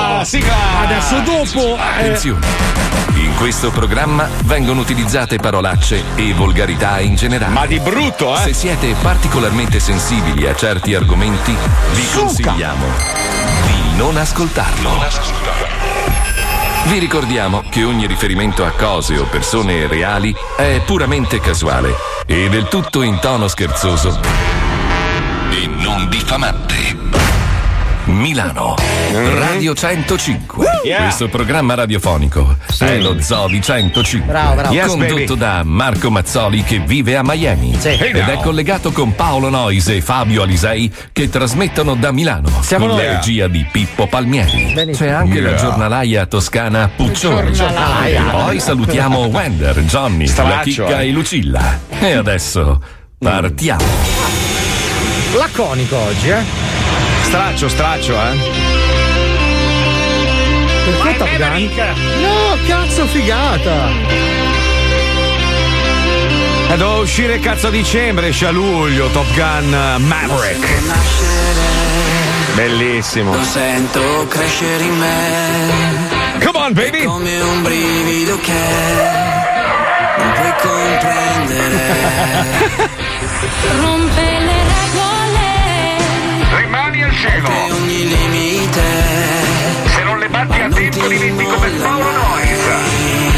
Ah, sigla, sigla! Adesso dopo. eh, Attenzione. In questo programma vengono utilizzate parolacce e volgarità in generale. Ma di brutto, eh? Se siete particolarmente sensibili a certi argomenti, vi consigliamo di non ascoltarlo. Vi ricordiamo che ogni riferimento a cose o persone reali è puramente casuale e del tutto in tono scherzoso e non diffamante. Milano, Mm-hmm. Radio 105. Questo programma radiofonico è lo Zovi 105. Bravo, bravo. Yes, condotto da Marco Mazzoli che vive a Miami. Sì. Ed è collegato con Paolo Noise e Fabio Alisei che trasmettono da Milano. Siamo con noi. la regia di Pippo Palmieri. C'è Cioè, anche la Yeah. giornalaia toscana Puccioni. Giornalaia. E poi salutiamo Wender, Johnny, la Straccio, Chicca eh. e Lucilla. E adesso partiamo. Laconico oggi, eh? Straccio, straccio, eh? Perché Top Gun? No, cazzo figata! Eh, doveva uscire cazzo a dicembre, esce a luglio, Top Gun eh, Maverick. Bellissimo. Lo sento crescere in me. Come on, baby! come un brivido che non puoi comprendere. Rompe le regole. Rimani al cielo. ogni limite. Se non le batti a tempo diventi come Paolo Noisa.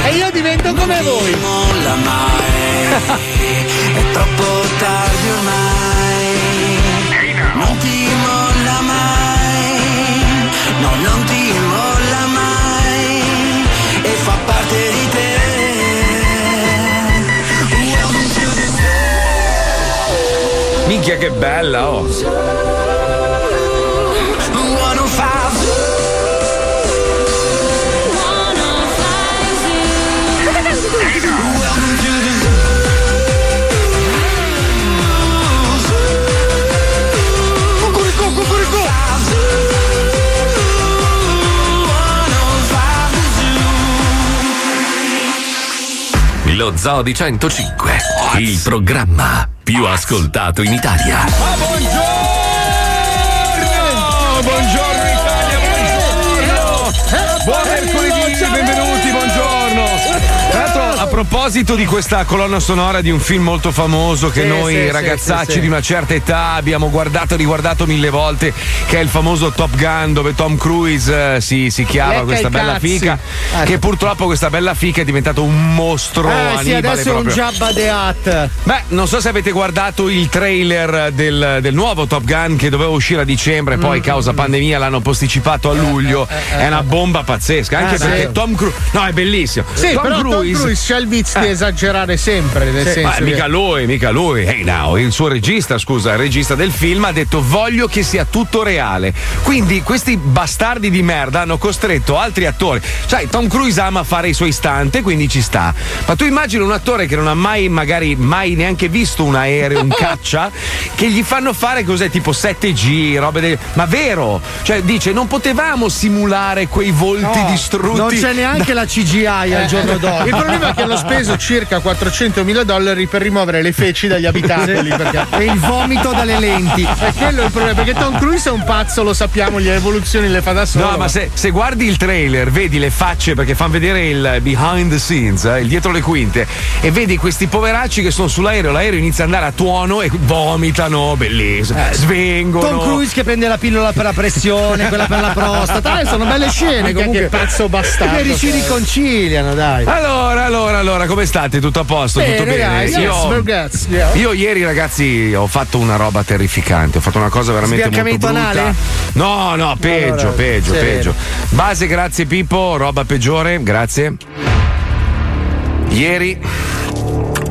E io divento come voi! molla mai. È troppo tardi ormai. Non ti molla mai. No, non ti molla mai. E fa parte di te. Welcome to the Minchia che bella, oh. 105. Cucuricò, cucuricò. Lo Zoo di 105, il programma più ascoltato in Italia. Oh, buongiorno Italia, buongiorno! Buon mercoledì, benvenuti, buongiorno! Tra Ah. l'altro, a proposito di questa colonna sonora di un film molto famoso che Sì, noi sì, sì, ragazzacci sì, sì. di una certa età abbiamo guardato e riguardato mille volte, che è il famoso Top Gun dove Tom Cruise eh, si, si chiava Lecca questa i bella cazzi. fica, Ah, che purtroppo questa bella fica è diventato un mostro Eh sì, Annibale adesso è un proprio. Jabba the Hutt. Beh, non so se avete guardato il trailer del, del nuovo Top Gun che doveva uscire a dicembre, Mm, poi causa pandemia l'hanno posticipato a luglio. È una bomba pazzesca, anche Eh, perché sì. Tom Cruise. No, è bellissimo. Sì, però Tom Cruise c'ha il vizio di esagerare sempre, nel Sì, ma senso mica che... lui, mica lui. Hey now, il suo regista, scusa, il regista del film ha detto voglio che sia tutto reale. Quindi questi bastardi di merda hanno costretto altri attori. Sai, Tom Cruise ama fare i suoi stunt e quindi ci sta. Ma tu immagini un attore che non ha mai, magari, mai neanche visto un aereo, un caccia, che gli fanno fare cos'è tipo 7G, robe del. Ma vero! Cioè, dice, non potevamo simulare quei volti distrutti. Non c'è neanche la CGI al Eh. giorno dopo. Il problema è che hanno speso circa 400 mila dollari per rimuovere le feci dagli abitacoli perché- e il vomito dalle lenti. E quello è il problema, perché Tom Cruise è un pazzo, lo sappiamo, le evoluzioni le fa da solo. No, ma se, se guardi il trailer, vedi le facce perché fanno vedere il behind the scenes, eh, il dietro le quinte, e vedi questi poveracci che sono sull'aereo. L'aereo inizia ad andare a tuono e vomitano, bellissimo, Eh, svengono. Tom Cruise che prende la pillola per la pressione, quella per la prostata. Eh, sono belle scene Mica comunque. che pazzo bastardo Che ci sei. riconciliano, dai. Allora, allora, allora, come state? Tutto a posto? Bene, Tutto bene? dai, yes, ragazzi, yeah. io ieri, ragazzi, ho fatto una roba terrificante, ho fatto una cosa veramente molto Sbiancamento brutta. anale? No, no, peggio, Allora, peggio, sì. peggio. Base, grazie Pippo, roba peggiore, grazie. Ieri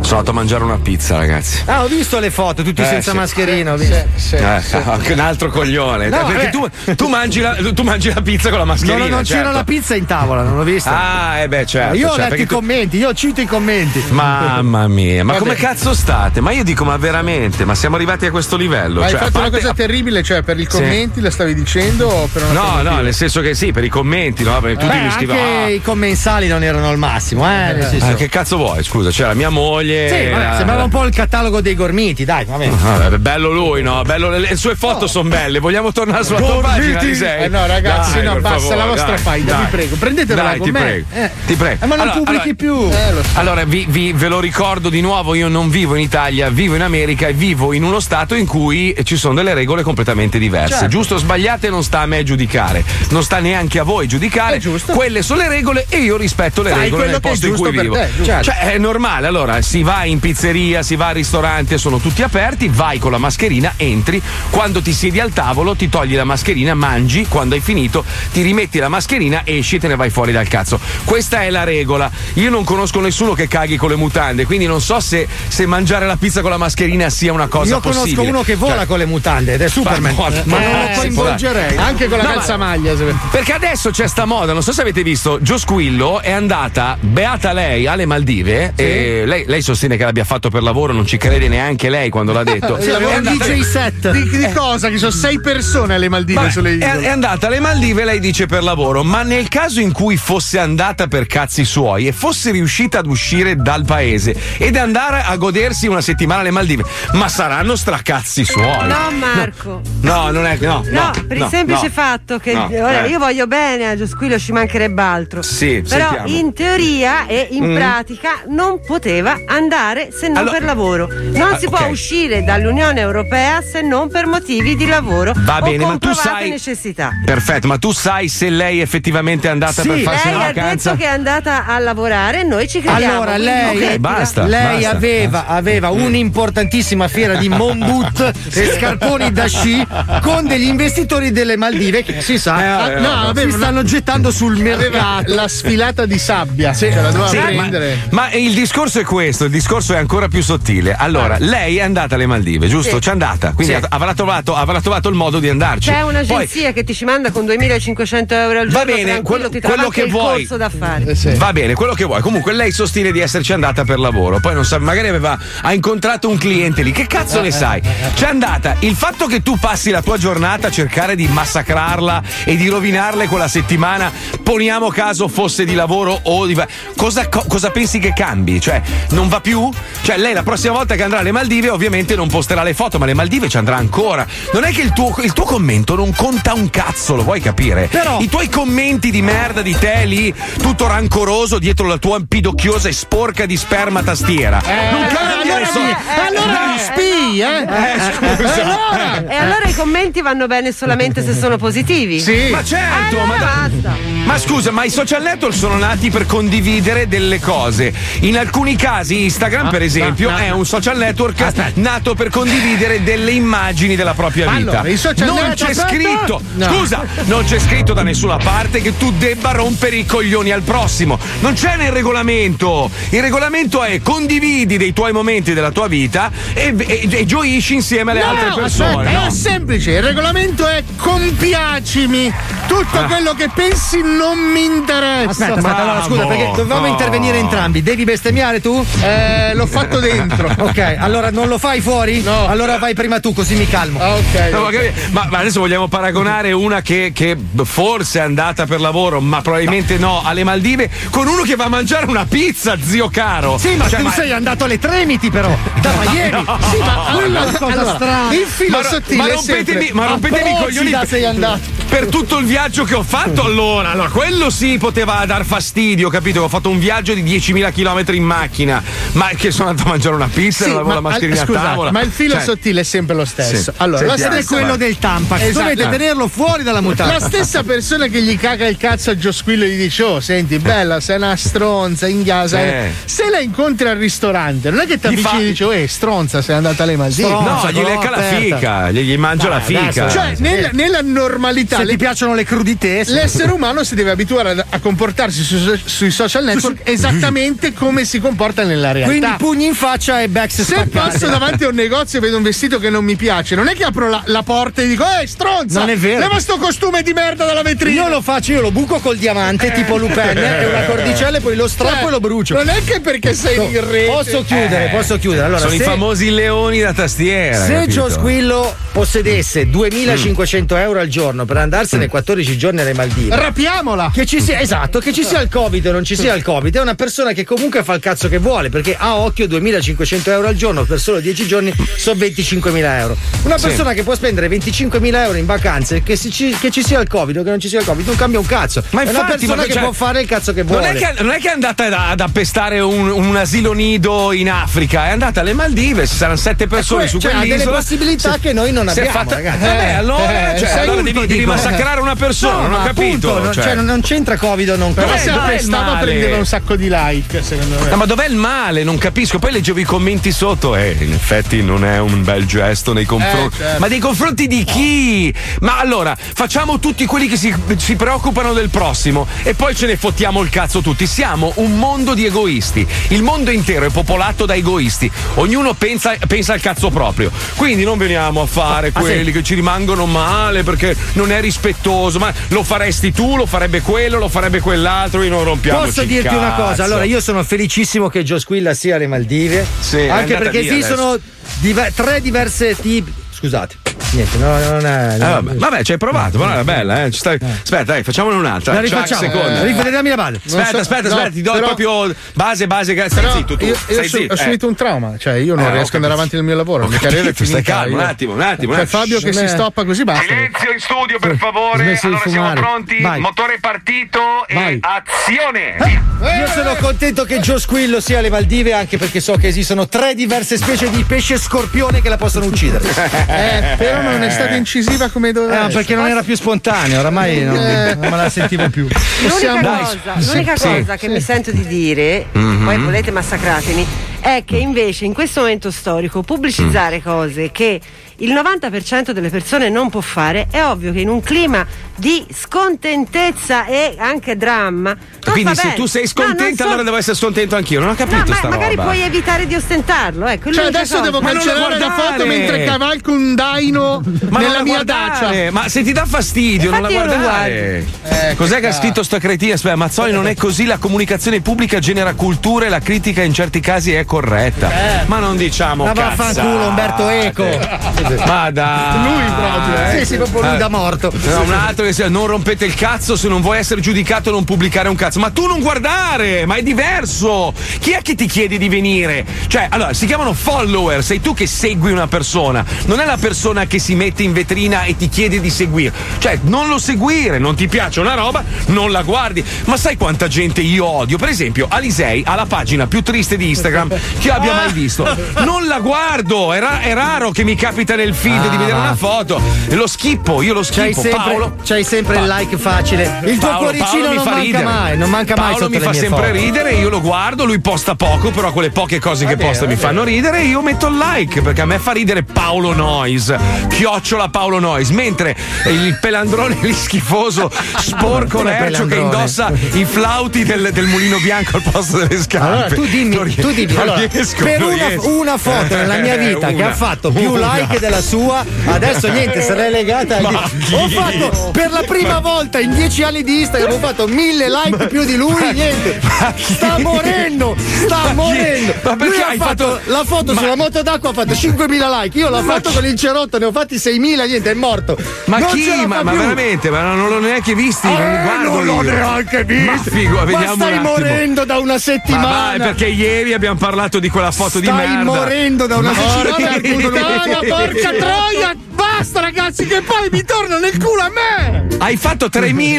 sono andato a mangiare una pizza, ragazzi. Ah, ho visto le foto, tutti Eh, senza sì. mascherina. ho visto. Eh, anche un altro coglione. No, perché eh. tu, tu mangi la, tu mangi la pizza con la Non, mascherina. non c'era certo. la pizza in tavola, non l'ho vista. Ah, eh beh, certo. io ho cioè, letto perché i tu- commenti, io cito i commenti. Mamma mia, ma Vabbè. come cazzo state? Ma io dico, ma veramente, ma siamo arrivati a questo livello? Ma hai Cioè, a fatto una parte- cosa terribile, cioè per i Sì. commenti la stavi dicendo o per una No, no, nel senso che sì, per i commenti, no? Perché tutti Ah, Beh, mi scrivono. anche "Ah, i commensali non erano al massimo, eh. nel senso- eh, che cazzo vuoi? Scusa, c'era mia moglie, bandiera. Sì, vabbè, sembrava un po' il catalogo dei gormiti, dai, va bene. Vabbè, bello lui, no? Bello, le, le sue foto sono belle. Vogliamo tornare sulla tua Oh. Gormiti! pagina? Lisei? Eh no, ragazzi, Dai, no, per basta la vostra faida, vi prego. Prendetela Dai, con ti me. Prego. Eh. Ti prego. Eh, ma non pubblichi più. Eh, lo so. Allora, vi, vi- ve lo ricordo di nuovo, io non vivo in Italia, vivo in America e vivo in uno stato in cui ci sono delle regole completamente diverse. Certo. Giusto o sbagliate non sta a me giudicare, non sta neanche a voi giudicare. Quelle sono le regole e io rispetto le Fai regole quello nel che è posto in giusto cui per vivo. te, giusto. Cioè, è normale, allora si va in pizzeria, si va al ristorante, sono tutti aperti, vai con la mascherina, entri, quando ti siedi al tavolo ti togli la mascherina, mangi, quando hai finito ti rimetti la mascherina, esci e te ne vai fuori dal cazzo. Questa è la regola. Io non conosco nessuno che caghi con le mutande, quindi non so se, se mangiare la pizza con la mascherina sia una cosa Io conosco possibile. uno che vola Cioè, con le mutande ed è Superman. Ma no, Eh, ma non lo si coinvolgerei. può. Anche con la No, ma- calzamaglia. se- perché adesso c'è sta moda, non so se avete visto, Giosquillo è andata, beata lei, alle Maldive, e lei, lei sostiene che l'abbia fatto per lavoro, non ci crede neanche lei quando l'ha detto. Sì, avevo È un andata- DJ set. Eh, Eh, Di, di cosa? Che sono sei persone alle Maldive Vabbè, sulle è, isole. è andata alle Maldive, lei dice per lavoro, ma nel caso in cui fosse andata per cazzi suoi e fosse riuscita ad uscire dal paese ed andare a godersi una settimana alle Maldive, ma saranno stracazzi suoi. No, Marco. No, non è. No, No, no, per no, il semplice no. fatto che No, ora, eh. io voglio bene a Giosquillo, ci mancherebbe altro. Sì, Però sentiamo. in teoria e in Mm. pratica non poteva andare se non Allora- per lavoro. Non Ah, si ok. può uscire dall'Unione Europea se non per motivi di lavoro Va o bene, ma tu comprovate sai- necessità. Perfetto, ma tu sai se lei effettivamente è andata Sì, per farsi lei una ha vacanza? detto che è andata a lavorare, noi ci crediamo. Allora, quindi lei, mettila. basta, lei basta, aveva, aveva un'importantissima fiera di Mombut e scarponi da sci con degli investitori delle Maldive che si sa Ah, no, si aveva stanno gettando sul Aveva mercato. la sfilata di sabbia. Cioè, la doveva Sì, ma, prendere. ma il discorso è questo, il discorso è ancora più sottile. Allora, lei è andata alle Maldive, giusto? Sì. C'è andata, quindi Sì. avrà, trovato, avrà trovato il modo di andarci. C'è Cioè, Poi, un'agenzia che ti ci manda con 2500 euro al giorno. Va bene, tranquillo, quello- ti trova quello anche che il vuoi. corso da fare. Eh, Va bene, quello che vuoi. Comunque lei sostiene di esserci andata per lavoro. Poi non sa, magari aveva, ha incontrato un cliente lì. Che cazzo ne sai? C'è andata. Il fatto che tu passi la tua giornata a cercare di massacrarla e di rovinarle quella settimana, poniamo caso fosse di lavoro o di. Cosa, co- cosa pensi che cambi? Cioè, non va più? Cioè, lei la prossima volta che andrà alle Maldive, ovviamente non posterà le foto, ma le Maldive ci andrà ancora. Non è che il tuo, il tuo commento non conta un cazzo, lo vuoi capire? Però- I tuoi commenti di merda di te lì, tutto rancoroso dietro la tua pidocchiosa e sporca di sperma tastiera. non cambia allora, le so- allora eh, mi spi, eh? scusa. Eh. E allora i commenti vanno bene solamente se sono positivi? Sì. Ma certo, Allora ma da- basta. Ma scusa, ma i social network sono nati per condividere delle cose. In alcuni casi Ah, Instagram, per esempio, è un social network nato per condividere delle immagini della propria vita. Allora, i social non network- c'è scritto, No. scusa, non c'è scritto da nessuna parte che tu debba rompere i coglioni al prossimo. Non c'è nel regolamento. Il regolamento è condividi dei tuoi momenti della tua vita e, e- e gioisci insieme alle No, altre no, persone. aspetta, eh, no? È semplice, il regolamento è compiacimi. Tutto Ah. quello che pensi non mi interessa. Aspetta, aspetta, allora scusa, perché dovevamo intervenire entrambi. Devi bestemmiare tu? Eh, l'ho fatto dentro. Ok, allora non lo fai fuori? No. Allora vai prima tu, così mi calmo. Ah, ok. No, ma, capi- ma- ma adesso vogliamo paragonare una che, che forse è andata per lavoro, ma probabilmente no, alle Maldive, con uno che va a mangiare una pizza, zio caro. Sì, ma Cioè, tu sei andato alle Tremiti, però. Da ma ieri. Sì, ma quella è una cosa Allora, strana. il filo Ma, ro- sottile ma è rompetemi, sempre ma rompetemi i a coglioni Procida per- sei andato. per tutto il viaggio che ho fatto allora. Allora, quello sì poteva dar fastidio, capito? Ho fatto un viaggio di 10.000 km in macchina, ma che sono andato a mangiare una pizza Sì, e non avevo la mascherina al- scusate, a tavola. ma il filo Cioè, sottile è sempre lo Sì. stesso. Allora, la Questo è stessa- quello del Tampax. Esatto. Dovete tenerlo fuori dalla La mutanda. stessa persona che gli caga il cazzo a Giosquillo e gli dice: Oh, senti, bella, sei una stronza, in casa. Eh. Se la incontri al ristorante, non è che ti Gli avvicini fa- e dici: Oh, eh, stronza, sei andata alle Maldive. No, gli lecca la fica, gli, gli mangia la fica. Cioè, nel- nella normalità, Se le- ti piacciono le crudité, sì. l'essere umano si deve abituare ad- a comportarsi su- sui social network esattamente come si comporta nella quindi realtà. pugni in faccia e backs se passo davanti a un negozio e vedo un vestito che non mi piace, non è che apro la, la porta e dico: Eh, stronza! Non è vero. Leva sto costume di merda dalla vetrina! Io lo faccio, io lo buco col diamante, tipo Lupin, eh, e una cordicella, e poi lo strappo Eh, e lo brucio. Non è che perché sei Eh. No, il re. Cioè, Posso chiudere, posso chiudere. Allora, sono i se- famosi leoni da tastiera. eh. Se capito? Mm. Joe Squillo possedesse 2500 euro al giorno per andarsene 14 giorni alle Maldive. Rapiamola! Che ci sia, esatto, che ci sia il Covid o non ci sia il Covid, è una persona che comunque fa il cazzo che vuole, perché a occhio 2500 euro al giorno per solo 10 giorni sono 25.000 euro. Una Sì. persona che può spendere 25.000 euro in vacanze, che, si- ci, che ci sia il Covid o che non ci sia il Covid, non cambia un cazzo. Ma è infatti, una persona ma che cioè, può fare il cazzo che Non vuole. è che, non è che è andata ad, ad appestare un, un asilo nido in Africa, è andata alle Maldive, ci saranno sette persone que- su cioè, ha delle quell'isola. possibilità Si- che noi non si è abbiamo, ragazzi. Vabbè, allora, Eh, cioè, sai, allora appunto, devi, devi dico. massacrare una persona, No, non ma ho capito. appunto, non, cioè. cioè, non- non c'entra Covid o non Però Covid. se dov'è il appestava male? prendeva un sacco di like, secondo me. No, Eh, ma dov'è il male? Non capisco. Poi leggevo i commenti sotto. Eh, in effetti non è un bel gesto nei confronti. Eh, certo. Ma nei confronti di chi? Ma allora, facciamo tutti quelli che si, si preoccupano del prossimo e poi ce ne fottiamo il cazzo tutti. Siamo un mondo di egoisti. Il mondo intero è popolato da egoisti. Ognuno pensa, pensa al cazzo proprio. Quindi non veniamo a fare Ah, quelli sì. che ci rimangono male perché non è rispettoso. Ma lo faresti tu, lo farebbe quello, lo farebbe quell'altro. Io non rompiamoci Posso il dirti una cosa? cazzo. Allora, io sono felicissimo che Giosquilla sia alle Maldive. è anche andata perché via esistono diver- tre diverse tipi. Scusate, niente, no, no, non è. Eh, Ah, vabbè, vabbè, ci hai provato, però era bella, eh. ci stai- Aspetta, dai, facciamone un'altra. La Ciao, rifacciamo. seconda. Eh, rivediamo la base. Aspetta, Non so- aspetta, no, aspetta, ti do però- proprio base, base, Eh, stai Però zitto tu. io, io stai su- zitto. ho eh. subito un trauma, cioè io non Eh, ho riesco ad andare avanti nel mio lavoro, Ho la mia carriera è capito, finita. stai calmo, io- un attimo, un attimo, eh. un eh. Cioè, attimo. Fabio che Shh, si non è- stoppa così basta. Silenzio in studio, per favore. Smesso di Allora siamo fumare. pronti. Vai. Ah, Motore partito e Vai. azione. Eh! Io sono contento che Giosquillo sia alle Maldive anche perché so che esistono tre diverse specie di pesce scorpione che la possono uccidere. Eh, però non è stata incisiva come doveva. Eh, ma perché non era più spontaneo, oramai non, Eh. non me la sentivo più. Possiamo- L'unica Dai, cosa, sì, l'unica sì, cosa che mi sento di dire, Mhm. poi volete massacratemi, è che invece in questo momento storico pubblicizzare Mm. cose che il 90% delle persone non può fare, è ovvio che in un clima di scontentezza e anche dramma. non Quindi fa se bene. tu Ah, sei No, scontento, non so- allora devo essere scontento anch'io. Non ho capito No, ma sta magari roba. puoi evitare di ostentarlo, ecco. è Cioè, l'unica adesso cosa. devo cancellare la foto mentre cavalco un daino Ma non nella la mia guardare, dacia. Ma se ti dà fastidio, Infatti non io la non guardare. guardo. Eh, Cos'è che che ha ca- scritto sta cretina? Aspetta, Mazzoli non è così, la comunicazione pubblica genera cultura e la critica in certi casi è corretta. Ma non diciamo Ma cazzate. vaffanculo, Umberto Eco. Ma dai. Lui proprio, eh. Sì, sì, proprio lui Eh. da morto. No, un altro che sia, non rompete il cazzo se non vuoi essere giudicato non pubblicare un cazzo. Ma tu non guardare, ma è diverso. Chi è che ti chiede di venire? Cioè, allora, si chiamano follower, sei tu che segui una persona, non è la persona che si mette in vetrina e ti chiede di seguire. Cioè, non lo seguire, non ti piace una roba, non la guardi. Ma sai quanta gente io odio? Per esempio, Alisei ha la pagina più triste di Instagram che io abbia mai visto. Non la guardo, è, ra- è raro che mi capita nel feed Ah, di vedere va. una foto. E Lo schippo, io lo C'hai schippo. sempre, Paolo. c'hai sempre il like facile. Il tuo Paolo- cuoricino Paolo mi non fa manca ridere. mai, non manca mai Paolo sotto mi le fa mie sempre foto. ridere, io lo guardo, lui posta poco, però quelle poche cose che posta mi fanno ridere e io metto il like perché a me fa ridere Paolo Noyes, chiocciola Paolo Noyes, mentre il pelandrone lì schifoso, sporco Come lercio che pelandrone? indossa i flauti del, del mulino bianco al posto delle scarpe. Allora, tu dimmi, Non rie- tu dimmi, non allora, riesco, per non una, riesco. una foto nella mia vita che Una, ha fatto più una. like della sua, adesso niente, sarei legata. ai- Ma chi? Ho fatto per la prima volta in dieci anni di Instagram, ho fatto mille like più di lui, niente. Sta morendo, sta Ma chi? morendo. Ma perché lui hai ha fatto, fatto- la foto Ma- sulla moto d'acqua, ha fatto 5.000 like. Io l'ho fatto con il cerotto, ne ho fatti 6.000, niente, è morto. Ma Non chi? ce la Ma, fa ma più. veramente? Ma non l'ho neanche visti. Eh, non guardo non l'ho io. neanche Ma visto. figo, Ma vediamo stai un attimo. morendo da una Ma settimana. vai, perché ieri abbiamo parlato di quella foto di merda. Stai morendo da una settimana. Puttana, porca troia! Basta ragazzi che poi mi torna nel culo a me! Hai fatto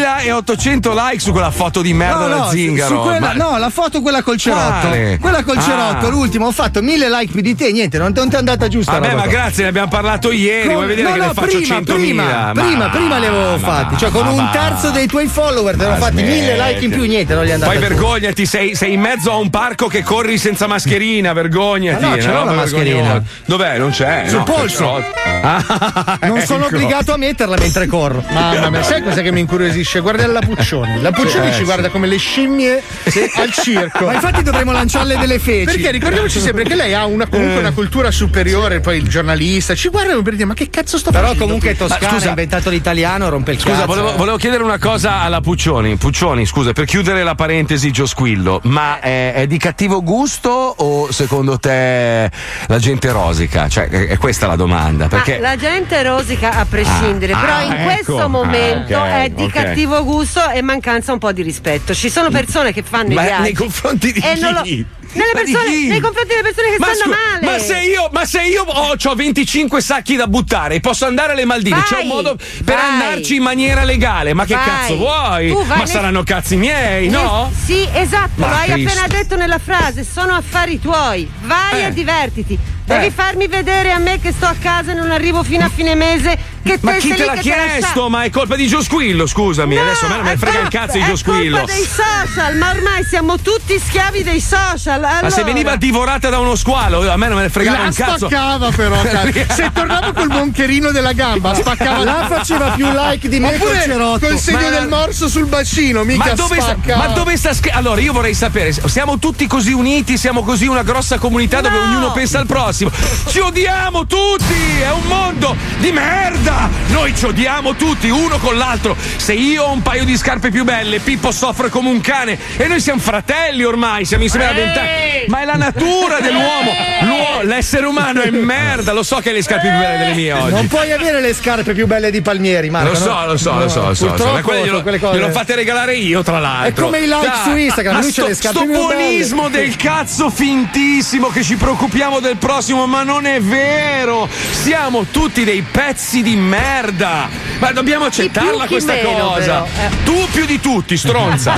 3800 like su quella foto di merda No, da no, zingaro. su quella- ma... no, la foto quella col cerotto. Quale? Quella col Ah. cerotto, l'ultima, ho fatto mille like più di te, niente, non, non ti è andata giusta. la Vabbè, roba ma qua. grazie, ne abbiamo parlato ieri. Con- Vuoi vedere no, che no, ne faccio prima, 100.000? prima, Ma- prima, prima li avevo fatti. Cioè, con Ah, ma un va. terzo dei tuoi follower te ne ho fatti smetti. mille like in più, niente, non li è andata Poi giù. vergognati, sei, sei in mezzo a un parco che corri senza mascherina, vergognati. Ma no, ce una l'ho roba la mascherina. vergognosa. Dov'è? Non c'è. Sul no, polso. Ah, Non sono ecco. obbligato a metterla mentre corro. Mamma mia, sai cosa che mi incuriosisce? Guarda la Puccioni. La Puccioni Sì, eh, ci sì. guarda come le scimmie al circo. Ma infatti dovremmo lanciarle delle feci. Eh. Perché ricordiamoci sempre che lei ha una, comunque una cultura superiore, poi il giornalista ci guarda per dire ma che cazzo sto Però facendo? comunque è qui?" toscana, Ma ha scusa, inventato l'italiano, rompe il Scusa, cazzo. volevo, volevo chiedere una cosa alla Puccioni. Puccioni, scusa, per chiudere la parentesi, Giosquillo, ma è, è di cattivo gusto o secondo te la gente rosica? Cioè, è, è questa la domanda. Perché Ah, la gente tutto è rosica a prescindere, Ah, però ah, in ecco. questo Ah, momento ok, è di ok. cattivo gusto e mancanza un po' di rispetto. Ci sono persone che fanno Ma i viaggi nei confronti di e chi? Eh, non lo- Ma Nelle di persone, chi? nei confronti delle persone che stanno scu- male. ma se io, ma se io ho, ho 25 sacchi da buttare, posso andare alle Maldive? C'è un Vai, modo per vai. andarci in maniera legale. Ma che Vai. cazzo vuoi? Tu vai Ma nel- saranno cazzi miei, no? Eh, Sì, esatto, Ma lo hai Cristo. appena detto nella frase, sono affari tuoi, vai Eh. e divertiti. Devi farmi vedere a me che sto a casa e non arrivo fino a fine mese che Ma te chi sei te lì l'ha che te la sa- chiesto? Ma è colpa di Giosquillo, scusami. Adesso a me non me ne frega il cazzo di È colpa Giosquillo. dei social, ma ormai siamo tutti schiavi dei social. Ma se allora. veniva divorata da uno squalo, a me non me ne fregava La un cazzo. spaccava però, cazzo. se tornavo col moncherino della gamba, spaccava La faceva più like di me col Oppure cerotto. col segno Ma- del morso sul bacino, mica Ma dove, sta, spacca. ma dove sta scri- Allora, io vorrei sapere, siamo tutti così uniti, siamo così una grossa comunità dove ognuno pensa al prossimo. Ci odiamo tutti! È un mondo di merda! Noi ci odiamo tutti, uno con l'altro. Se io ho un paio di scarpe più belle, Pippo soffre come un cane. E noi siamo fratelli ormai, siamo insieme da Eh! vent'anni. Ma è la natura dell'uomo. L'uo- l'essere umano è merda, lo so che hai le scarpe più belle delle mie oggi. Non puoi avere le scarpe più belle di Palmieri, Marco. Lo so, no? lo so, lo so, lo so, lo so. Purtroppo Ma quelle glielo, sono quelle cose- glielo fate regalare io, tra l'altro. È come i like Dai, su Instagram, ma lui c'ha sto, le scarpe sto più belle. buonismo del cazzo fintissimo che ci preoccupiamo del prossimo, ma non è vero. Siamo tutti dei pezzi di merda. Ma dobbiamo accettarla chi questa meno, cosa. però, eh. Tu più di tutti, stronza.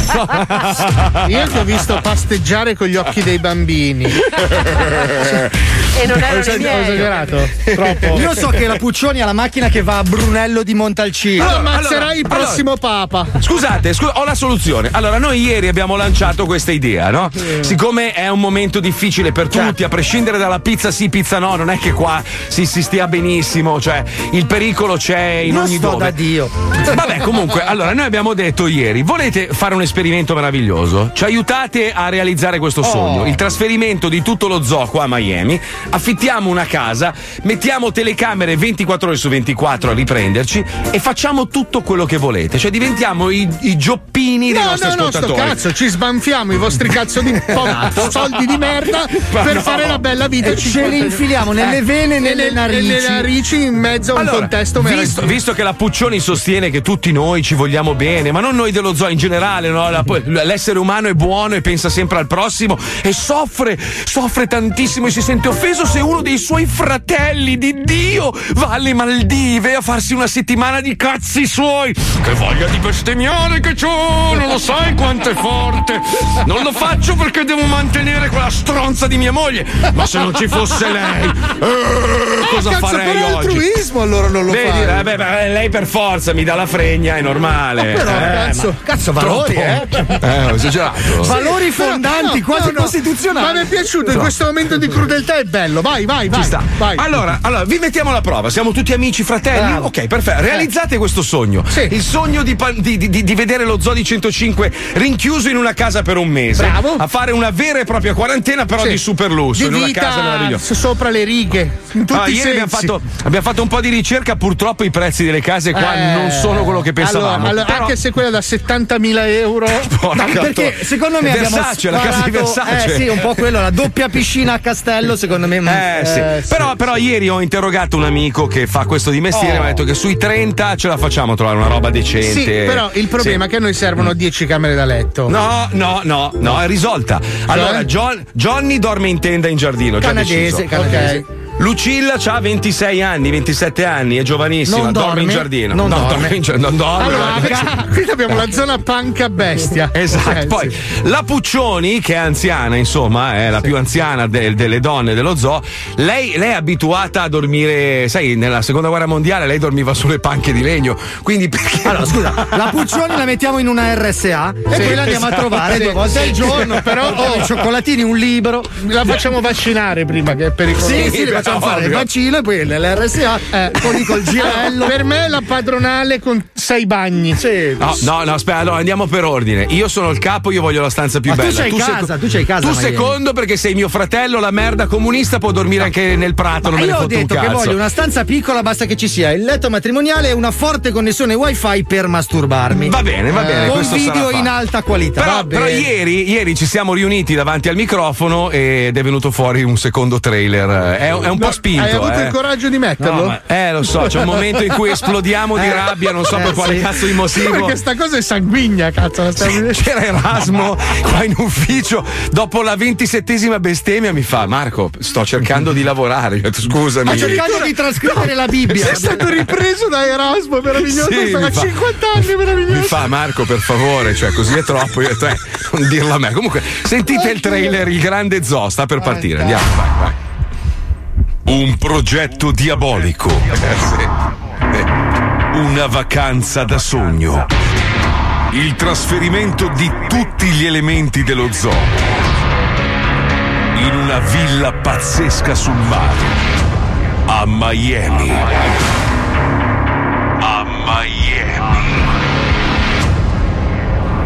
Io ti ho visto pasteggiare con gli occhi dei bambini. E non erano Ho i miei. esagerato. Troppo. Io so che la Puccioni ha la macchina che va a Brunello di Montalcino. Allora, ammazzerai il prossimo papa. Scusate, scu- ho la soluzione. Allora, noi ieri abbiamo lanciato questa idea, no? Siccome è un momento difficile per Certo. tutti, a prescindere dalla pizza sì, pizza no, non è che qua si, si stia benissimo, cioè il pericolo c'è in Io ogni sto dove. da Dio. Vabbè, comunque, allora noi abbiamo detto ieri, volete fare un esperimento meraviglioso? Ci aiutate a realizzare Oh. questo sogno, il trasferimento di tutto lo zoo qua a Miami, affittiamo una casa, mettiamo telecamere 24 ore su 24 a riprenderci e facciamo tutto quello che volete, cioè diventiamo i, i gioppini dei No, nostri no, no, sto ascoltatori. Esatto. cazzo, ci sbanfiamo i vostri cazzo di po- soldi di merda Ma per no. fare la bella vita. E ce li infiliamo nelle vene e nelle nel- narici. nelle Eh, narici in mezzo a un Allora, contesto visto, meraviglioso. visto che la Puccioni sostiene che tutti noi ci vogliamo bene, ma non noi dello zoo in generale, no? La- poi l'essere umano è buono e pensa sempre al prossimo e soffre, soffre tantissimo e si sente offeso se uno dei suoi fratelli di Dio va alle Maldive a farsi una settimana di cazzi suoi. Che voglia di bestemmiare che c'ho, non lo sai quanto è forte. Non lo faccio perché devo mantenere quella stronza di mia moglie, ma se non ci fosse lei, eh, cosa cazzo, farei però è oggi? altruismo allora non lo Vedi, fai. eh, beh, beh, lei per forza mi dà la fregna, è normale. Eh, Però, cazzo, cazzo, valori, troppo. eh. ho esagerato. Valori fondanti, quasi costituzionali. Ma mi è piaciuto, in No. questo momento di crudeltà è bello. Vai, vai, vai. Esatto. Ci sta. vai. Allora, allora, vi mettiamo alla prova. Siamo tutti amici, fratelli. Bravo. Eh. Ok, perfetto. Realizzate questo sogno. Il sogno di, pan- di- di- di vedere lo zoo di 105 rinchiuso in una casa per un mese. Bravo. A fare una vera e propria quarantena, però Sì. di super lusso. Di in una vita casa meravigliosa. s- sopra le righe. In tutti Ah, i ieri sensi. abbiamo fatto, abbiamo fatto un po' di ricerca, purtroppo i prezzi delle case qua Eh, non sono quello che pensavamo. Allora, allora, Però- Anche se quella da 70.000 euro. Porca Ma perché tor- secondo me abbiamo Versace, la casa di sparato- Versace. Eh sì, un po' quello, la doppia piscina a castello, secondo me. ma- Eh, sì. Però, però ieri ho interrogato un amico che fa questo di mestiere e mi ha detto che sui 30 ce la facciamo a trovare una roba decente. Sì, però il problema è Sì. che a noi servono 10 camere da letto. Mm. No, no, no, no, è risolta. Allora, John- Johnny dorme in tenda in giardino. Già Canadese, deciso. canadese. Lucilla ha 26 anni, 27 anni, è giovanissima, Non dorme, in dorme, giardino. non no, dorme. in giardino, non dorme. Allora, guarda. perché qui abbiamo la zona panca bestia. Esatto, Eh, poi sì. la Puccioni, che è anziana, insomma, è la più anziana del- delle donne dello zoo, lei, lei è abituata a dormire, sai, nella seconda guerra mondiale lei dormiva sulle panche di legno, quindi perché... Allora, scusa, la Puccioni la mettiamo in una RSA e poi la andiamo a esatto. trovare due volte al giorno, però oh, i cioccolatini, un libro. La facciamo vaccinare prima che è pericoloso. Sì, sì, le facciamo ovvio. fare il vaccino e poi nell'RSA eh, con col girello. Per me la padronale con sei bagni. Sì. No, no, no, aspetta, allora andiamo per ordine. Io sono il capo, io voglio la stanza più Ma tu bella. c'hai casa, tu c'hai casa, Tu Maria. secondo perché sei mio fratello, la merda comunista può dormire anche nel prato, non me ne Ah, io ho fotte un detto cazzo. che voglio una stanza piccola, basta che ci sia il letto matrimoniale e una forte connessione wifi per masturbarmi. Va bene, va bene, Eh, con questo sarà video fatto. in alta qualità. Però, va bene. però ieri, ieri ci siamo riuniti davanti al microfono ed è venuto fuori un secondo trailer. È, è un un po' spinto. Hai avuto eh. il coraggio di metterlo? Eh. No, ma- eh, lo so, c'è un momento in cui esplodiamo di rabbia, non so per quale cazzo di motivo. Perché sta cosa è sanguigna, cazzo. La stiamo vedendo. C'era Erasmo qua in ufficio, dopo la ventisettesima bestemmia mi fa Marco, sto cercando di lavorare, Io ho detto, scusami. Sto cercando di trascrivere la Bibbia. È stato ripreso da Erasmo, meraviglioso. Sì, Sarà mi fa- 50 anni, meraviglioso. Mi fa Marco per favore, cioè così è troppo, io ho detto, eh, non dirlo a me. Comunque, sentite il trailer, il grande zoo, sta per partire, andiamo, vai, vai. Un progetto diabolico. Eh, Una vacanza da sogno. Il trasferimento di tutti gli elementi dello zoo. In una villa pazzesca sul mare. A Miami. A Miami.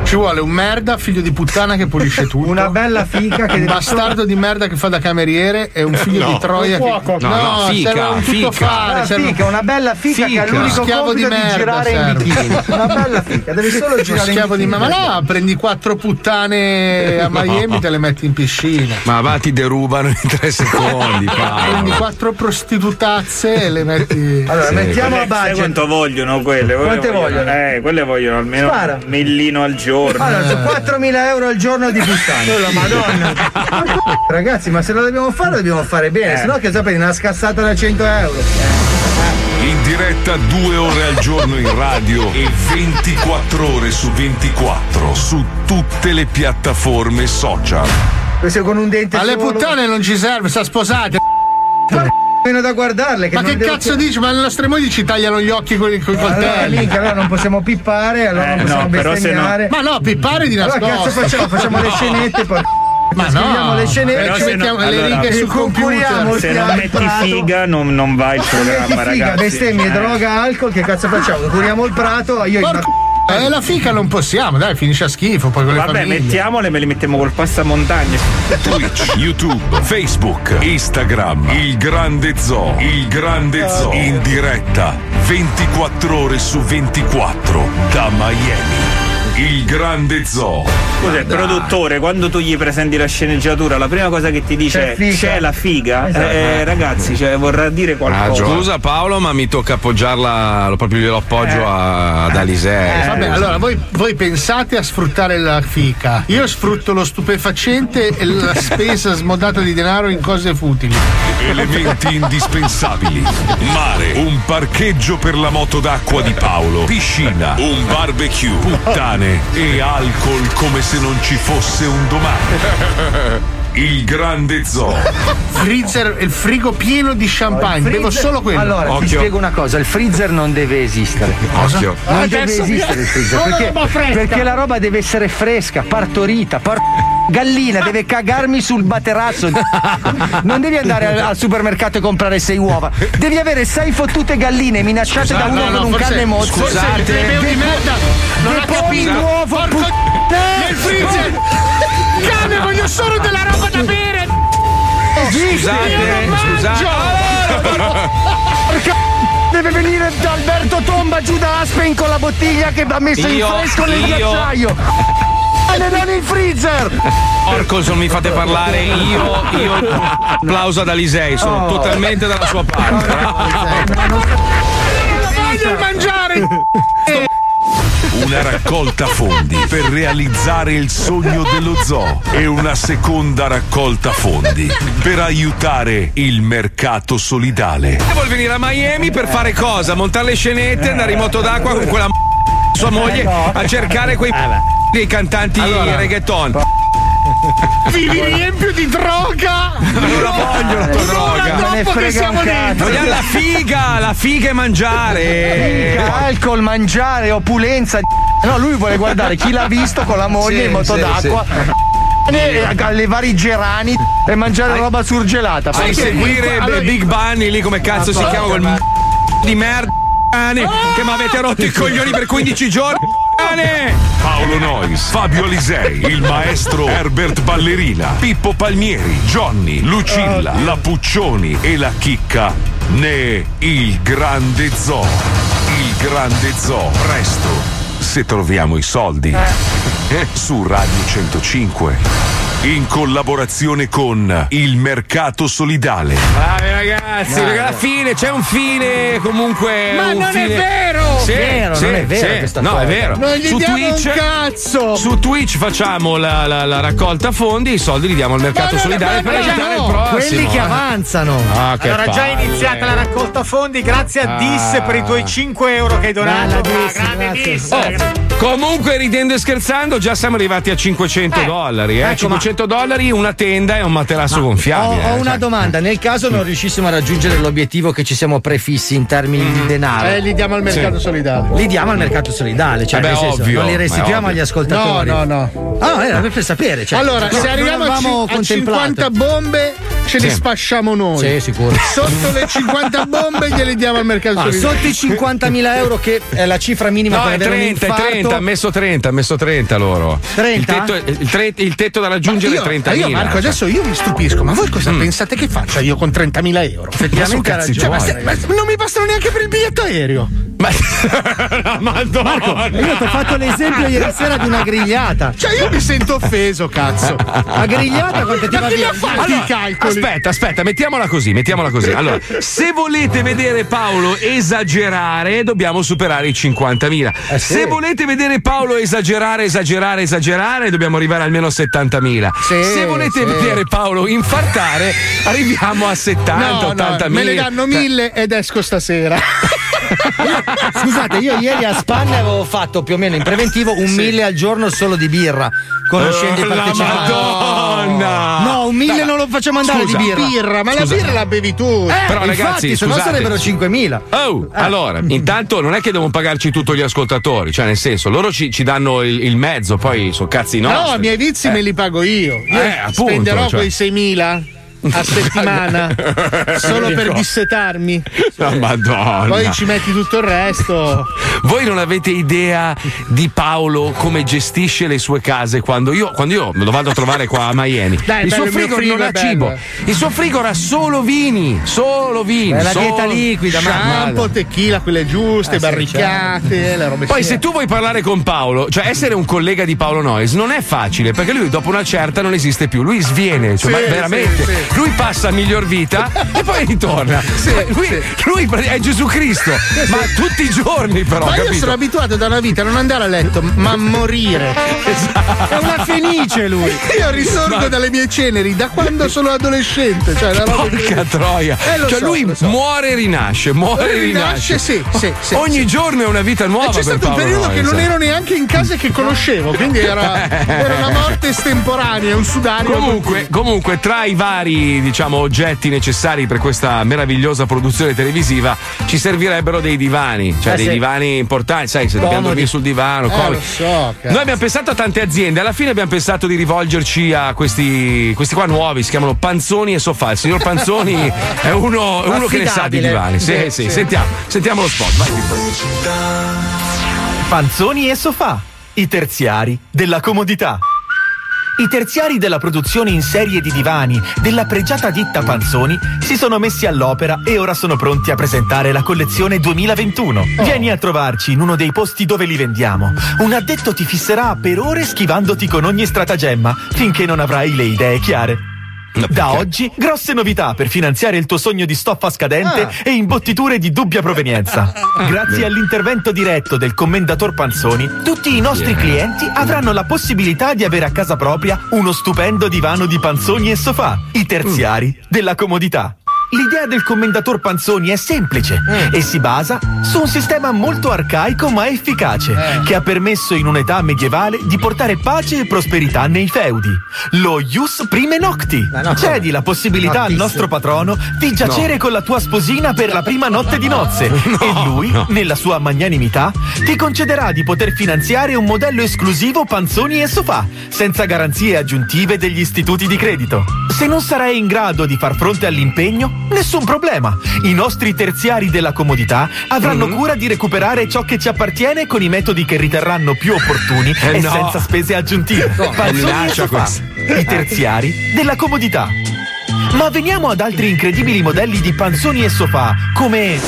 Ci vuole un merda, figlio di puttana che pulisce tutto. Una bella figa che Un deve- bastardo di merda che fa da cameriere e un figlio No. di troia. Un fuoco. che... No, no, fica, serve un tutto fica. fare. Una serve- fica, una bella fica che ha l'unico Schiavo di compito di merda girare in serve. bikini. Una bella fica, devi solo Uno girare in schiavo di bikini. merda. Ma no, prendi quattro puttane a No. Miami te le metti in piscina. Ma va, ti derubano in tre secondi, Prendi Paolo. quattro prostitutazze e le metti. Allora, mettiamo a Sai budget. quanto vogliono quelle? Quelle Quante vogliono? Eh, quelle vogliono almeno Spara. un millino al giorno. Allora, su 4.000 euro al giorno di Oh, puttane. madonna. Ragazzi, ma se lo dobbiamo fare, lo dobbiamo fare Eh. bene, sennò che sapete, una scassata da 100 euro. In diretta due ore al giorno in radio e 24 ore su 24 su tutte le piattaforme social. Questo con un dente Alle solo. puttane non ci serve, sta sposate. meno da guardarle. Ma non che devo- cazzo dici? Ma le nostre mogli ci tagliano gli occhi con i con i Allora, coltelli. minchia, allora non possiamo pippare, allora non Eh, possiamo no, però se no- bestemmiare. Ma no, pippare di Allora, nascosto. cazzo facciamo? Facciamo le scenette, poi. Ma no. Scriviamo le scenette. Però Però ci se no- mettiamo le allora, righe sul computer. concuriamo, Se non metti figa non, non va il programma, Metti figa, ragazzi. bestemmie, Eh. droga, alcol, che cazzo facciamo? Curiamo il prato, io Porco eh, la fica non possiamo, dai, finisce a schifo. Poi con le Vabbè, famiglie. mettiamole, me le mettiamo col passamontagna. Twitch, YouTube, Facebook, Instagram, il grande zoo, il grande zoo in diretta 24 ore su 24 da Miami. Il grande zoo. Scusa, il produttore, quando tu gli presenti la sceneggiatura, la prima cosa che ti dice è C'è figa. Esatto. c'è la figa, Eh, ragazzi, cioè, vorrà dire Ah, qualcosa. scusa Paolo, ma mi tocca appoggiarla, lo- proprio glielo appoggio a- ad Alisei. Eh. Vabbè, allora voi, voi pensate a sfruttare la fica. Io sfrutto lo stupefacente e la spesa smodata di denaro in cose futili. Elementi indispensabili. Mare, un parcheggio per la moto d'acqua di Paolo, piscina, un barbecue, puttane e alcol come se non ci fosse un domani. Il grande zoo. Freezer, il frigo pieno di champagne. Bevo solo quello. Allora, ti Occhio. spiego una cosa: il freezer non deve esistere. Occhio. Non Ah, deve Adesso mi- esistere il freezer. Solo Perché, roba fresca. perché la roba deve essere fresca, partorita, par- Gallina deve cagarmi sul baterazzo. Non devi andare al, al supermercato e comprare sei uova. Devi avere sei fottute galline minacciate Scusate, Esatto. da uno no, no, con un forse- canne mozzo. Scusate, Depo- plebeo di merda, non ha Deponi capito. l'uovo, Porco put- Nel freezer! Cane, voglio solo della roba da bere! Scusate, scusate. Porca Deve venire da Alberto Tomba giù da Aspen con la bottiglia che ha messo Io- in fresco nel io- ghiacciaio. Ah, E le non in freezer! Porco, se non mi fate parlare, io, io applauso ad Alisei, sono totalmente dalla sua parte. Voglio mangiare! Una raccolta fondi per realizzare il sogno dello zoo e una seconda raccolta fondi per aiutare il mercato solidale. Vuol venire a Miami per fare cosa? Montare le Eh. scenette, andare in moto d'acqua con quella m- sua moglie a cercare quei p- dei cantanti reggaeton. Vi vi riempio di droga! Non la voglio, la tua droga. Troppo che siamo dentro! Vogliamo la figa, la figa e mangiare. Minchia, eh, alcol, mangiare, opulenza. d- No, lui vuole guardare chi l'ha visto con la moglie Sì, in moto sì, d'acqua. e Allevare i gerani e mangiare roba surgelata. Sai Perché- seguire Allora- Be- Big Bunny lì come cazzo si chiama quel m- di merda cane, che mi avete rotto i coglioni per 15 giorni. cane. Paolo Nois, Fabio Alisei, il maestro Herbert Ballerina, Pippo Palmieri, Johnny, Lucilla, la Puccioni e la Chicca ne il grande zoo. Il grande zoo, presto, se troviamo i soldi. Eh, Su Radio 105. In collaborazione con il mercato solidale. Bravi ragazzi, perché alla fine c'è un fine comunque. Ma un non è fine- vero! Sì, Vero, sì, non è vero sì. questa No, cosa. è vero. Non gli su diamo un Twitch, Su Twitch facciamo la, la- la raccolta fondi, i soldi li diamo al mercato solidale per aiutare il prossimo. quelli che eh. avanzano. Ah, che allora, già palle. è iniziata la raccolta fondi. Grazie a Ah. Dis per i tuoi 5 euro che hai donato. Bella Dis, Ah, grande grazie. Dis. Oh, comunque, ridendo e scherzando, già siamo arrivati a 500 dollari. Eh? ecco, ma- 500 dollari, una tenda e un materasso Oh, Ho, gonfiabile. ho eh, una cioè. domanda, nel caso non riuscissimo a raggiungere l'obiettivo che ci siamo prefissi in termini Mm. di denaro, Eh, li diamo al mercato solidale. Li diamo al mercato solidale, cioè Eh Vabbè, nel senso, ovvio, non ma li è restituiamo ovvio. agli ascoltatori. No, no, Ah, era per sapere. Cioè, allora, no, se non arriviamo a, avevamo cin- a contemplato. Eh, 50 bombe, ce li Sì. spasciamo noi. Sì, sicuro. Sotto le 50 bombe gliele diamo al mercato Ah, solidale. sotto i 50.000 euro che è la cifra minima No, per è avere 30, un è infarto 30, ha messo 30, ha messo 30 loro. 30? Il tetto, il tre- il tetto da raggiungere io, è 30.000. ma io Marco cioè. adesso io mi stupisco ma voi cosa pensate che faccia io con 30.000 euro Effettivamente Ma su ha Mm. cazzi ragione. ma se- ma se- non mi bastano neanche per il biglietto aereo Marco io ti ho fatto l'esempio ieri sera di una grigliata cioè io mi sento offeso cazzo La grigliata quanto ti Ma va chi via? l'ha fatta? Allora, i calcoli aspetta, aspetta, mettiamola così, mettiamola così. Allora, se volete vedere Paolo esagerare, dobbiamo superare i 50.000. sì. Se volete vedere Paolo esagerare, esagerare, esagerare, dobbiamo arrivare almeno a 70.000. Sì, se volete sì. vedere Paolo infartare, arriviamo a 70, No, no, 80.000. me ne danno mille Cioè, ed esco stasera Ah, Scusate, io ieri a Spanne avevo fatto più o meno in preventivo un mille al giorno solo di birra, conoscendo Eh, i la partecipanti. Oh, Madonna! No, un mille Dai, non lo facciamo andare scusa. di birra. Birra, ma la Scusa. birra la bevi tu. Eh, Però, infatti, ragazzi, se no scusate. sarebbero 5.000. Oh, Eh. allora, intanto non è che devono pagarci tutti gli ascoltatori, cioè nel senso, loro ci, ci danno il, il mezzo, poi sono cazzi no, nostri. i miei vizi Eh. me li pago io io Eh, appunto, spenderò cioè. quei 6.000 a settimana solo per dissetarmi La Ah, Madonna. poi ci metti tutto il resto Voi non avete idea di Paolo come gestisce le sue case quando io, quando io me lo vado a trovare qua a Miami. Dai, il bello, suo il mio frigo frigo non è ha bello. cibo, il suo frigo ha solo vini, solo vini. È la solo dieta liquida, Eh shampoo, shampoo, tequila, quelle giuste, barricate, le robe Poi se tu vuoi parlare con Paolo, cioè essere un collega di Paolo Noyes non è facile perché lui dopo una certa non esiste più, lui sviene, cioè, Sì, ma sì, veramente. sì. Lui passa a miglior vita e poi ritorna. Cioè, lui, lui è Gesù Cristo, ma tutti i giorni però, Ma io capito? sono abituato da una vita a non andare a letto, ma a morire. È una fenice lui. Esatto. Io risorgo Ma- dalle mie ceneri da quando sono adolescente. Cioè, la roba Porca troia! Eh, lo cioè, so, lui lo so. muore e rinasce, muore e rinasce. Rinasce, sì, sì, sì, Ogni sì. giorno è una vita nuova. E c'è per stato un Paolo periodo che Noyes. eh. non ero neanche in casa e che conoscevo, quindi era, era una morte estemporanea, un sudario. Comunque, comunque, tra i vari diciamo, oggetti necessari per questa meravigliosa produzione televisiva ci servirebbero dei divani, cioè Eh, dei sì. divani importanti, sai, se dobbiamo Comodi. dormire sul divano. Eh, comodi. lo so, cazzo. Noi abbiamo pensato a tante aziende, alla fine abbiamo pensato di rivolgerci a questi, questi qua nuovi, si chiamano Panzoni e Sofà. Il signor Panzoni è uno, è uno che ne sa di Affidabile. divani. Sì, Sì, sì, sì. Sentiamo, sentiamo lo spot. Vai, Panzoni e sofà, i terziari della comodità. I terziari della produzione in serie di divani della pregiata ditta Panzoni si sono messi all'opera e ora sono pronti a presentare la collezione 2021. Vieni a trovarci in uno dei posti dove li vendiamo. Un addetto ti fisserà per ore schivandoti con ogni stratagemma finché non avrai le idee chiare. Da oggi grosse novità per finanziare il tuo sogno di stoffa scadente Ah. e imbottiture di dubbia provenienza. Grazie all'intervento diretto del commendator Panzoni, tutti i nostri Yeah. clienti avranno la possibilità di avere a casa propria uno stupendo divano di panzoni e sofà, i terziari Mm. della comodità. L'idea del commendator Panzoni è semplice Mm. e si basa su un sistema molto arcaico ma efficace Eh. che ha permesso in un'età medievale di portare pace e prosperità nei feudi. Lo Ius Prime Nocti. Cedi la possibilità al Notissimo. nostro patrono di giacere No. con la tua sposina per la prima notte di nozze e lui, nella sua magnanimità, ti concederà di poter finanziare un modello esclusivo panzoni e sofà, senza garanzie aggiuntive degli istituti di credito. Se non sarai in grado di far fronte all'impegno, nessun problema. I nostri terziari della comodità avranno Mm. cura di recuperare ciò che ci appartiene con i metodi che riterranno più opportuni Eh e no. senza spese aggiuntive. No, Panzoni e minaccia sofà, questa. i terziari della comodità. Ma veniamo ad altri incredibili modelli di panzoni e sofà, come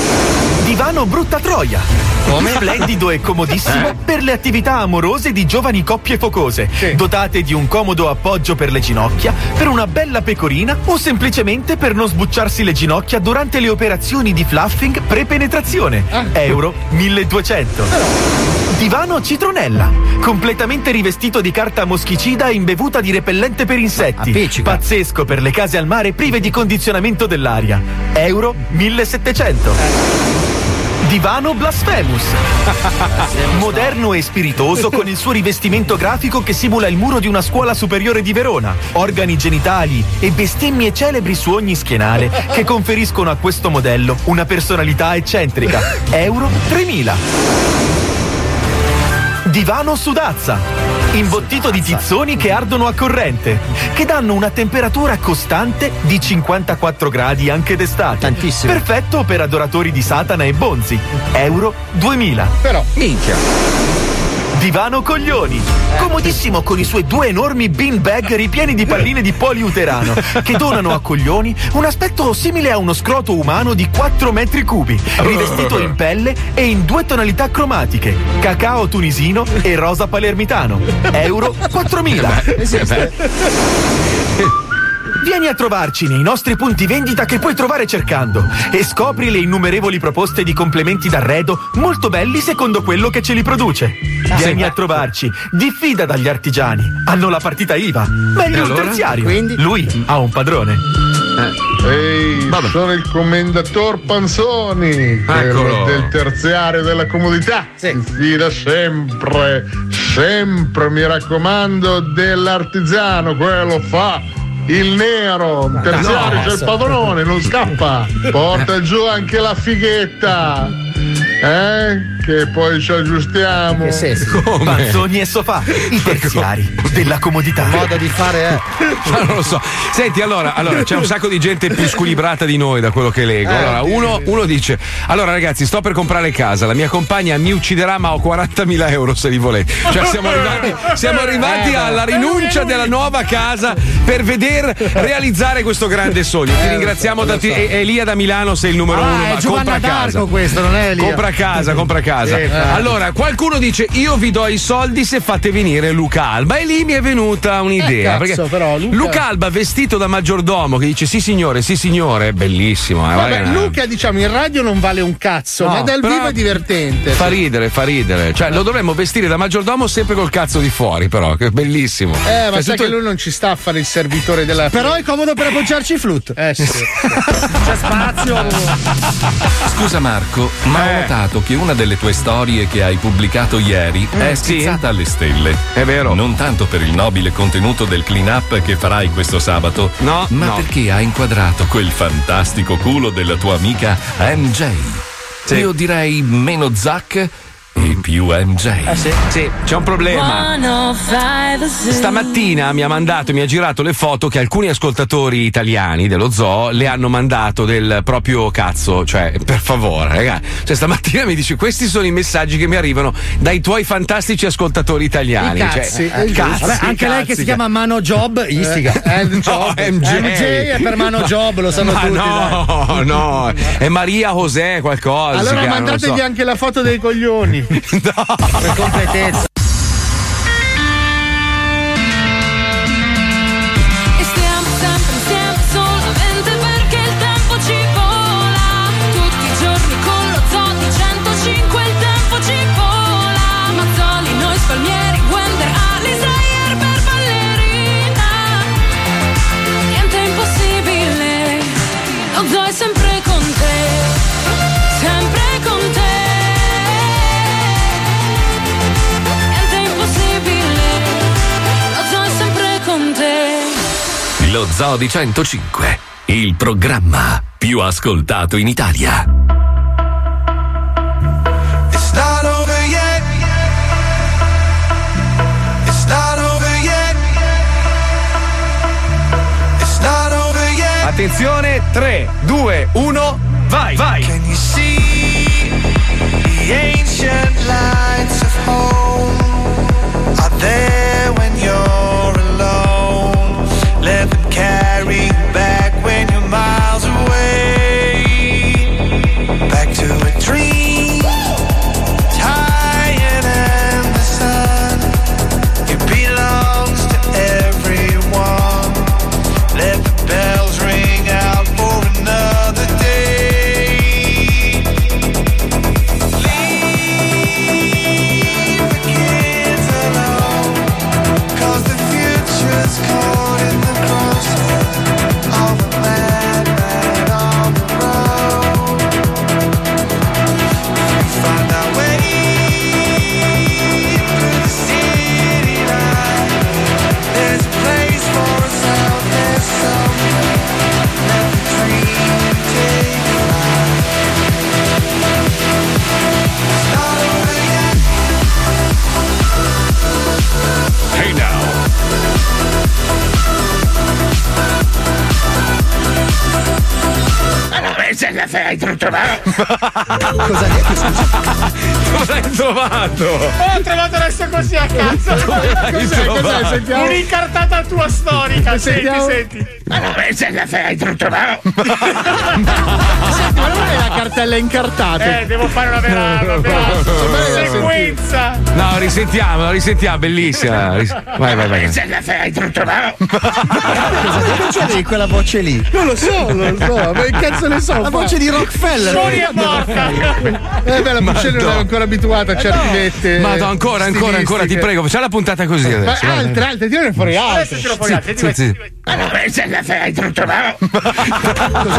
Divano Brutta Troia. Come? Splendido e comodissimo Eh? per le attività amorose di giovani coppie focose, dotate di un comodo appoggio per le ginocchia, per una bella pecorina o semplicemente per non sbucciarsi le ginocchia durante le operazioni di fluffing pre-penetrazione. Euro 1200. Divano citronella, completamente rivestito di carta moschicida e imbevuta di repellente per insetti. Pazzesco per le case al mare prive di condizionamento dell'aria. Euro 1700. Divano Blasphemous. Moderno e spiritoso con il suo rivestimento grafico che simula il muro di una scuola superiore di Verona, organi genitali e bestemmie celebri su ogni schienale che conferiscono a questo modello una personalità eccentrica. Euro 3000. Divano sudazza, imbottito di tizzoni che ardono a corrente, che danno una temperatura costante di 54 gradi anche d'estate. Tantissimo. Perfetto per adoratori di Satana e Bonzi. Euro 2000. Però, minchia. Divano Coglioni, comodissimo con i suoi due enormi bean bag ripieni di palline di poliuterano che donano a Coglioni un aspetto simile a uno scroto umano di 4 metri cubi, rivestito in pelle e in due tonalità cromatiche, cacao tunisino e rosa palermitano. Euro 4000. Eh beh, Esiste. eh Vieni a trovarci nei nostri punti vendita che puoi trovare cercando e scopri le innumerevoli proposte di complementi d'arredo molto belli secondo quello che ce li produce. Ah, Vieni a trovarci, diffida dagli artigiani. Hanno la partita IVA, meglio E un allora? terziario. Quindi? Lui ha un padrone. Eh, Ehi, sono il commendator Panzoni, quello Eccolo. del terziario della comodità. In fila sempre, sempre, mi raccomando, dell'artigiano, quello fa il nero. Il terziario no, c'è il so. padrone, non scappa. Porta giù anche la fighetta. Eh? Che poi ci aggiustiamo. Che senso? Panzoni e sofà, i terziari della comodità. Eh. Modo di fare eh. è. Ma non lo so. Senti, allora, allora, c'è un sacco di gente più squilibrata di noi da quello che leggo. Eh, Allora, uno, uno dice: Allora, ragazzi, sto per comprare casa, la mia compagna mi ucciderà, ma ho 40.000 euro se li volete. Cioè, siamo arrivati, siamo arrivati Eh, alla rinuncia della nuova casa per veder realizzare questo grande sogno. Eh, Ti ringraziamo da ti- e- Elia da Milano, sei il numero Ah, uno. è Ma Giovanna compra casa. d'Arco questo, non è Elia. Compra casa, compra casa. Sì, eh. infatti. allora, qualcuno dice: Io vi do i soldi se fate venire Luca Alba. E lì mi è venuta un'idea. Eh, cazzo, perché però, Luca- Luca Alba vestito da maggiordomo che dice: Sì, signore, sì, signore, è bellissimo. eh, guarda Vabbè, che una- Luca, diciamo, in radio non vale un cazzo, No, ma dal però- vivo è divertente. Fa ridere, fa ridere. Cioè, lo dovremmo vestire da maggiordomo sempre col cazzo di fuori, però, che è bellissimo. Eh, Cioè, ma sai tutto- che lui non ci sta a fare il servitore della. Però è comodo per appoggiarci i flut. Eh sì. C'è spazio. Scusa Marco, ma Eh. ho notato che una delle tue storie che hai pubblicato ieri è schizzata alle stelle. Mm, È vero. Non tanto per il nobile contenuto del clean up che farai questo sabato, no, ma no. perché ha inquadrato quel fantastico culo della tua amica MJ. Io direi meno Zack e più MJ. sì. c'è un problema. 105 Zoo. Stamattina mi ha mandato, mi ha girato le foto che alcuni ascoltatori italiani dello zoo le hanno mandato del proprio cazzo, cioè per favore, raga. Cioè stamattina mi dice questi sono i messaggi che mi arrivano dai tuoi fantastici ascoltatori italiani, I cazzi, cioè, eh, giusto. cazzi, Vabbè, anche lei che cazzi, si chiama Mano Job, eh, istiga. Eh, No, MJ. è per Mano Ma- Job, lo sanno ma tutti. No, no, è Maria José qualcosa. si Allora chiama, non mandatevi so. anche la foto dei coglioni. Per completezza. E stiamo sempre insieme solamente perché il tempo ci vola Tutti i giorni con lo zoo di 105 il tempo ci vola Mazzoli, noi spalmieri, Wender, Alisa, Erber, ballerina Niente è impossibile, lo zoo è sempre con te Sempre con te Niente è impossibile, lo zoo è sempre con te Lo Zoo di 105, il programma più ascoltato in Italia. It's not over yet. It's not over yet. It's not over yet. Attenzione, 3, 2, 1, vai, vai. Can you see the ancient lights of home? Are there when you're alone? Let them carry you back when you're miles away. Back to a dream Hey now. Allora, se la fai trovare. Cosa hai detto? Cosa hai trovato? Ho trovato adesso così a cazzo. l'hai Cos'è? Cos'è? trovato? Sentiamo. Un'incartata tua storica. Senti, Sentiamo. senti. Allora, se la fai trovare. Senti, ma non è la cartella incartata? Eh, devo fare una vera, una vera sequenza. No, risentiamo, risentiamo, bellissima. Ris- Vai, vai, vai. Se la fai trovare. Cosa c'è quella voce lì? Non lo so, non lo so, ma che cazzo ne so? La voce di Rockefeller. Sony è morta. Eh beh, la Puccelli non Madonna. era ancora abituata a certe vette. Ma no, ancora, ancora, ancora, ti stilistiche. prego, facciamo la puntata così Ma adesso. vai, vai. altre, altre, tirane fuori altre. Adesso ce l'ho fuori altre, Sì, sì, sì. Allora, se la fai trovare. Te la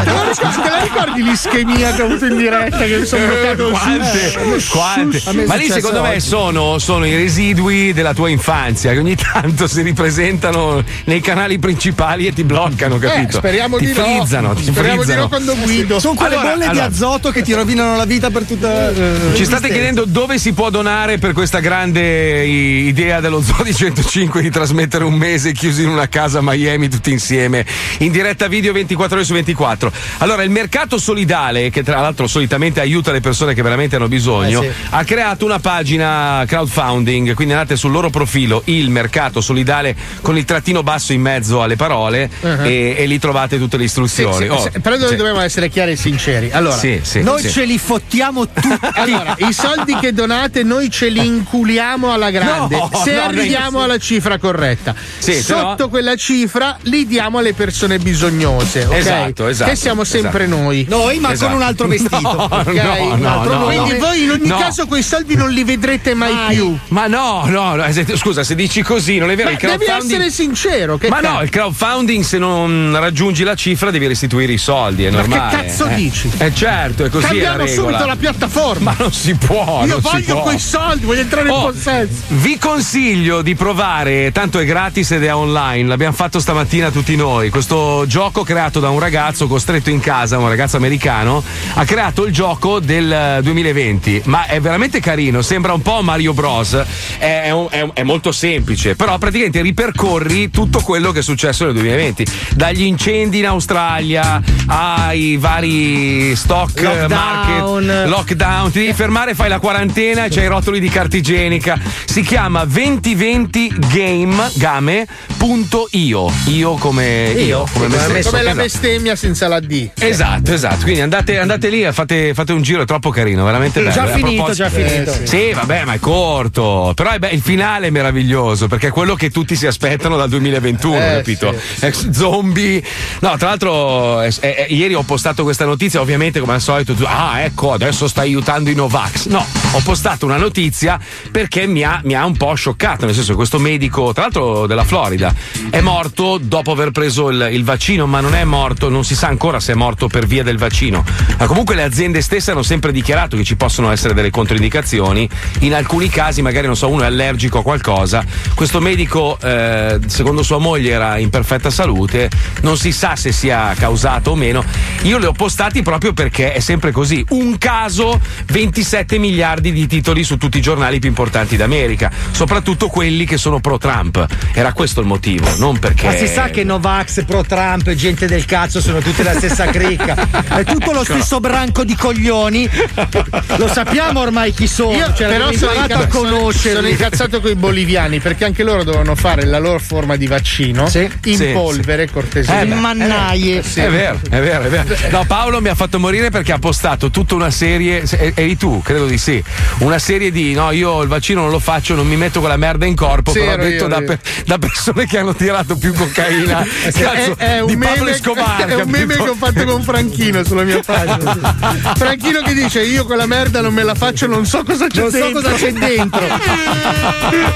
ricordi, te la ricordi l'ischemia che ho avuto in diretta? Che mi sono bloccato Eh, Eh, Quante, così? quante. A me è Ma lì successo secondo oggi. me sono, sono i residui della tua infanzia che ogni tanto si ripresentano nei canali principali e ti bloccano, capito? Eh, speriamo ti di no. frizzano, ti Speriamo di frizzano. no quando guido. Sono quelle Allora, bolle allora. di azoto che ti rovinano la vita per tutta. eh, Ci state chiedendo dove si può donare per questa grande i- idea dello Zoo di 105 di trasmettere un mese chiusi in una casa a Miami tutti insieme in diretta video 24 ore su 24. Allora, il mercato solidale, che tra l'altro solitamente aiuta le persone che veramente hanno bisogno, Eh, sì. ha creato una pagina crowdfunding, quindi andate sul loro profilo il mercato solidale con il trattino basso in mezzo alle parole Uh-huh. e, e lì trovate tutte le Sì, istruzioni. sì, Oh, sì, però noi sì. dobbiamo essere chiari e sinceri. Allora, Sì, sì, noi sì. ce li fottiamo tutti. Allora, i soldi che donate noi ce li inculiamo alla grande. No, se no, arriviamo no. alla cifra corretta, Sì, se no- sotto quella cifra li diamo alle persone bisognose. ok? Esatto, esatto, Che siamo sempre esatto. noi. Noi, ma con Esatto. un altro vestito. No, Ok? no, Un altro no, no, nome. Quindi no. voi in ogni No. caso quei soldi non li vedrete mai, più. Ma no, no, no, se- scusa, se dici così non è vero. Ma il devi crowdfunding... essere sincero. Che Ma cazzo? no, il crowdfunding se non raggiungi la cifra devi restituire i soldi, è Ma che normale. cazzo eh. dici? Eh certo, è così. è Cambiamo la regola. subito la piattaforma. Ma non si può. Io non si voglio può. quei soldi, voglio entrare Oh, in possesso. Vi consiglio di provare, tanto è gratis ed è online, l'abbiamo fatto stamattina tutti noi, questo gioco creato da un ragazzo costretto in casa, un ragazzo americano, ha creato il gioco del eh, 2020, ma è veramente carino, sembra un po' Mario Bros, è, è un- è un- è molto semplice, però praticamente ripercorri tutto quello che è successo nel 2020, dagli incendi in Australia ai vari stock eh, Lockdown. market, lockdown, ti devi fermare, fai la quarantena e c'hai i rotoli di cartigenica. Si chiama 2020game.io. Io come io, come me stesso. Come la Esatto. bestemmia senza la D. Esatto, esatto. Quindi andate, andate lì, e fate, fate un giro, è troppo carino, veramente bello. Già A finito, proposito- già finito. Eh, sì. Sì, vabbè, ma è corto. Però è be- il finale è meraviglioso, perché è quello che tutti si aspettano dal 2021, Eh, capito? Eh, Zombie. No, tra l'altro, eh, eh, ieri ho postato questa notizia, ovviamente, come al solito, tu- ah, ecco, adesso sta aiutando i Novax. No, ho postato una notizia perché mi ha, mi ha un po' scioccato. Nel senso, che questo medico, tra l'altro della Florida, è morto dopo aver preso il, il vaccino, ma non è morto, non si sa ancora se è morto per via del vaccino. Ma comunque le aziende stesse hanno sempre dichiarato che ci possono essere delle controindicazioni. In alcuni casi, magari non so, uno è allergico a qualcosa. Questo medico, eh, secondo sua moglie, era in perfetta salute, non si sa se sia causato o meno. Io le ho postati proprio perché è sempre così. Un caso, 27 miliardi di titoli su tutti i giornali più importanti d'America, soprattutto quelli che sono pro-Trump. Era questo il motivo, non perché. Ma si sa che Novax, pro Trump e gente del cazzo sono tutte la stessa cricca. È tutto lo Cioè. stesso branco di coglioni. Lo sappiamo ormai chi sono. Io cioè, però abbiamo sono imparato a incazzato, conoscerli. sono incazzato con i boliviani perché anche loro dovevano fare la loro forma di vaccino in Sì, polvere, Eh, cortesemente. beh. mannaie. È vero, è vero, è vero. No, Paolo mi ha fatto morire perché ha postato tutta una serie. se- Eri tu, credo di sì. Una serie di no, io il vaccino non lo faccio, non mi metto quella merda in corpo. Sì, però ero detto io, da, ero per- da persone che hanno tirato più cocaina Sì, che cazzo, eh, è, è un di Pablo meme, Escobar, è un meme capito? che ho fatto con Franchino sulla mia pagina. Franchino che dice: Io quella merda non me la faccio, non so cosa c'è Non so dentro. cosa c'è dentro.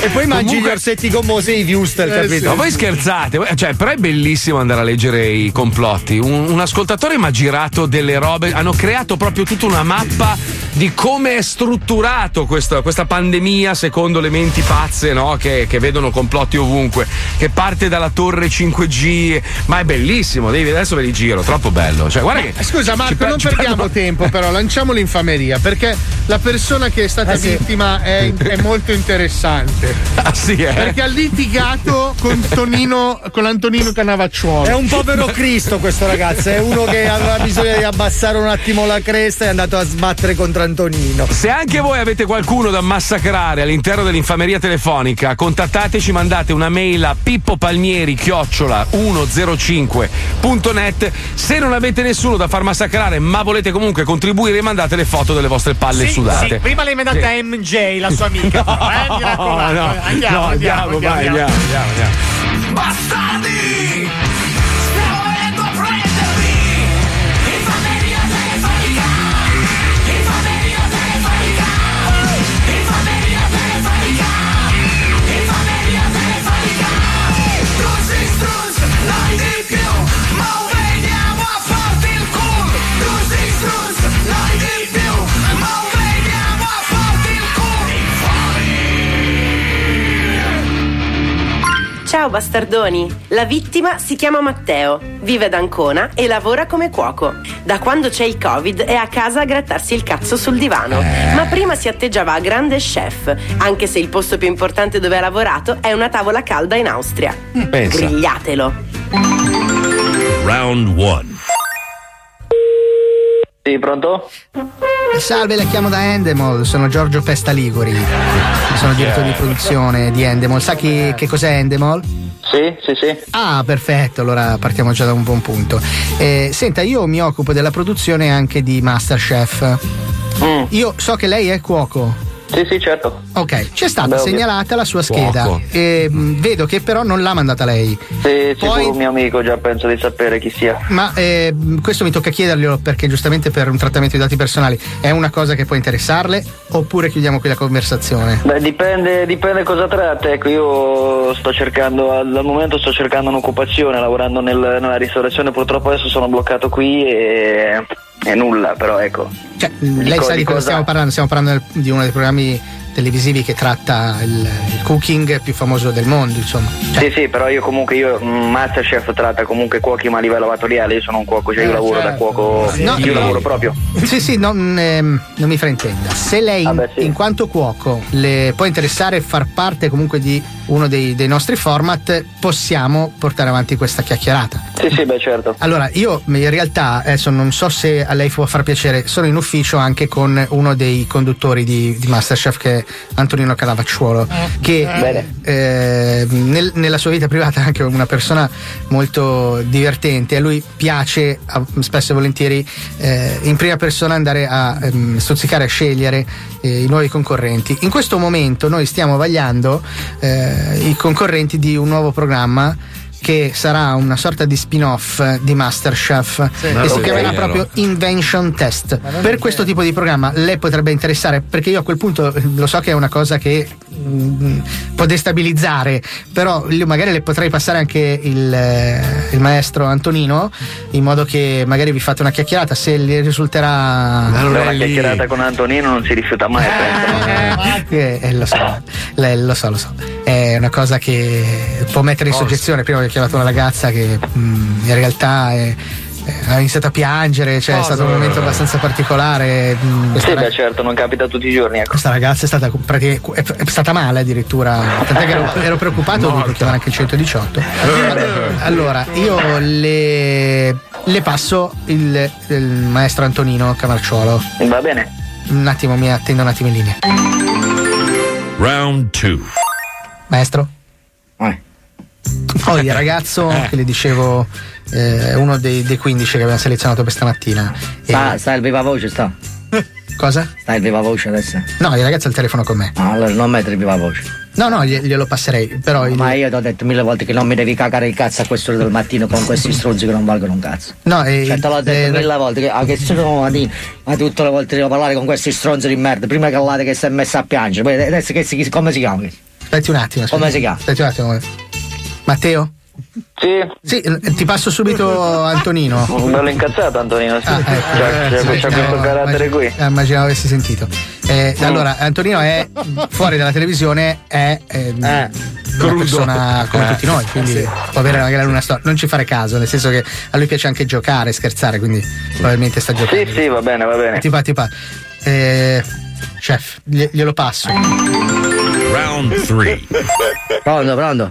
e poi mangi Comunque- gli orsetti gommosi e i viewster, Eh, capito? Ma voi scherzate, voi- cioè, però è bellissimo andare a leggere i complotti. Un, un ascoltatore mi ha girato delle robe, hanno creato proprio tutta una mappa di come è strutturato questo- questa pandemia secondo le menti pazze no? che, che vedono complotti ovunque, che parte dalla torre 5G, ma è bellissimo, devi, adesso ve li giro, troppo bello. Cioè, guarda che- Scusa ci Marco, pre- non ci perdiamo tempo però, lanciamo l'infameria perché la persona che è stata Eh sì. vittima è, è molto interessante. Ah, sì, eh? Perché ha litigato con Tonino, con Antonino Canavacciuolo. È un povero Cristo questo ragazzo, è uno che aveva bisogno di abbassare un attimo la cresta e è andato a sbattere contro Antonino. Se anche voi avete qualcuno da massacrare all'interno dell'infameria telefonica, contattateci, mandate una mail a pippopalmieri 105.net. Se non avete nessuno da far massacrare, ma volete comunque contribuire, mandate le foto delle vostre palle Sì, sudate. sì, prima le mandate a MJ, la sua amica. però, eh, mi raccomando. Ah, No, no, andiamo, andiamo, no, andiamo, andiamo, vai, andiamo. andiamo, andiamo. Bastardi! Stiamo venendo a prendervi! Ciao bastardoni! La vittima si chiama Matteo, vive ad Ancona e lavora come cuoco. Da quando c'è il Covid è a casa a grattarsi il cazzo sul divano, Eh. ma prima si atteggiava a grande chef, anche se il posto più importante dove ha lavorato è una tavola calda in Austria. Mm, Pensa. Grigliatelo! Round 1. Sì, pronto? Salve, la chiamo da Endemol, sono Giorgio Pesta Liguri. Sono direttore di produzione di Endemol. Sa chi, che cos'è Endemol? Sì, sì, sì. Ah, perfetto, allora partiamo già da un buon punto. Eh, senta, io mi occupo della produzione anche di Masterchef. Mm. Io so che lei è cuoco. Sì, sì, certo. Ok, c'è stata Beh, ovvio. segnalata la sua scheda. Cuoco. E, mh, vedo che però non l'ha mandata lei. Se Poi- sicuro un mio amico già penso di sapere chi sia. Ma eh, mh, questo mi tocca chiederglielo perché giustamente per un trattamento di dati personali è una cosa che può interessarle oppure chiudiamo qui la conversazione? Beh, dipende, dipende cosa tratta. Ecco, io sto cercando, al al momento sto cercando un'occupazione, lavorando nel- nella ristorazione. Purtroppo adesso sono bloccato qui e, e nulla, però ecco. Cioè, Lei co- sa di cosa stiamo parlando? Stiamo parlando del- di uno dei programmi televisivi che tratta il, il cooking più famoso del mondo, insomma. Sì, sì, però io comunque, io, mh, Masterchef tratta comunque cuochi ma a livello amatoriale. Io sono un cuoco, cioè io Eh, lavoro da certo. cuoco, Sì. No, io no. lavoro proprio. Sì, sì, non, ehm, non mi fraintenda. Se lei, in, in quanto cuoco, le può interessare far parte comunque di uno dei, dei nostri format, possiamo portare avanti questa chiacchierata. Sì, sì, beh, certo. Allora, io in realtà adesso non so se a lei può far piacere, sono in ufficio anche con uno dei conduttori di, di Masterchef che è Antonino Calavacciuolo, che Bene. eh, nel- nella sua vita privata è anche una persona molto divertente, a lui piace a- spesso e volentieri eh, in prima persona andare a ehm, stuzzicare, a scegliere eh, i nuovi concorrenti. In questo momento noi stiamo vagliando eh, i concorrenti di un nuovo programma che sarà una sorta di spin-off eh, di Masterchef Sì. e si Ok. chiamerà Vero. proprio Invention Test. Per questo tipo di programma lei potrebbe interessare perché io a quel punto eh, lo so che è una cosa che mm, può destabilizzare, però io magari le potrei passare anche il, eh, il maestro Antonino in modo che magari vi fate una chiacchierata se le risulterà Beh, una chiacchierata con Antonino non si rifiuta mai. eh, eh, lo so, Le- lo so, lo so. È una cosa che può mettere in soggezione. Prima ho chiamato una ragazza che mm, in realtà è- è- ha iniziato a piangere, cioè è stato un momento abbastanza particolare. mm, Sì, questa, beh, certo, non capita tutti i giorni, ecco. questa ragazza è stata, pratica- è, è stata male addirittura, tant'è che ero, ero preoccupato, ho dovuto chiamare anche il 118. Allora, io le, le passo il, il maestro Antonino Camarciolo. Va bene. Un attimo, mi attendo un attimo in linea. Round 2. Maestro? Poi il ragazzo che le dicevo eh, è uno dei, dei 15 che abbiamo selezionato per stamattina. Sta, sta il viva voce, sta. Eh. Cosa? Sta il viva voce adesso. No, il ragazzo ha il telefono con me. Ah, allora non mettere il viva voce. No, no, glie- glielo passerei, però. Ma io ti ho detto mille volte che non mi devi cagare il cazzo a quest'ora del mattino con questi stronzi che non valgono un cazzo. No, e. eh, Cioè, te l'ho detto mille volte che, ah, che sono mattino, ma tutte le volte devo parlare con questi stronzi di merda. Prima Callate che si è messa a piangere, poi adesso che si, come si chiama? Aspetti un attimo. aspetti. Come si chiama? Aspetti un attimo. Matteo? Sì. Sì, eh, ti passo subito Antonino. Un bello incazzato Antonino, sì. Ah, ecco, C'ha- c'ha- c'ha questo carattere qui. Eh, Immaginavo avessi sentito. Eh, Mm. Allora, Antonino è fuori dalla televisione, è ehm, una Eh, crudo. persona come Eh. tutti noi, quindi Sì. può avere magari una storia. Non ci fare caso, nel senso che a lui piace anche giocare, scherzare, quindi probabilmente sta giocando. Sì, sì, va bene, va bene. Tipa, tipa. Eh, chef, glie- glielo passo. Eh, Round 3. Pronto, pronto?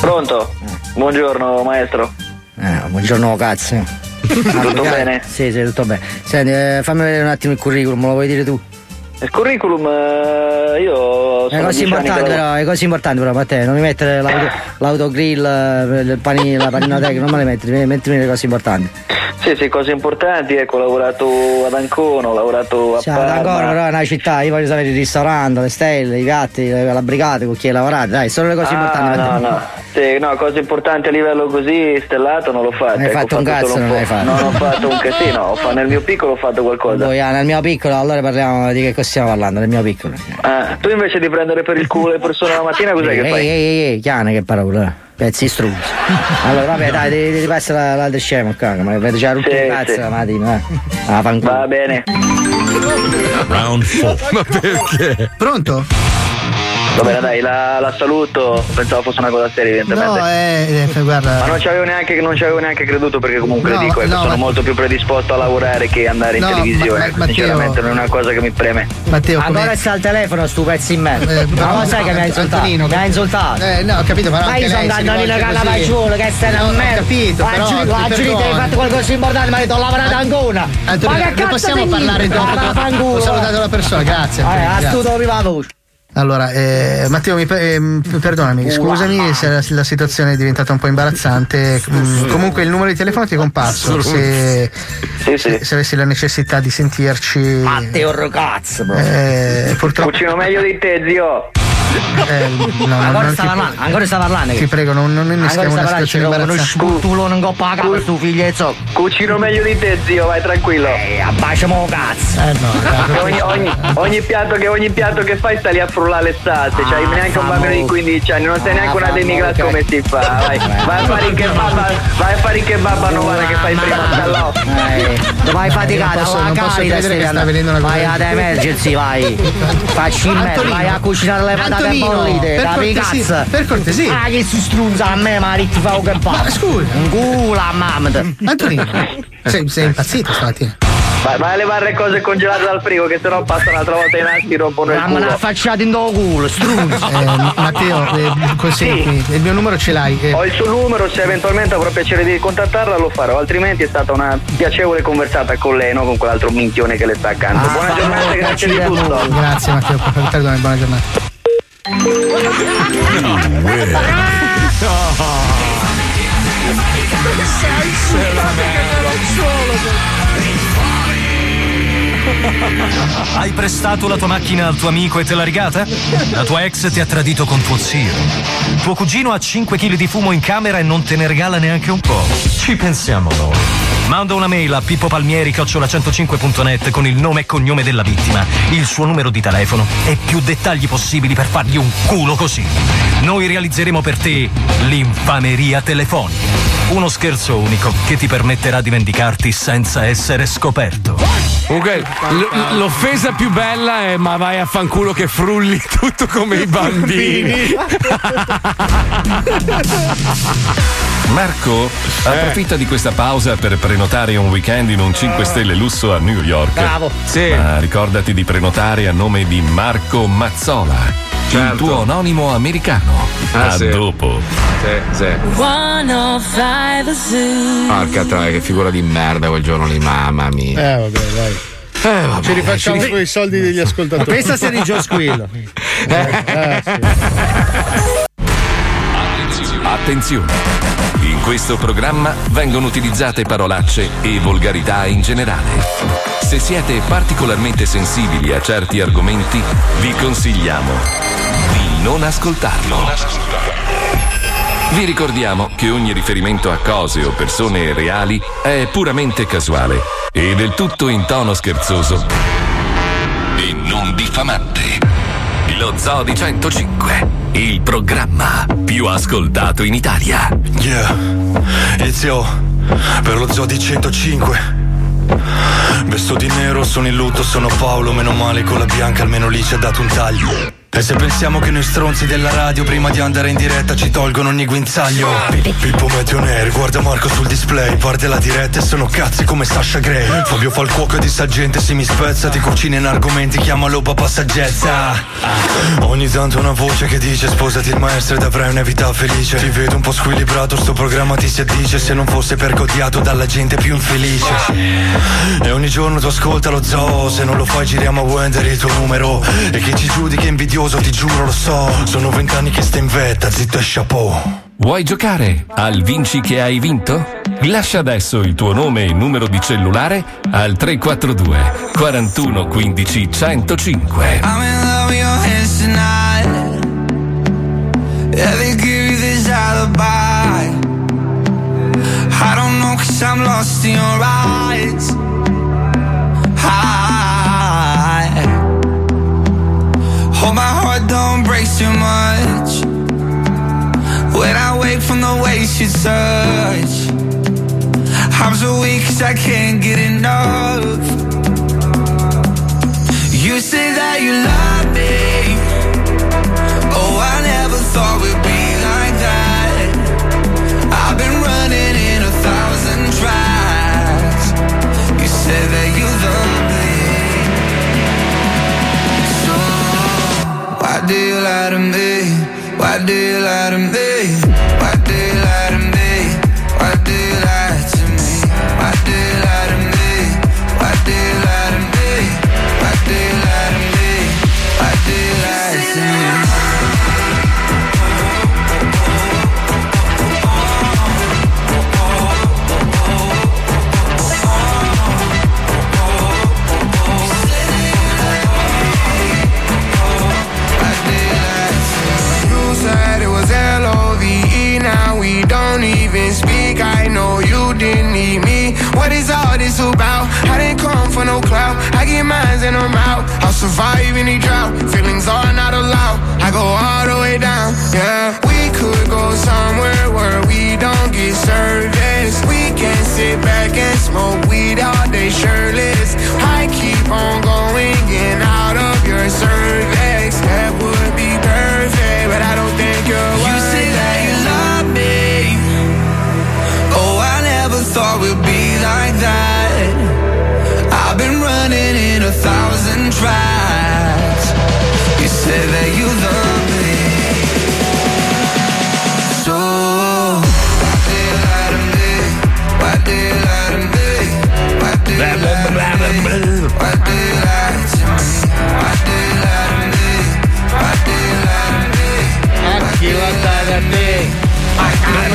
Pronto? Buongiorno maestro. Eh, buongiorno cazzo. Tutto bene? Sì, sì, tutto bene. Senti, eh, fammi vedere un attimo il curriculum, me lo vuoi dire tu? Il curriculum eh, io È sono così dieci anni importante, che lavoro- però, è così importante però per te, non mi mettere l'auto- l'autogrill, eh, il panino, la paninoteca, non me le metti, mi- mettimi le cose importanti. Sì, sì, cose importanti, ecco, ho lavorato ad Ancona, ho lavorato a Cioè, ad Ancona Parma. però è una città, io voglio sapere il ristorante, le stelle, i gatti, le- la brigata, con chi hai lavorato, dai, solo le cose Ah, importanti. no, no. Sì, no, cose importanti a livello così stellato non l'ho fatto. hai ecco, fatto ho un cazzo, solo non po'. hai fatto. Non ho fatto un casino, ho fa- nel mio piccolo ho fatto qualcosa. Poi, ah, nel mio piccolo, allora parliamo di che cosa stiamo parlando, nel mio piccolo. Ah, tu invece di prendere per il culo le persone la mattina, cos'è Ehi, che fai? ehi, ehi, ehi, chiane che parola, eh. pezzi struzzi. Allora, vabbè, dai, ti, ti passa la- l'altro scemo qua, che mi avete già rotto Sì, il cazzo sì. la mattina, eh. Ah, Va bene. Round 4. Ma perché? Pronto? Va bene, dai, la, la saluto. Pensavo fosse una cosa seria, evidentemente. No, eh, eh, guarda. Ma non ci avevo neanche, non ci avevo neanche creduto perché comunque No, dico, ecco, no, sono ma- molto più predisposto a lavorare che andare in No, ma- televisione. ma- ecco, Matteo- sinceramente non è una cosa che mi preme. Matteo, come- Ancora sta al telefono, stu pezzo in merda. Eh, ma lo sai che mi hai insultato? Antonino, mi hai insultato. Eh, no, ho capito, ma no, Ma anche io sono lei si Antonino rivolge così. Cannavacciuolo, che stai No, una ho merda. capito, Ma però, giuri- ti ma giuri che hai perdoni. fatto qualcosa di importante, ma hai detto, ho lavorato a Ancona. Antonino, ma che non cazzo possiamo sei? parlare dopo. Ma vaffanculo, Ho salutato eh. la persona, grazie. Ah, Eh, Antonino, grazie. astuto viva la voce. Allora, eh, Matteo, mi, pe- ehm, perdonami, scusami se la, la situazione è diventata un po' imbarazzante. Mm, comunque il numero di telefono ti è comparso. Se, se- se avessi la necessità di sentirci. Matteo Rocazzo, bro. Eh, purtroppo. Cucino meglio di te, zio. Eh, no, no, ancora, non sta ti- parlando, ancora sta parlando. Ti prego, non, non Ancora inneschiamo sta una parlando, ci situazione trovo uno imbarazzante. scutulo non copacano, stu figliezzo. Cucino meglio di te, zio, vai tranquillo. Eh, abbaciamo cazzo. Eh no, Che ogni, ogni- ogni piatto che, ogni piatto che fai sta lì a frullare le salse, Ah, cioè neanche un bambino di 15 anni, non sei neanche una demiglas come si fa. Eh, Vai, vai a fare il kebab, a- vai a fare il kebab a Novara che fai prima dall'o. Eh, vai faticata, Non posso- alla non posso cavita credere che stasera. sta venendo una cosa Vai del ad genere. emergency, vai. Facci in merda, Antonino. vai a cucinare le patate Antonino, bollite. per da cortesia, picazza. per cortesia. Ah, che si strunza a me, ma ti fa un che Ma scusa. Un culo a mamma. Antonino, sei, sei impazzito stamattina. Vai, vai a levare le cose congelate dal frigo che sennò passa un'altra volta in alto e rompono il Mamma l'ha culo. affacciata in do culo, strunza. Eh, Matteo, eh, consentimi, il mio numero ce l'hai. eh, Ho il suo numero, se eventualmente avrò piacere di contattarla lo farò, altrimenti è stata una piacevole conversata con lei, non con quell'altro minchione che le sta Ah. accanto. Buona giornata, e grazie di tutto. Grazie Matteo, per- perdonami, buona giornata. Hai prestato la tua macchina al tuo amico e te l'ha rigata? La tua ex ti ha tradito con tuo zio. Tuo cugino ha 5 kg di fumo in camera e non te ne regala neanche un po'. Ci pensiamo noi. Manda una mail a Pippo Palmieri 105.net con il nome e cognome della vittima, il suo numero di telefono e più dettagli possibili per fargli un culo così. Noi realizzeremo per te l'infameria telefonica. Uno scherzo unico che ti permetterà di vendicarti senza essere scoperto. Comunque, l- l'offesa più bella è ma vai a fanculo che frulli tutto come i bambini. Marco, approfitta di questa pausa per prenotare un weekend in un 5 Stelle lusso a New York. Bravo. Sì. Ma ricordati di prenotare a nome di Marco Mazzola, il tuo anonimo americano. Ah, a sì. dopo. Sì, sì. 105 Zoo. Porca troia, che figura di merda quel giorno lì, mamma mia. Eh, vabbè, dai. Eh, ci rifacciamo ci rif- con i soldi degli ascoltatori. Pensa se eri Joe Squillo. Eh, Attenzione! In questo programma vengono utilizzate parolacce e volgarità in generale. Se siete particolarmente sensibili a certi argomenti, vi consigliamo di non ascoltarlo. Vi ricordiamo che ogni riferimento a cose o persone reali è puramente casuale e del tutto in tono scherzoso e non diffamante. Lo Zoo di 105, il programma più ascoltato in Italia. Yeah, Ezio, per lo zoo di 105. Vesto di nero, sono in lutto, sono Paolo, meno male con la bianca, almeno lì ci ha dato un taglio. E se pensiamo che noi stronzi della radio prima di andare in diretta ci tolgono ogni guinzaglio Pi- Pippo Meteo Neri, guarda Marco sul display Parte la diretta e sono cazzi come Sasha Gray Fabio fa il cuoco di sta gente, si mi spezza Ti cucina in argomenti, chiamalo papà saggezza Ogni tanto una voce che dice Sposati il maestro ed avrai una vita felice Ti vedo un po' squilibrato, sto programma ti si addice Se non fosse perché odiato dalla gente più infelice E ogni giorno tu ascolta lo zoo Se non lo fai giriamo a Wender il tuo numero E chi ci giudica è invidioso, ti giuro lo so Sono vent'anni che stai in vetta, zitto e chapeau Vuoi giocare al Vinci che hai vinto? Lascia adesso il tuo nome e numero di cellulare al 342 41 15 105. I'm in love with your hands tonight. Yeah, they give you this alibi. I don't know, cause I'm lost in your eyes. I hope my heart don't break too much. When I wake from the ways you touch, I'm so weak, cause I can't get enough. You say that you love me. Oh, I never thought we'd be like that. I've been running in a thousand tries. You said that you love me. So, why do you lie to me? Why do you lie to me? Why do you lie to me? Why do you lie to me? Why do you lie to me? Why do you lie to me? Why do you lie to me? Why do you lie to me? You said it was L-O-V-E, E. now we don't even speak. I know you didn't need me. What is all this about? I didn't come for no clout. I get mines and I'm out. I'll survive any drought. Feelings are not allowed. I go all the way down. Yeah, we could go somewhere where we don't get service. We can sit back and smoke weed all day shirtless. I keep on going in out of your cervix. That would be perfect, but I don't think you're You say that you love me. Oh, I never thought we'd be like that. I've been running in a thousand tries. You say that you love me. So why do you lie to me? Why do you lie to me? Why do you lie to me? Why do you lie to me? Why do you lie to me? Why do you lie to me? Chi lo tá dà da te?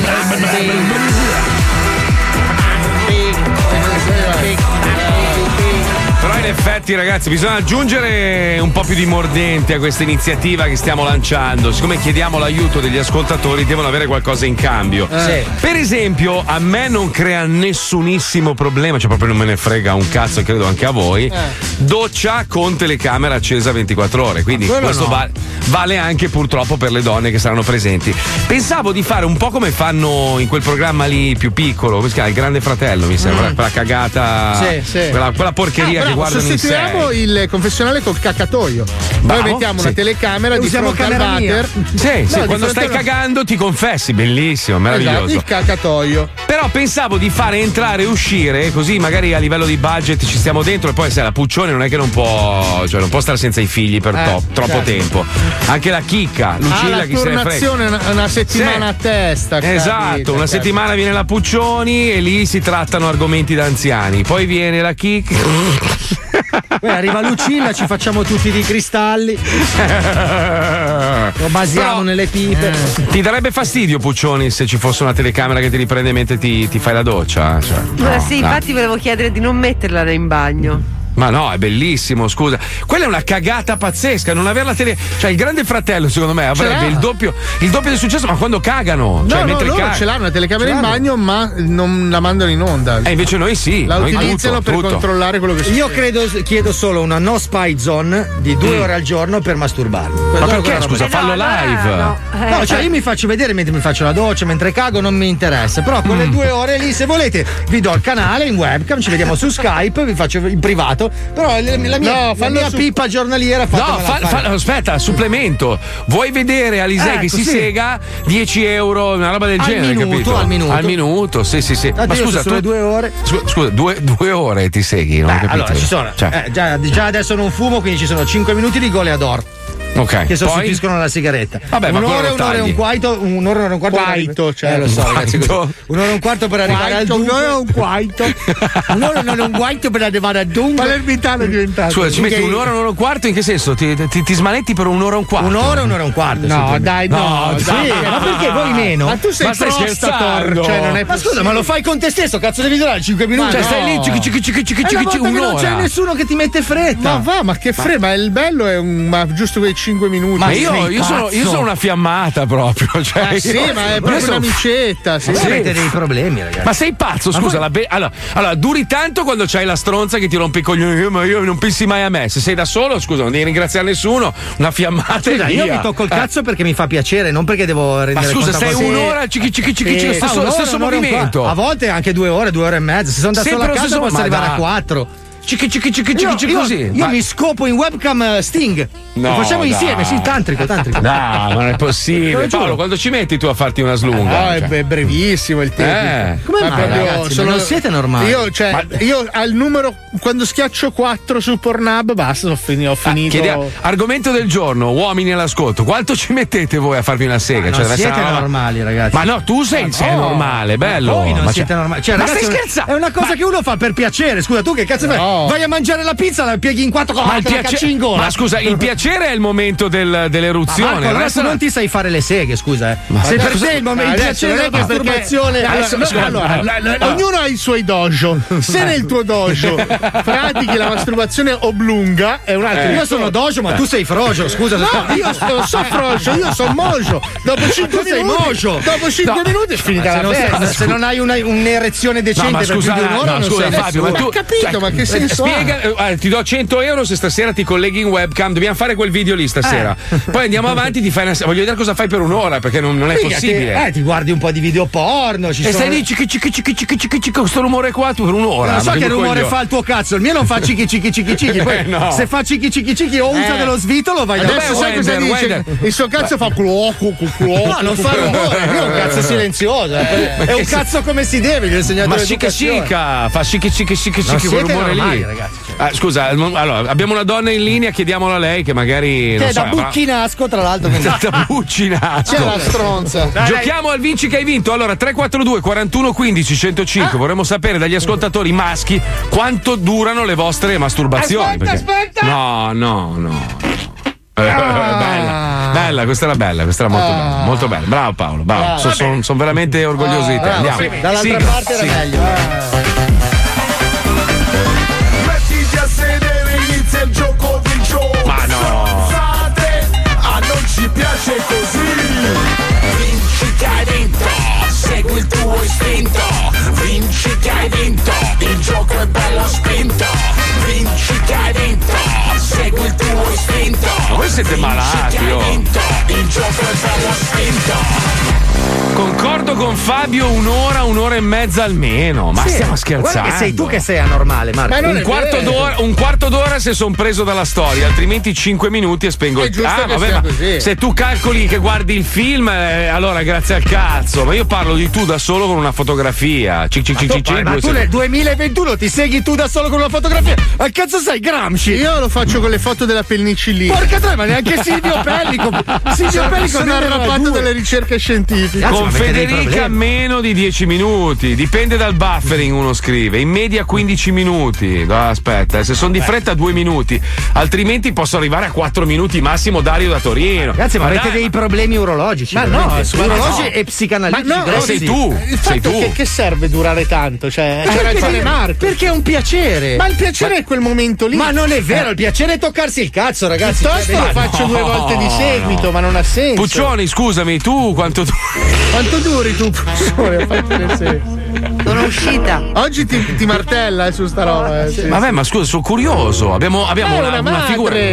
Però in effetti, ragazzi, bisogna aggiungere un po' più di mordente a questa iniziativa che stiamo lanciando. Siccome chiediamo l'aiuto degli ascoltatori, devono avere qualcosa in cambio. Eh. Sì. Per esempio, a me non crea nessunissimo problema, cioè proprio non me ne frega un cazzo, e credo anche a voi. Doccia con telecamera accesa 24 ore. Quindi Ma quello questo no. va- vale anche purtroppo per le donne che saranno presenti. Pensavo di fare un po' come fanno in quel programma lì più piccolo, come si chiama? Il Grande Fratello, mi sembra, quella cagata. Sì, sì. Quella, quella porcheria Ah, che bravo, guardano in sei. sostituiamo il confessionale col cacatoio. Bravo, Noi mettiamo sì. una telecamera di fronte al water. Sì, sì, No, di quando fronte stai al- cagando ti confessi, bellissimo, meraviglioso. Esatto, il cacatoio. Però pensavo di fare entrare e uscire, così magari a livello di budget ci stiamo dentro e poi sai, la Puccione non è che non può, cioè non può stare senza i figli per Eh, to- troppo certo. tempo. Anche la chicca, ah, Lucilla la chi se ne frega. turnazione certo. è una, una settimana a Esatto, testa. capito, Cioè, una capito. settimana viene la Puccioni e lì si trattano argomenti da anziani. Poi viene la Kik. Poi arriva Lucilla, ci facciamo tutti dei cristalli. Lo basiamo Però- nelle pipe. Ti darebbe fastidio, Puccioni, se ci fosse una telecamera che ti riprende mentre ti, ti fai la doccia? Cioè, Ma no, sì, dai. infatti volevo chiedere di non metterla in bagno. Ma no, è bellissimo, scusa. Quella è una cagata pazzesca, non averla tele. Cioè, il grande fratello, secondo me, avrebbe l'ha. il doppio, il doppio del successo, ma quando cagano. No, cioè, no, mentre Certo. loro cagano. ce l'hanno una telecamera Ce in l'hanno. bagno, ma non la mandano in onda. E invece noi sì. La noi utilizzano tutto, per tutto. controllare quello che succede. Io credo, chiedo solo una no spy zone di due Mm. ore al giorno per masturbarmi. Quello- perché, quella roba scusa, lì. fallo Eh no, allora live. no. Eh. No, cioè io mi faccio vedere mentre mi faccio la doccia, mentre cago, non mi interessa. Però quelle Mm. due ore lì, se volete, vi do il canale in webcam, ci vediamo su Skype, vi faccio in privato. Però la la mia, No, la fallo mia su- pipa giornaliera No, fatemela fa- fare. fa- aspetta, supplemento. Vuoi vedere Alisei Ecco, che si sì. sega? 10 euro, una roba del Al genere, minuto, capito? al minuto. Al minuto, sì, sì, sì. Ma Tanto io scusa, sono sulle tu. due ore. scu- Scusa, due, due ore ti seghi, non ho Eh, capito. allora, ci sono. Cioè, eh, già, già adesso non fumo, quindi ci sono 5 minuti di goleador. ok. Che Poi? sostituiscono la sigaretta. Vabbè, ma un'ora, quello lo un'ora e tagli. un quarto, un'ora, un'ora e un quarto. per Quarto, arrivare- cioè. Eh, lo so, ragazzi, così. Quarto. Un'ora e un quarto per arrivare Quarto, al dunque. un'ora e un quarto. Un'ora e un'ora e un quarto per arrivare al dunque. Palermitano è Ah, diventato. Scusa, ci metti un'ora, un'ora e un quarto? In che senso? Ti, ti, ti smanetti per un'ora e un quarto? Un'ora, un'ora e un quarto. No, dai, No, sì, ma perché voi meno? Ma tu sei Eh, Ma stai prostator, scherzando? cioè, non è Ma scusa, possibile. ma lo fai con te stesso, cazzo devi durare 5 minuti. Cioè, stai lì, cichi, cichi, cichi, Eh, cichi, È una cichi, volta che non un'ora. c'è nessuno che ti mette fretta. Ma va, ma che frega, ma il bello è un, ma giusto quei 5 minuti. Ma io, io sono, io sono una fiammata proprio. Cioè, Ah, sì, io- ma è io proprio sono- una micetta. Sì. Sì. Avete dei problemi, ragazzi. Ma sei pazzo, scusa. la be- allora, allora, duri tanto quando c'hai la stronza che ti rompe i coglioni. Io- Ma io non pensi mai a me. Se sei da solo, scusa, non devi ringraziare nessuno. Una fiammata. e Scusa, io via. mi tocco il Eh. cazzo perché mi fa piacere, non perché devo rendere scusa, conto a stai qualcuno. un'ora, cichi, cichi, cichi, cichi, stesso- un'ora, stesso un'ora e un movimento. quarto. A volte anche due ore, due ore e mezza. Se sono da Sempre solo a lo casa stesso- posso ma arrivare dai. a quattro. Cichi, cichi, cichi, Io- cichi, cichi, io- così. Io Vai. mi scopo in webcam eh, Sting. No, Lo facciamo dai. insieme, sì, tantrico, tantrico. No, ma non è Te possibile. lo giuro. Eh, Paolo, quando ci metti tu a farti una slunga? No, Ah, è Cioè. be- brevissimo il tempo. Eh. Come mai, ragazzi? Ma non siete normali. Io, cioè, io al numero, quando schiaccio 4 su Pornhub, basta, ho, fini- ho Ah, finito. Chiediamo- argomento del giorno, uomini all'ascolto, quanto ci mettete voi a farvi una sega? Cioè, non deve essere siete una roba- normali, ragazzi. Ma no, tu sei, sei no. normale, bello. Voi non ma siete cioè- normali. Cioè, ma ragazzi, stai è una- scherzando? È una cosa che uno fa per piacere. Scusa, tu che cazzo No. fai? Vai a mangiare la pizza, la pieghi in quattro, Ma, il te la piace- cacci in gola. ma scusa, il piacere è il momento del- Ma Marco, dell'eruzione. il allora resto- tu non ti sai fare le seghe, scusa. Eh. Ma- Se per Adesso- te il momento il adesso piacere non è della che perché- masturbazione. Adesso- Allora, scusa, allora, Allora, la- la- Ah. ognuno ha i suoi dojo. Se nel tuo dojo pratichi la masturbazione oblunga, è un altro. Eh. Io discorso. sono dojo, ma tu sei frojo, scusa. No, io so- so frojo, io sono mojo. Dopo 5 Tu sei minuti, mojo. dopo 5 No. minuti è finita se la non, festa. se- se non hai una- un'erezione decente No, ma per scusa, più di un'ora, no, non scusa sei Fabio, ma nessuno. tu cioè, spiega, eh, guarda, ti do 100 euro se stasera ti colleghi in webcam. Dobbiamo fare quel video lì stasera. Eh. Poi andiamo avanti. Ti fai una, voglio vedere cosa fai per un'ora perché non, non è Figa, possibile. ti- eh, ti guardi un po' di video porno. Ci e sono- stai lì, cichi, cichi, cichi, cichi, cichi, cichi, con sto rumore qua tu per un'ora. non so ma che coglione. rumore fa il tuo cazzo, il mio non fa cichi cichi cichi cichi. Poi Eh, no. se fa cichi cichi cichi o usa Eh. dello svitolo, vai da- Adesso sai cosa dice? Il suo cazzo fa culo, culo, culo. No, non fa rumore, lui è un cazzo silenzioso. eh. Ma È che un se- cazzo come si deve, gli ho insegnato Ma chica Cioè, chica, fa chica chica chica chica Non quel siete rumore normali, lì. ragazzi, cioè. Ah, scusa, non- allora, abbiamo una donna in linea, chiediamola a lei che magari. Che non è so, da avrà- Bucchinasco, tra l'altro. quindi- Da Buccinasco. C'è la stronza. Giochiamo al vinci che hai vinto. Allora 342 41 15 105. Ah. Vorremmo sapere dagli ascoltatori maschi quanto durano le vostre masturbazioni. Aspetta, aspetta! No, no, no. Eh, Ah. bella, bella, questa era bella, questa era molto bella, molto bella. Bravo Paolo, bravo. Ah. Sono veramente orgoglioso di te. Ah, Andiamo. sì, Dall'altra Sigla, parte era sigla. meglio. eh. Mettiti a sedere, inizia il gioco di gioco. Ma no. Stronzate, a non ci piace così. Vinci che hai vinto, segui il tuo istinto. Vinci che hai vinto, il gioco è bello spinto. Vinci che hai vinto, segui il tuo istinto. Ma voi siete malati, oh. Il gioco è bello spinto. Concordo con Fabio un'ora, un'ora e mezza almeno. Ma Sì, stiamo scherzando. Guarda che sei tu che sei anormale, Marco. Eh, Un quarto, d'ora, un quarto d'ora se sono preso dalla storia, altrimenti 5 minuti e spengo il giusto Ah, che vabbè, sia ma così. se tu calcoli che guardi il film, eh, allora grazie al cazzo. Ma io parlo di tu da solo con una fotografia. Cic, cic, cic, Tu, cic, due ma tu secondi. nel 2021 ti segui tu da solo con una fotografia. Ma cazzo sei, Gramsci? Io lo faccio con le foto della pellicillina. Porca troia, ma neanche Silvio Pellico. Silvio Pellico sono vive nella arrappato due. dalle ricerche scientifiche. Con Federico Mica problema. meno di 10 minuti, dipende dal buffering uno scrive, in media 15 minuti. Ah, aspetta, eh, se sono di fretta 2 minuti, altrimenti posso arrivare a 4 minuti massimo Dario da Torino. Ragazzi, ma, avete dai, dei problemi urologici? Ma veramente? no, scusa, urologi no. e psicanalitici. Ma no, grossi. sei tu, Il fatto è che, che serve durare tanto? Cioè, c'è ragione Marco. Eh, Perché è un piacere. Ma il piacere è quel momento lì. Ma non è vero, il piacere è toccarsi il cazzo, ragazzi. Piuttosto Cioè, lo ma faccio no. due volte di no. seguito, ma non ha senso. Puccioni, scusami, tu quanto tu. Quanto duri tu, Puccioni? Sono uscita. Oggi ti, ti martella eh, su sta roba. eh, sì. Vabbè, ma scusa, sono curioso. Abbiamo, abbiamo Eh, una, una una figura. madre.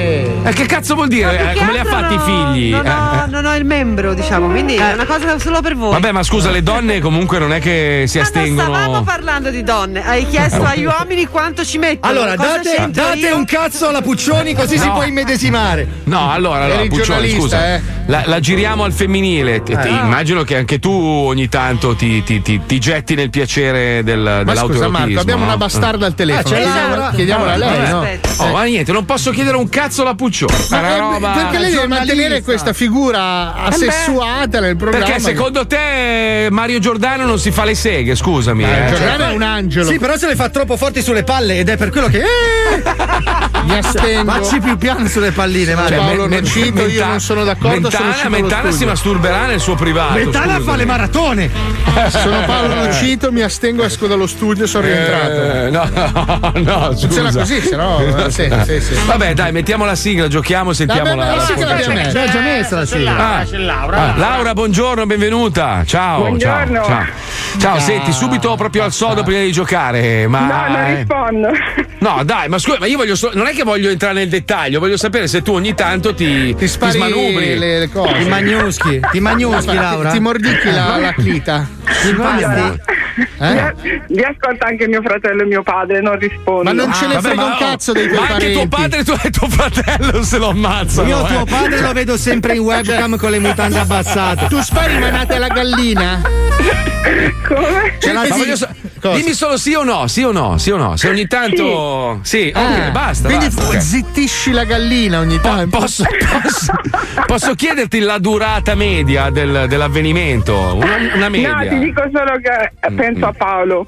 Eh, che cazzo vuol dire? più Eh, che Come li ha altro fatti i no, figli? Non Eh, eh. ho, non ho il membro, diciamo, quindi è una cosa solo per voi. Vabbè, ma scusa, le donne comunque non è che si Stavamo astengono. parlando di donne, hai chiesto Eh. agli uomini quanto ci mettono. Allora, Cosa date, c'entro date io? un cazzo alla Puccioni così si No. può immedesimare. No, allora, allora Eri Puccioli, giornalista, scusa, eh. la, la giriamo al femminile. Ti- Eh, ti- Immagino che anche tu ogni tanto ti, ti- ti- ti getti nel piacere del, Ma scusa dell'autoerotismo, Marco, abbiamo no? Eh. una bastarda al telefono. Esatto. Chiediamola- Chiediamola a lei, no? Oh, ma niente, non posso chiedere un cazzo alla Puccioni. È una Ma- eh, roba- perché lei deve giornalista. mantenere questa figura Eh beh. assessuata nel programma? Perché secondo te Mario Giordano non si fa le seghe, scusami. eh. Giordano è un angelo. cioè, Sì, però se le fa troppo forti sulle palle ed è per quello che. Eh! Mi astengo. Facci più piano sulle palline, Cioè, Mario. me- me- io Mentana- non sono d'accordo, sono Mentana, uscito dallo Mentana si studio. masturberà nel suo privato. Mentana fa le maratone. Sono Paolo Nocito, mi astengo, esco dallo studio, sono rientrato. Eh, no, no, scusa. Funziona così, se no, eh, sì, sì, sì. Vabbè, dai, mettiamo la sigla, giochiamo, sentiamo Vabbè, la. ma la sigla l'abbiamo messa. L'ha già messa la sigla. Ah. C'è Laura. Ah, Laura, buongiorno, benvenuta. Ciao. Buongiorno. Ciao, ciao. Ciao, Ciao. senti, subito proprio al sodo prima di giocare. Ma... eh, No, non rispondo. No, dai, ma scusa, ma io voglio so- non è che voglio entrare nel dettaglio, voglio sapere se tu ogni tanto ti, ti, Spari smanubri. le, le cose. Ti magnuschi, ti magnuschi, Ti- Laura. Ti mordicchi la, la clita. Allora, Eh? Eh? Eh? vi- Vi ascolta anche mio fratello e mio padre, non rispondo. Ma non ce ne frega un cazzo dei tuoi Ah, ma anche tuo padre e tuo, e tuo fratello se lo ammazzano. Io tuo eh. padre lo vedo sempre in webcam con le mutande abbassate. Tu spari manate alla gallina? Come? Ce la Ma sì. voglio sa- Dimmi solo sì o no, sì o no, sì o no. Se ogni tanto. Sì, ok, Ah, basta. Quindi basta, fu- ok. zittisci la gallina ogni tanto. Posso, posso, posso chiederti la durata media del- dell'avvenimento? Una, una media. Mm, No, ti dico solo che eh, penso a Paolo.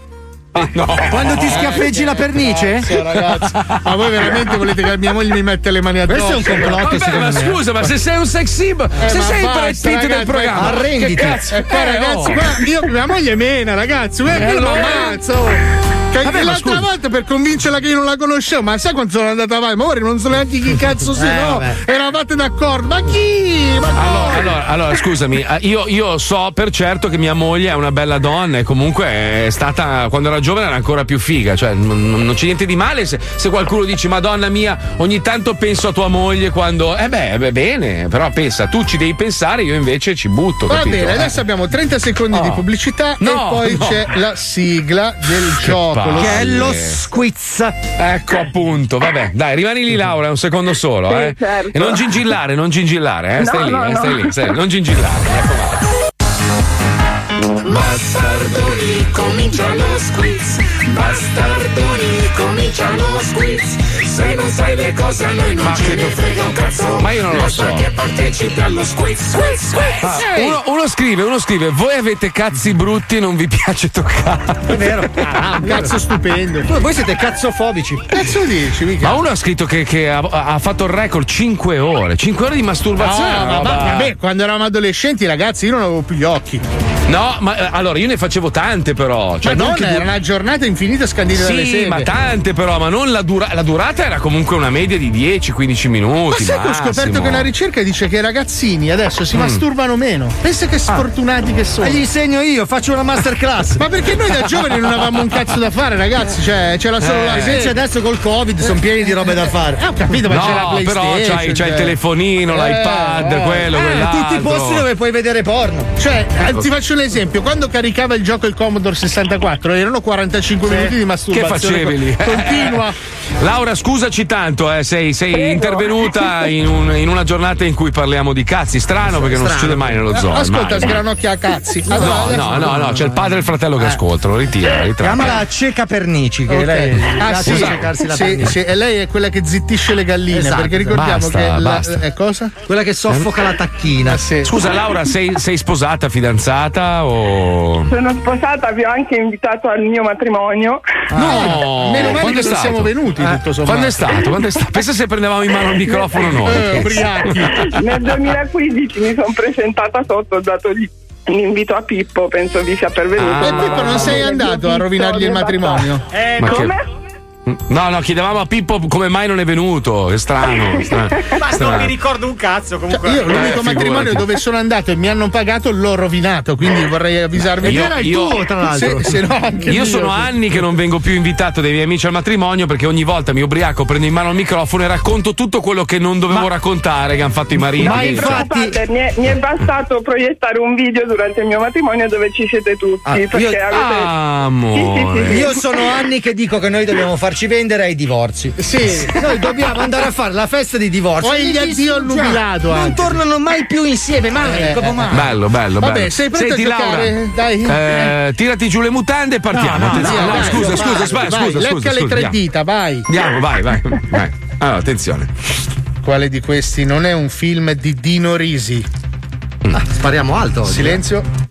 Ah, no. Eh, Quando ti schiaffeggi la pernice? Cazzo, ragazzi. Ma voi veramente volete che mia moglie mi metta le mani addosso? Questo è un complotto, Vabbè, secondo Eh, ma me. scusa, ma se sei un sex symbol, Eh, se sei il Brad Pitt del programma, arrenditi. che cazzo? Eh, poi, Eh, ragazzi, oh. guarda, io, mia moglie mena, ragazzi, guarda, Eh, io lo allora. ammazzo. Che Vabbè, ma l'altra scusa. volta per convincerla che io non la conoscevo, ma sai quanto sono andata avanti? Ma ora non so neanche chi cazzo Eh, sono. vabbè. Eravate d'accordo? Ma chi? Ma Allora, come? allora- allora, scusami, eh, io, io so per certo che mia moglie è una bella donna e comunque è stata, quando era giovane era ancora più figa, cioè non, non- non c'è niente di male se, se qualcuno dice Madonna mia, ogni tanto penso a tua moglie quando... Eh beh, beh, bene, però pensa, tu ci devi pensare, io invece ci butto. Va capito? bene, Eh. adesso abbiamo 30 secondi di pubblicità e No, poi no. c'è la sigla del Che gioco. lo palle. squizza. Ecco appunto, vabbè, dai, rimani lì Laura, un secondo solo, Sì, eh. certo. E non gingillare, non gingillare, eh. No, stai lì, no, eh, no. stai lì, stai lì, non gingillare, mi raccomando. Bastardoni, comincia lo squiz. Bastardoni, comincia lo squiz. Se non sai le cose a noi non ce ne frega un cazzo. Ma io non lo Basta so. che partecipi allo squiz, squiz, squiz. Ah, Ehi. uno, uno scrive, uno scrive, voi avete cazzi brutti, non vi piace toccare. È vero. Ah, un cazzo stupendo. Voi siete cazzofobici. Cazzo dici, Ma uno ha scritto che, che ha, ha fatto il record 5 ore, 5 ore di masturbazione. Ah, è una ma- ma- roba- vabbè, quando eravamo adolescenti, ragazzi, io non avevo più gli occhi. No, ma eh, allora io ne facevo tante però. Cioè, Ma non non che era du- una giornata infinita scandita dalle Sì, sere. ma tante però, ma non la, dura- la durata era comunque una media di 10-15 Ma minuti. sai che ho scoperto massimo. che una ricerca dice che i ragazzini adesso si Mm. masturbano meno. Pensa che sfortunati che sono. Ah. Ma gli insegno io, faccio una masterclass. Ma perché noi da giovani non avevamo un cazzo da fare, ragazzi? Cioè, c'era solo Eh. la Invece adesso col Covid sono pieni di robe da fare. Eh, ho capito, ma No, c'è la però PlayStation. c'hai, c'hai il cioè. Eh. telefonino, l'iPad, quello, quell'altro. tutti i posti dove puoi vedere porno. Cioè, eh, Ecco. ti faccio un esempio: quando caricava il gioco il Commodore 64, erano 45 minuti di Che masturbazione. facevi lì? Continua. Laura, scusa scusaci tanto, eh, sei, sei intervenuta in, un- in una giornata in cui parliamo di cazzi. Strano perché non Strano. succede mai nello Eh, zoo. Ascolta, mai. sgranocchia a cazzi. No, no, no, no, c'è il padre e il fratello Eh. che ascoltano, ritira, ritira. Chiamala Ceca Pernici, che Ok. lei ah, piace sì, cercarsi la sì, pernici. sì, e lei è quella che zittisce le galline Esatto. perché ricordiamo Basta, che la- basta. eh, cosa? Ah, quella che soffoca la tacchina. Scusa Laura, sei, sei sposata, fidanzata o... Sono sposata, vi ho anche invitato al mio matrimonio. No, Ah, meno male Ah. Eh, quando che è non stato? Eh, siamo venuti, tutto sommato. Quando è stato? Quando è stato? Pensa se prendevamo in mano il microfono noi. Eh, ubriachi. Nel 2015 mi sono presentata sotto, ho dato gli- l'invito a Pippo, penso vi sia pervenuto. Ah. E Pippo non sei andato a rovinargli il matrimonio? Eh, Ma che- Mm. come? No, no, chiedevamo a Pippo come mai non è venuto. È strano. strano, Ma non strano. mi ricordo un cazzo comunque. Cioè, io Eh, l'unico figurati. matrimonio dove sono andato e mi hanno pagato l'ho rovinato, quindi vorrei avvisarvi. Io- io- eh, Se, se no, anche io il sono mio. anni che non vengo più invitato dai miei amici al matrimonio perché ogni volta mi ubriaco, prendo in mano il microfono e racconto tutto quello che non dovevo raccontare che hanno fatto i mariti. Preoccupate, mi, è, mi è bastato proiettare un video durante il mio matrimonio dove ci siete tutti. Ah, perché io- avete... Ah, amore. Io sono anni che dico che noi dobbiamo farci vendere ai divorzi. Sì, noi dobbiamo andare a fare la festa di divorzio. O agli Li addio al distruggiamo. nubilato eh. Non anche. tornano mai più insieme, mai, Eh, proprio mai. Bello, bello, Vabbè, bello. sei pronto Senti, a giocare? Laura, Dai. eh, tirati giù le mutande e partiamo. No, no, Attenzione. no, No, dai, scusa, vai, scusa, aspetta, vai, scusa, lecca scusa, le scusa, tre andiamo. dita, vai. Andiamo, vai, vai. vai. Allora, attenzione. Quale di questi non è un film di Dino Risi? spariamo alto. oggi. Silenzio.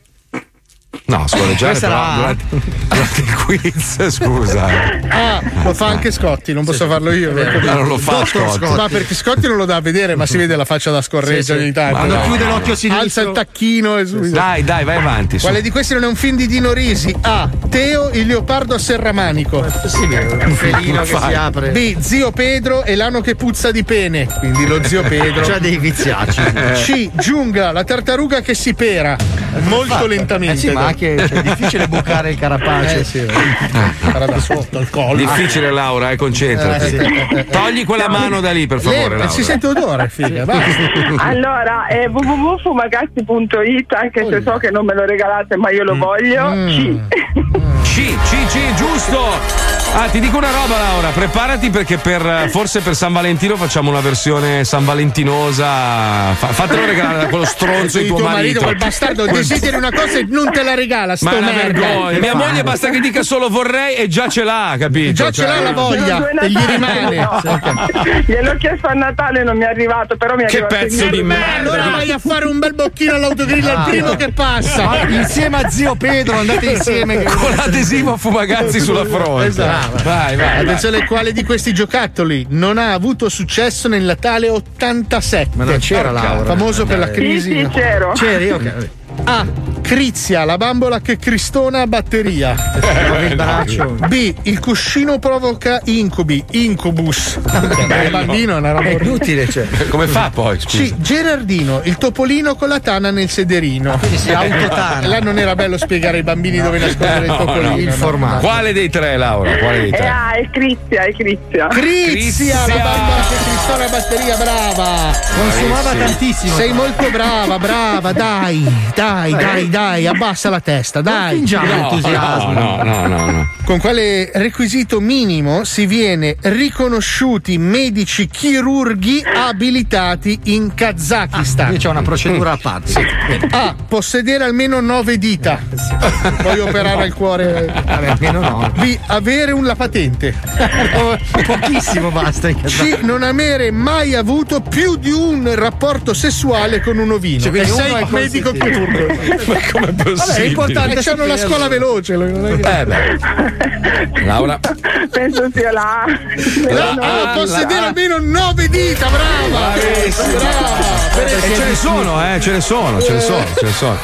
No, scorreggiare Questa però era- durante, durante il quiz, scusa. Ah, lo fa anche Scotti, non posso farlo io. vero. perché- Ma non lo fa Dottor Scotti. Ma perché Scotti non lo dà a vedere, ma si vede la faccia da scorreggio Sì, sì. ogni tanto. Quando chiude l'occhio sinistro. Alza il tacchino e subito. Dai, dai, vai avanti. su. Quale di questi non è un film di Dino Risi? A. Teo il leopardo a serramanico. Un felino che si apre. B. Zio Pedro e l'ano che puzza di pene. Quindi lo zio Pedro. Cioè dei viziaci. C. Giungla, la tartaruga che si pera. Molto Fatto. lentamente. Eh sì, ma anche cioè, è difficile bucare il carapace. Eh sì, era da sotto al collo. Difficile, Laura, eh, concentrati. Eh, sì. eh, Togli quella mano da lì, per favore. Leva, Laura. si sente odore, figa. Vai. Allora, eh, www.fumagazzi.it, anche se so che non me lo regalate, ma io Mm. lo voglio. Sì. C, C, C, giusto. Ah, ti dico una roba, Laura. Preparati perché per, eh, forse per San Valentino facciamo una versione San Valentinosa. Fa- fatelo regalare da quello stronzo Sì, di tuo, marito. quel bastardo desideri una cosa e non te la regala, sto Ma è una merda. vergogna. Mia moglie basta che dica solo vorrei e già ce l'ha, capito? Già ce Cioè- l'ha la voglia e gli rimane. Gliel'ho chiesto a Natale, non mi è arrivato, però mi è Che arrivato. pezzo il- di Allora vai a fare un bel bocchino all'autogrill Ah. al primo che passa. Ma insieme a zio Pedro, andate insieme. che- Con l'adesivo a Fumagazzi sulla fronte. Esatto. Vai, vai. vai. Attenzione, quale di questi giocattoli non ha avuto successo nel Natale 87? Ma non c'era Porca, Laura. Famoso per la Sì, crisi. sì, c'ero. C'eri, io che- A. Crizia, la bambola che cristona a batteria. il braccio. B. Il cuscino provoca incubi, incubus. Il bambino è una roba orribile. inutile, cioè. Eh, Come fa poi? Scusa. C. Gerardino, il topolino con la tana nel sederino. si Ah, autotana. Là non era bello spiegare ai bambini dove nascondere il No, topolino. no. no. Quale dei tre, Laura? Quale dei Eh, tre? ah, è Crizia, è Crizia. Crizia, la bambola che cristona a batteria, brava. Consumava tantissimo. Sei molto brava, brava, dai, dai, dai, dai, abbassa la testa, dai. fingiamo Dai. entusiasmo. No, no, no, no. Con quale requisito minimo si viene riconosciuti medici chirurghi abilitati in Kazakistan? Ah, Mm. Qui c'è una procedura a parte. A. Possedere almeno 9 dita. Voglio operare al cuore. almeno nove. B. Avere una patente. Pochissimo basta. in casa. C. Non avere mai avuto più di un rapporto sessuale con un ovino. Cioè, e quindi uno è sei medico consentito. chirurgo. Ma com'è Vabbè, è importante. possibile? E c'hanno la scuola veloce. lo- non è che- Eh beh. Laura. Penso sia la La- No, ah, possedere almeno 9 dita, brava! Brava! E ce ne sono, eh, ce ne sono, ce ne sono, ce ne sono.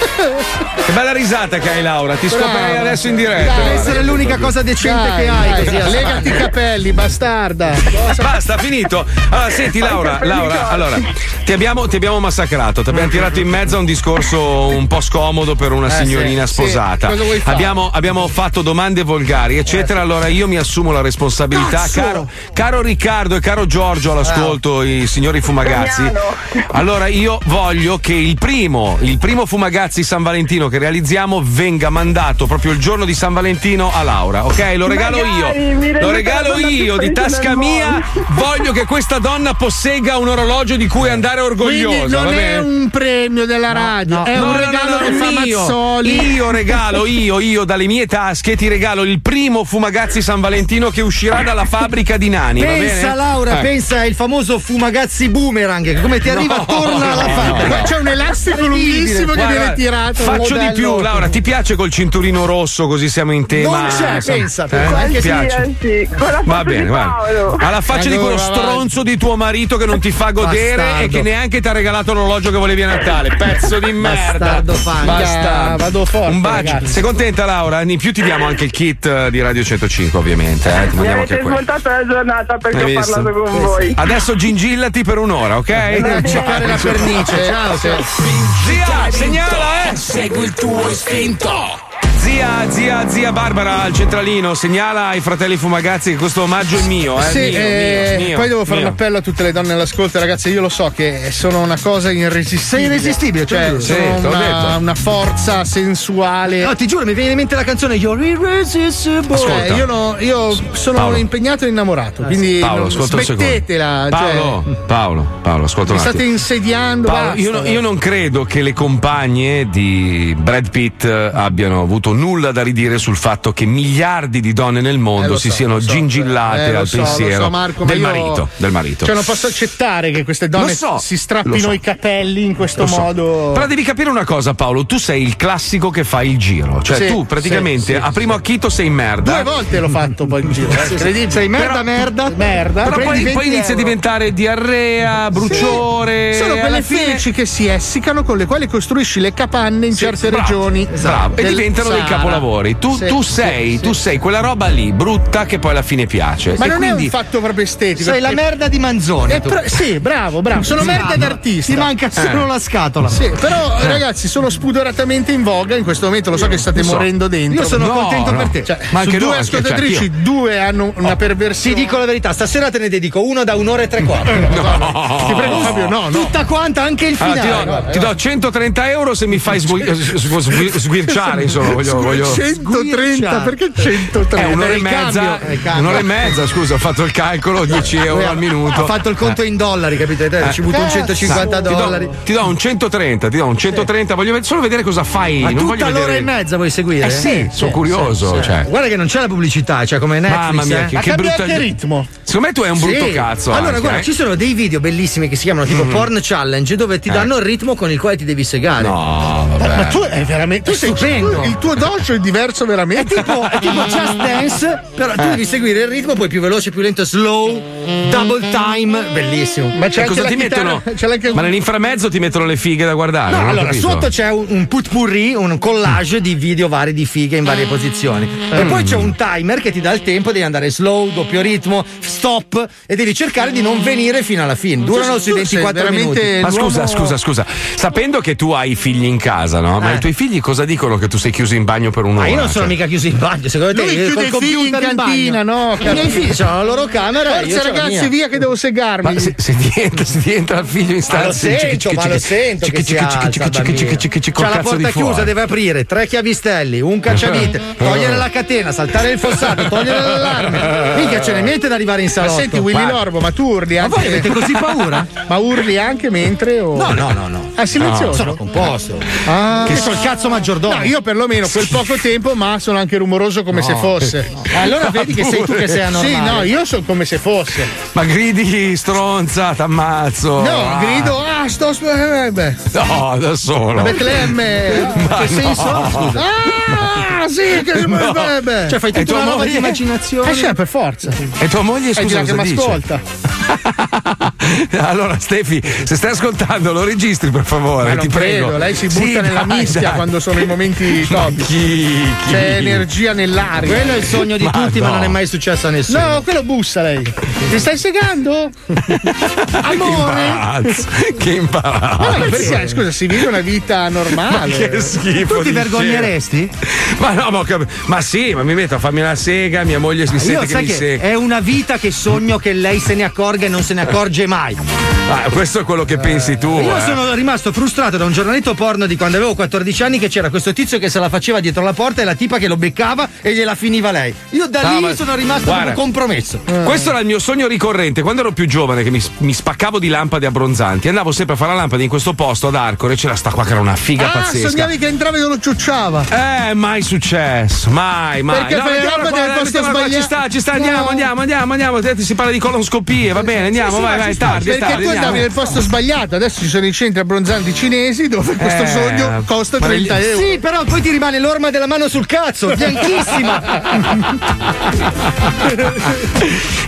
Che bella risata che hai Laura, ti scoperei adesso in diretta. Deve guarda. essere l'unica cosa decente Dai, che hai. dai, Così a legati i capelli, bastarda! Basta, finito. Allora, senti Laura, Laura, allora, ti abbiamo, ti abbiamo massacrato, ti abbiamo tirato in mezzo a un discorso un po' scomodo famoso per una Eh, sì, signorina sì. sposata. Cosa vuoi fare? Eh, abbiamo, abbiamo fatto domande volgari, eccetera. Allora io mi assumo la responsabilità. Cazzo! Ah. Caro, caro Riccardo e caro Giorgio all'ascolto, i signori fumagazzi. Allora io voglio che il primo, il primo fumagazzi San Valentino che realizziamo venga mandato proprio il giorno di San Valentino a Laura, ok? Lo regalo Magari, mi io. rendete Lo la regalo donna più io di felice tasca del mia. Voglio che questa donna possegga un orologio di cui andare orgogliosa. Quindi va non bene? è un premio della radio, è No, un no, regalo no, che fa io, Mazzoli. Io regalo, io, io dalle mie tasche ti regalo il primo Fumagazzi San Valentino che uscirà dalla fabbrica di Nani. va bene? Pensa Laura, Eh. pensa il famoso fumagazzi boomerang che come ti arriva No, torna alla no, fabbrica. no. Guarda, C'è un elastico lunghissimo che Guarda, viene tirato. Faccio di Modello- più, Laura. Ti piace col cinturino rosso così siamo in tema? Non c'è, Insomma, pensa, eh? Ti piace? eh, Va bene, guarda. Alla faccia di quello stronzo di tuo marito che non ti fa godere Bastardo. e che neanche ti ha regalato l'orologio che volevi a Natale. Pezzo di merda. Bastardo fanga. Vado forte, Un bacio. ragazzi. Sei contenta, Laura? In più ti diamo anche il kit eh, di Radio 105, ovviamente. eh. Ti Mi mandiamo anche avete quello. smontato la giornata perché Hai ho visto? parlato con voi. Adesso gingillati per un'ora, ok? Andate a cercare la pernice, ciao, Zia, segnala, eh! Segui il tuo istinto. Oh. Zia, zia, zia Barbara al centralino, segnala ai fratelli Fumagazzi che questo omaggio è mio, eh? Sì, mio, eh, mio, mio, poi devo fare mio. un appello a tutte le donne all'ascolto, ragazze. Io lo so che sono una cosa irresistibile. Sei irresistibile, te lo cioè, giuro. sono Sì, te l'ho detto. una, una forza sensuale. No, ti giuro, mi viene in mente la canzone You're Irresistible. Ah, Cioè, io, no- io sono Paolo. impegnato e innamorato, quindi Paolo, non- ascolta un secondo. smettetela. cioè, Paolo, Paolo, Paolo, ascolta mi un state attimo. insediando. Paolo, basta. io, no- io non credo che le compagne di Brad Pitt eh, abbiano avuto nulla da ridire sul fatto che miliardi di donne nel mondo si siano gingillate Eh, lo al so, lo pensiero so, Marco, ma del, io- marito, del marito. Cioè, non posso accettare che queste Lo donne so, si lo strappino so. i capelli in questo Lo so. modo. Però devi capire una cosa, Paolo. Tu sei il classico che fa il giro. Cioè, Sì, tu praticamente sì, sì, a primo acchito sei merda. Due volte l'ho fatto poi in giro. eh, Sì, sì. incredibile. Sei merda, merda, merda. Però prendi poi, 20 poi inizia a euro. diventare diarrea, bruciore. Sono alla quelle fine- felici che si essicano, con le quali costruisci le capanne in certe bravo, regioni. Esatto. bravo. esatto, E del diventano dei Sahara. capolavori. Tu, Sì, tu sì, sei, sì. tu sei quella roba lì, brutta, che poi alla fine piace. Ma E non è Cioè, quindi- un fatto proprio estetico. Sei la perché- merda di Manzoni. Eh, tu. però- sì, bravo, bravo. Sono Sì, merda bravo. d'artista. Ti manca solo Eh. la scatola. Sì, però, Eh. ragazzi, sono spudoratamente in voga in questo momento. Lo so che state lo so. morendo dentro. Io sono No, contento no. per te. Cioè, Ma su anche due noi, cioè, ascoltatrici, anch'io. due hanno una perversione. Ti dico la verità, stasera te ne dedico uno da un'ora e tre quarti. No. Ti prego, Fabio, no, no. Tutta quanta, anche il Allora, finale. Cioè, ti, do, ti do 130 euro se mi fai sgu- sgu- sgu- sguirciare. Insomma, voglio, voglio... Eh, 130, perché 130? È un'ora È e il mezza. cambio, è il cambio. Un'ora e mezza, scusa, ho fatto il calcolo, 10 euro al minuto. Eh. Ha fatto il conto in dollari, capito? Dai, Ci butto un 150 Ti do- dollari. Ti do, un 130, ti do un 130, voglio ve- solo vedere cosa fai. Ma non tutta voglio l'ora vedere... e mezza vuoi seguire? Eh sì, sono curioso, cioè. Guarda che non c'è la pubblicità, cioè come Netflix. Mamma mia, eh. che, che brutto Secondo me tu hai un Sì. brutto cazzo. Allora, anche, guarda, eh. ci sono dei video bellissimi che si chiamano tipo Mm. Porn Challenge dove ti Eh. danno il ritmo con il quale ti devi segare. No, Ma, ma tu è veramente. Eh. Tu sei Stupendo. tu- Il tuo dojo è diverso veramente. È tipo, è tipo Just Dance, però tu Eh. devi seguire il ritmo, poi più veloce, più lento, slow, double time, bellissimo. Ma cosa ti mettono? Ma nell'inframezzo ti mettono le fighe da guardare. No, Ah, non ho allora, capito. sotto c'è un, un putpourri, un collage di video vari di fighe in varie posizioni. E Mm. poi c'è un timer che ti dà il tempo, devi andare slow, doppio ritmo, stop e devi cercare di non venire fino alla fine. Durano Tu sui sei 24 veramente minuti. Ma scusa, scusa, scusa. Sapendo che tu hai i figli in casa, no? Ma Eh. i tuoi figli cosa dicono che tu sei chiuso in bagno per un'ora? Ma io non sono Cioè, mica chiuso in bagno, secondo te? Lui Io chiude col i figli in computer bagno. cantina, no? I miei figli hanno la loro camera. e io Forza, c'ho la ragazzi, mia. via che devo segarmi. Ma se, se ti entra, se ti entra il figlio in Ma lo stanza, sento, ma lo sento che si alza, bambino. C'è C'ha la porta chiusa, deve aprire tre chiavistelli, un cacciavite, togliere la catena, saltare il fossato, togliere l'allarme. Minchia, ce ne mette da arrivare in Ma salotto. senti, Willy Guarda. Norbo, ma tu urli Ma anche. voi avete così paura? ma urli anche mentre. O... No, no, no, no. È silenzioso. Oh, Ah. No, sono composto. Che sono il cazzo maggiordomo. No, io perlomeno quel poco tempo, ma sono anche rumoroso come No. se fosse. No. Allora vedi che sei tu che sei anormale. Sì, no, io sono come se fosse. Ma gridi stronza, t'ammazzo. No, Ah. grido, ah, sto. sp- eh, beh. No, da solo. Betlemme! Ma che senso no. ha? Scusa. Ah, sì, che si No. muoverebbe! Cioè, fai tutta E tua una roba di moglie? immaginazione. Eh, cioè, per forza. E tua moglie, È di scusa, là che cosa mi dice? ascolta. Allora, Stefi, se stai ascoltando, lo registri per favore. Ma non ti credo, prego. lei si butta Sì, nella dai, mischia dai. quando sono i momenti top. C'è energia nell'aria. Quello è il sogno di tutti, ma non è mai successo a nessuno. No, quello bussa lei. Ti stai segando? Amore? Imbarazzo, che imbarazzo. eh. Ma perché? Scusa, si vive una vita normale. Ma che schifo. di sera. Ma no, ma, ho cap- ma sì, ma mi metto a farmi una sega, mia moglie si Io sente che sai mi che segue. è una vita che sogno che lei se ne accorga e non se ne accorge mai. Ah, questo è quello che pensi tu. Io eh. sono rimasto frustrato da un giornaletto porno di quando avevo 14 anni che c'era questo tizio che se la faceva dietro la porta e la tipa che lo beccava e gliela finiva lei. Io da No, lì Ah, ma- sono rimasto guarda, proprio compromesso. Questo era il mio sogno ricorrente. Quando ero più giovane, che mi, mi spaccavo di lampade abbronzanti, andavo sempre a fare la lampada in questo posto ad Arcore e c'era sta qua che era una figa ah, pazzesca. sognavi che entravi e lo ciucciava. Eh, mai successo, mai, mai. Perché fai vediamo, roba guarda, del posto vediamo, guarda, Ci sta, ci sta, andiamo, No. andiamo, andiamo, andiamo. Tanto Si parla di colonoscopie, va bene, andiamo, Sì, vai, ma vai, ci è sta, tardi, è Perché tardi. tu andavi andiamo. nel posto sbagliato, adesso ci sono i centri abbronzanti cinesi dove questo Eh, sogno costa ma 30 gli- euro. Sì, però poi ti rimane l'orma della mano sul cazzo, bianchissima.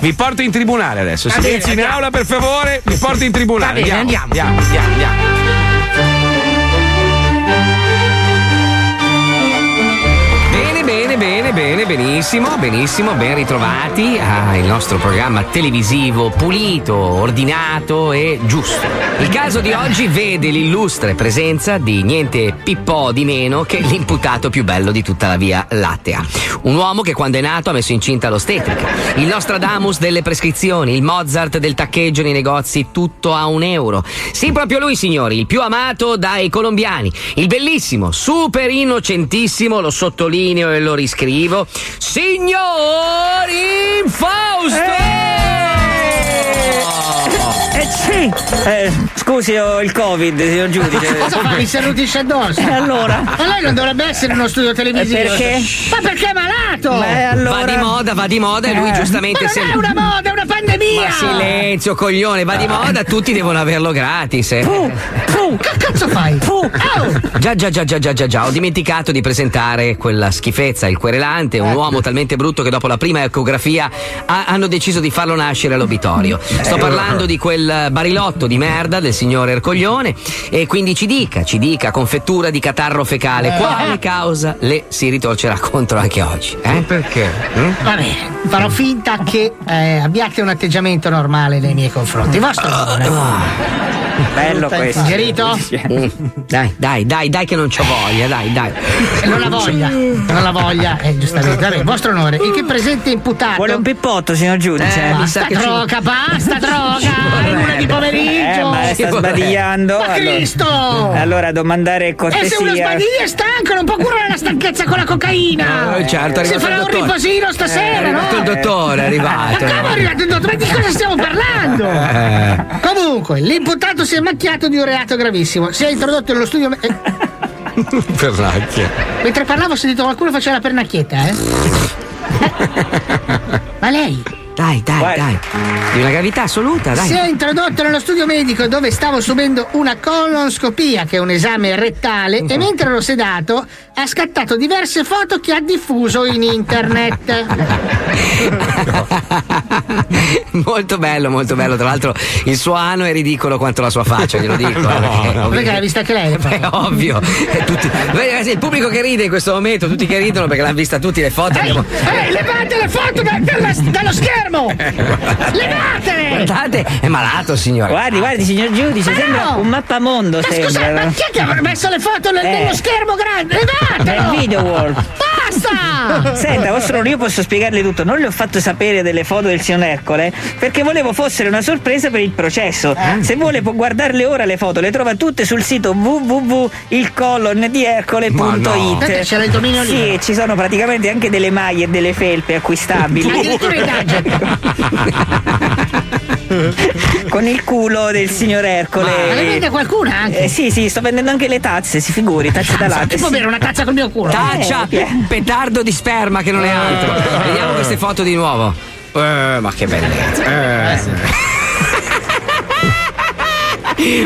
Mi porto in tribunale adesso. Va bene, Silenzio in andiamo. aula, per favore. Mi porto in tribunale. Va bene, andiamo, andiamo. andiamo. Bene, bene, bene, bene, benissimo, benissimo, ben ritrovati Ah, al nostro programma televisivo pulito, ordinato e giusto. Il caso di oggi vede l'illustre presenza di niente Pippò di meno che l'imputato più bello di tutta la via Lattea. Un uomo Diciamo che quando è nato ha messo incinta l'ostetrica, il Nostradamus delle prescrizioni, il Mozart del taccheggio nei negozi, tutto a un euro. Sì, proprio lui, signori, il più amato dai colombiani, il bellissimo, super innocentissimo, lo sottolineo e lo riscrivo, signor Eh. Infausto! Eh sì! Eh, scusi, ho il Covid, signor eh, giudice. Cosa fa? Mi si arrutisce addosso? E allora? Ma lei non dovrebbe essere in uno studio televisivo. Perché? Eh, Ma perché è malato? Va di moda, va di moda e lui Eh. giustamente Ma non se- è una moda, è una pandemia! Ma silenzio, coglione, va di moda, tutti devono averlo gratis. eh. Puh, che cazzo fai? Puh, au! Già, già, già, già, già, già, già, ho dimenticato di presentare quella schifezza, il querelante, un uomo talmente brutto che dopo la prima ecografia ha- hanno deciso di farlo nascere all'obitorio. Sto parlando di quel barilotto di merda del signor Ercoglione e quindi ci dica, ci dica, confettura di catarro fecale, quale causa le si ritorcerà contro anche oggi? Eh? Perché? Vabbè, farò finta che eh, abbiate un atteggiamento normale nei miei confronti. Vostro favore. Bello questo. Digerito? Dai, dai, dai, dai che non c'ho voglia, dai, dai. Eh, Non la voglia, non la voglia, eh, giustamente. Vabbè, vostro onore, il che presente imputato. Vuole un pippotto, signor giudice? Eh, basta droga, basta droga! È l'una di pomeriggio! Eh, ma sta sbadigliando. Ma allora- Cristo! Allora, domandare E se uno cortesia. sbadiglia è stanco, non può curare la stanchezza con la cocaina! Eh, certo, è si arrivato farà il un dottore. Eh, riposino È stasera, arrivato no? il dottore, è Ma arrivato. come è arrivato il dottore? Ma di cosa stiamo parlando? Eh. Comunque, l'imputato si è macchiato di un reato gravissimo. Si è introdotto nello studio. eh, Pernacchia. mentre parlavo ho sentito qualcuno faceva la pernacchietta, eh? Ma lei? Dai, dai, dai. Di una gravità assoluta, dai. Si è introdotto nello studio medico dove stavo subendo una colonscopia, che è un esame rettale, Mm-hmm. e mentre ero sedato ha scattato diverse foto che ha diffuso in internet. Molto bello, molto bello. Tra l'altro, il suo ano è ridicolo quanto la sua faccia, glielo dico. No, eh, perché, no. ovvi- Perché l'ha vista che lei? le È foto? ovvio, Eh, tutti- Beh, ragazzi, il pubblico che ride in questo momento, tutti che ridono perché l'hanno vista tutti le foto. abbiamo- Ehi, Eh, levate le foto da- dalla- dallo schermo! Levatele! Eh, Guardate, è malato, signore. Guardi, guardi, signor giudice, Ma sembra Ah, no! un mappamondo. Ma sembra. scusate, ma chi è che avrà messo le foto nel- Eh. nello schermo grande? Levatelo! Nel video world. Basta! Ah, Senta, vostro onore, io posso spiegarle tutto. Non le ho fatto sapere delle foto del signor Ercole perché volevo fossero una sorpresa per il processo. Ah. Se vuole può guardarle ora le foto, le trova tutte sul sito Ma no. Perché www.ilcolonnediercole.it. c'era il dominio Sì, libero. ci sono praticamente anche delle maglie e delle felpe acquistabili. Addirittura i gadget! Con il culo del signor Ercole. Ma le vende qualcuna anche? Eh, sì, sì, sto vendendo anche le tazze, si figuri, tazze da latte. Eh, Chi può bere una tazza col mio culo? Eh, Taccia, petardo di sperma che non è altro. Vediamo queste foto di nuovo. Eh, ma che bellezza. Eh.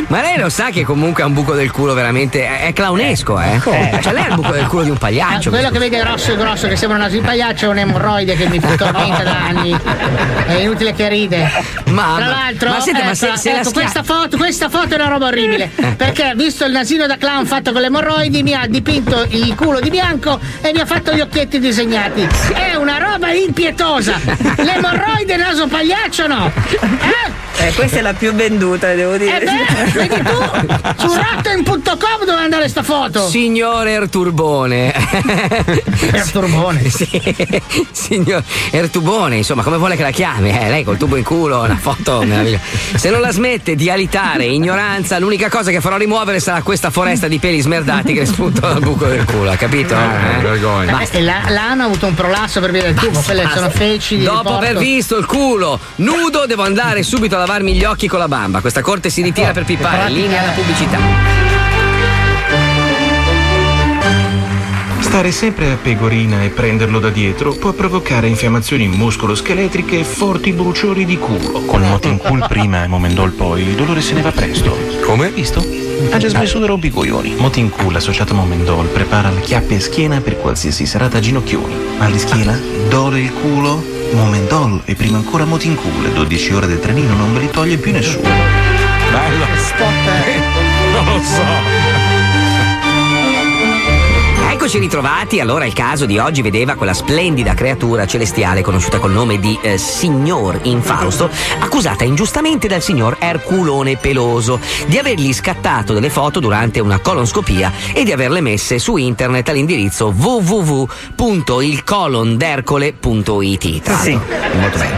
Ma lei lo sa che comunque ha un buco del culo veramente. È, è clownesco, eh? come? Cioè, lei ha il buco del culo di un pagliaccio. Ecco. Ah, Quello che vede grosso e grosso che sembra un naso di pagliaccio è un'emorroide che mi tormenta da anni. È inutile che ride. Ma, Tra l'altro, ma senta, ma se- ecco, se la Eh. ecco, schia- questa, foto, questa foto è una roba orribile. Perché visto il nasino da clown fatto con le emorroidi, mi ha dipinto il culo di bianco e mi ha fatto gli occhietti disegnati. È una roba impietosa! L'emorroide naso pagliaccio no! Eh, questa è la più venduta, devo dire. Eh beh, vedi tu, su rattoin.com dove andare sta foto? Signore Erturbone. Erturbone. Sì. Signor Ertubone, insomma, come vuole che la chiami? Eh, lei col tubo in culo, una foto meravigliosa. Se non la smette di alitare ignoranza, l'unica cosa che farò rimuovere sarà questa foresta di peli smerdati che le spunto dal buco del culo, ha capito? Eh, vergogna. Basta. Eh, la- l'ano ha avuto un prolasso per via del tubo, quelle sono feci di Dopo aver porco. visto il culo nudo, devo andare subito a lavarmi gli occhi con la bamba. Questa corte si ritira per pipare. Linea alla pubblicità. Stare sempre a pegorina e prenderlo da dietro può provocare infiammazioni muscoloscheletriche e forti bruciori di culo. Con Motencool prima e Momendol poi, il dolore se ne va presto. Come? Visto? Ha già smesso di rompicoglioni. Motencool associato a Momendol prepara la chiappe e schiena per qualsiasi serata a ginocchioni. Mal di schiena? Ah, Dole il culo? Momendol e prima ancora Motencool. Le 12 ore del trenino non ve li toglie più nessuno. Bello. eh. Non lo so. Eccoci ritrovati, allora il caso di oggi vedeva quella splendida creatura celestiale conosciuta col nome di eh, Signor Infausto, accusata ingiustamente dal signor Erculone Peloso di avergli scattato delle foto durante una colonscopia e di averle messe su internet all'indirizzo www.ilcolondercole.it. Tra l'altro, Molto bene.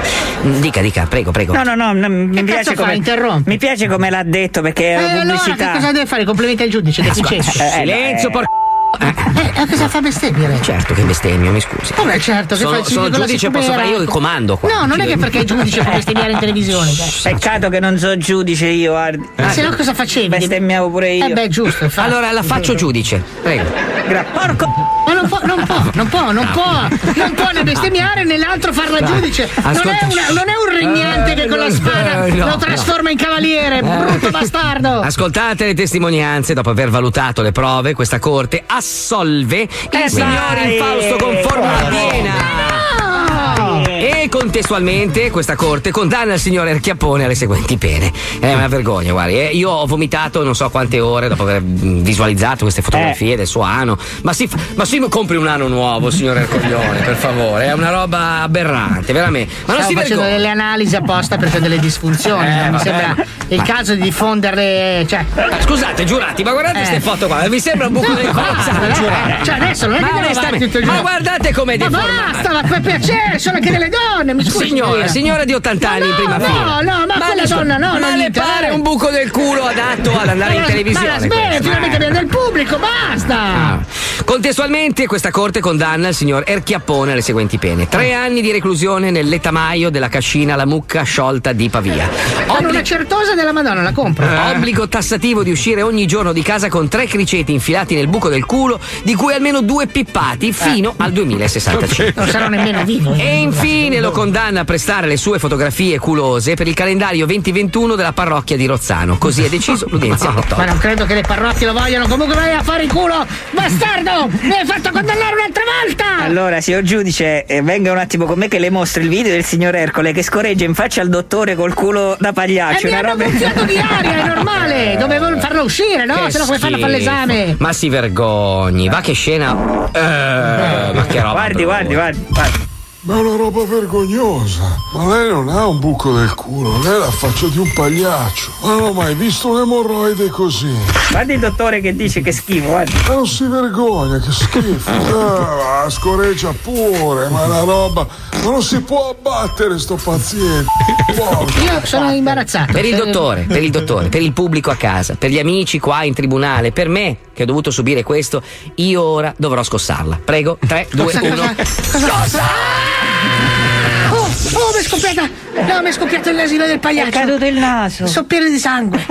Dica, dica, prego, prego. No, no, no, no, mi piace fa? come. Mi piace come l'ha detto perché Eh, è una allora che pubblicità. cosa deve fare? I Complimenti al giudice, deficiente. Ascolta, eh, silenzio, eh, porco. Eh, eh, cosa fa bestemmiare? Certo che bestemmio, mi scusi. Vabbè, certo, che sono, fai- sono con la giudice, cioè, posso sicumera. fare io il comando qua. No, non è che perché il giudice può bestemmiare in televisione. cioè. Peccato che non so giudice io, guardi. Ma Eh, se no cosa facevi? Bestemmiavo pure io. Eh beh, giusto, Eh. infatti. Allora la faccio giudice, prego. Ah. Porco! Ma non può, non può, non può, non può, non può né bestemmiare né l'altro farla No. giudice. Non è, Ascolta. una- non è un regnante Eh, che con la no, spada eh, no, Eh. lo trasforma in cavaliere, brutto bastardo! Ascoltate le testimonianze, dopo aver valutato le prove, questa corte assolve il Eh, Eh, signor dai! Infausto con formula Bravo! piena. E contestualmente questa corte condanna il signor Erchiappone alle seguenti pene. È una vergogna, guardi. eh. Io ho vomitato non so quante ore dopo aver mh, visualizzato queste fotografie del suo ano. Ma si, fa- ma si compri un ano nuovo, signor Ercoglione, per favore. È una roba aberrante, veramente. Ma non Stavo si facendo vergogna. delle analisi apposta per fare delle disfunzioni. Eh, non mi vabbè. sembra il Ma- caso di diffonderle. Cioè. Ah, Scusate, giurati, ma guardate Eh. queste foto qua, vi sembra un buco No, del culo? basta, Scusate, no, giurate. cioè, adesso non è ma che devo onestamente, avanti tutto il Ma giorno. guardate com'è Ma deformata. basta, ma per piacere, sono anche delle donne, mi scusi. Signora, signora di 80 anni in prima no, fila. no, ma quella le- donna no, Ma non le gli pare interessa. un buco del culo adatto ad andare in Ma- televisione? Ma la smetti, questo? finalmente Eh. Ah. abbiamo del pubblico, basta! Contestualmente questa corte condanna il signor Erchiappone alle seguenti pene. Tre anni di reclusione nell'etamaio della cascina La Mucca sciolta di Pavia. Hanno una certosa della Madonna, la compro. Obbligo tassativo di uscire ogni giorno di casa con tre criceti infilati nel buco del culo, di cui almeno due pippati fino al 2065. Eh. Non sarò nemmeno vivo. E infine lo condanna a prestare le sue fotografie culose per il calendario 2021 della parrocchia di Rozzano. Così è deciso l'udienza di Ma Totò. non credo che le parrocchie lo vogliano, comunque vai a fare il culo! Bastardo! Mi hai fatto condannare un'altra volta! Allora, signor giudice, eh, venga un attimo con me che le mostro il video del signor Ercole che scorreggia in faccia al dottore col culo da pagliaccio. E Eh, mi una hanno roba gonfiato di aria, è normale! Dovevo farlo uscire, no? Che Se no come fanno a fare schifo. l'esame? Ma si vergogni, va che scena. Eh, ma che roba. Guardi, brutta. guardi, Eh. Ma è una roba vergognosa. Ma lei non ha un buco del culo, lei ha la faccia di un pagliaccio. Ma non ho mai visto un emorroide così. Guardi il dottore che dice che schifo, guardi. Ma non si vergogna, che schifo. Ah, scoreggia pure, ma è una roba. Ma non si può abbattere sto paziente. Porca. Io sono imbarazzato. Per il Eh, dottore, per il dottore, per il pubblico a casa, per gli amici qua in tribunale, per me che ho dovuto subire questo, io ora dovrò scossarla. Prego, 3, 2, Cosa- 1. Cosa? Oh, oh, mi è scoppiata! No, mi è scoppiato il nasino del pagliaccio! È caduto il naso! Sono pieno di sangue!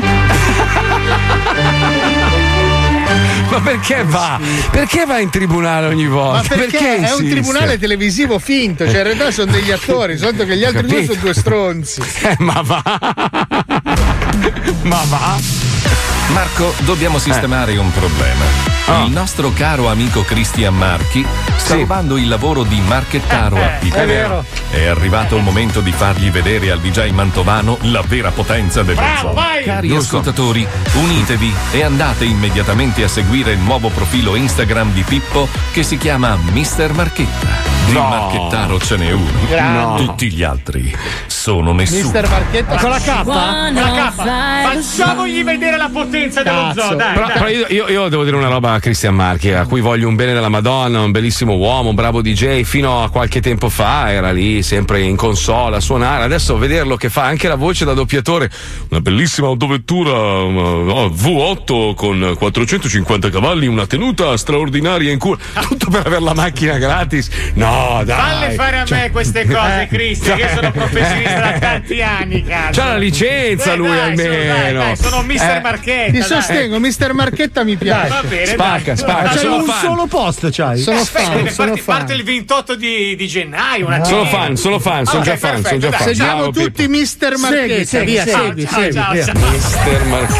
Ma perché va? Perché va in tribunale ogni volta? Ma perché, è un insiste? tribunale televisivo finto, cioè in realtà sono degli attori, soltanto che gli altri due Capito. sono due stronzi. Eh, ma va. ma va. Marco, dobbiamo Eh. sistemare un problema. Ah. Il nostro caro amico Cristian Marchi sta rubando il lavoro di Marchettaro Eh, a Pippo. è vero. È arrivato il momento di fargli vedere al DJ Mantovano la vera potenza del Bravo, vai! Cari Giusto. ascoltatori, unitevi e andate immediatamente a seguire il nuovo profilo Instagram di Pippo che si chiama Mr. Marchetta. Di Marchettaro ce n'è uno. Grande. Tutti gli altri sono nessuno. Mister Marchetta con la K. Con la K. Facciamogli vedere la potenza dello Cazzo. zoo, dai. Però, dai. però io, io- io devo dire una roba a Cristian Marchi, a cui voglio un bene della Madonna, un bellissimo uomo, un bravo DJ. Fino a qualche tempo fa era lì sempre in console a suonare. Adesso vederlo che fa anche la voce da doppiatore, una bellissima autovettura um, oh, V8 con 450 cavalli, una tenuta straordinaria in cura. Tutto per avere la macchina gratis. No, dai. Falle fare a Cioè- me queste eh, cose, Cristian. cioè, Io sono professionista da tanti anni, cazzo. C'ha la licenza Eh, lui dai, almeno. sono- dai, dai, sono Mr. Marchetta. Ti dai. Eh, sostengo, Mister Marchetta mi piace. Va bene, Spacca, dai. spacca, C'è sono un fan. solo post, c'hai. Eh, Sono aspetta, fan, ne sono parti- fan. parte il 28 di, di gennaio. una Sono cena. fan, sono fan, sono Ok, già fan, sono già perfetto, fan. dai, ciao. Bravo, Pippo. Mister Marchetta, via, segui, segui, via. Mister Marchi.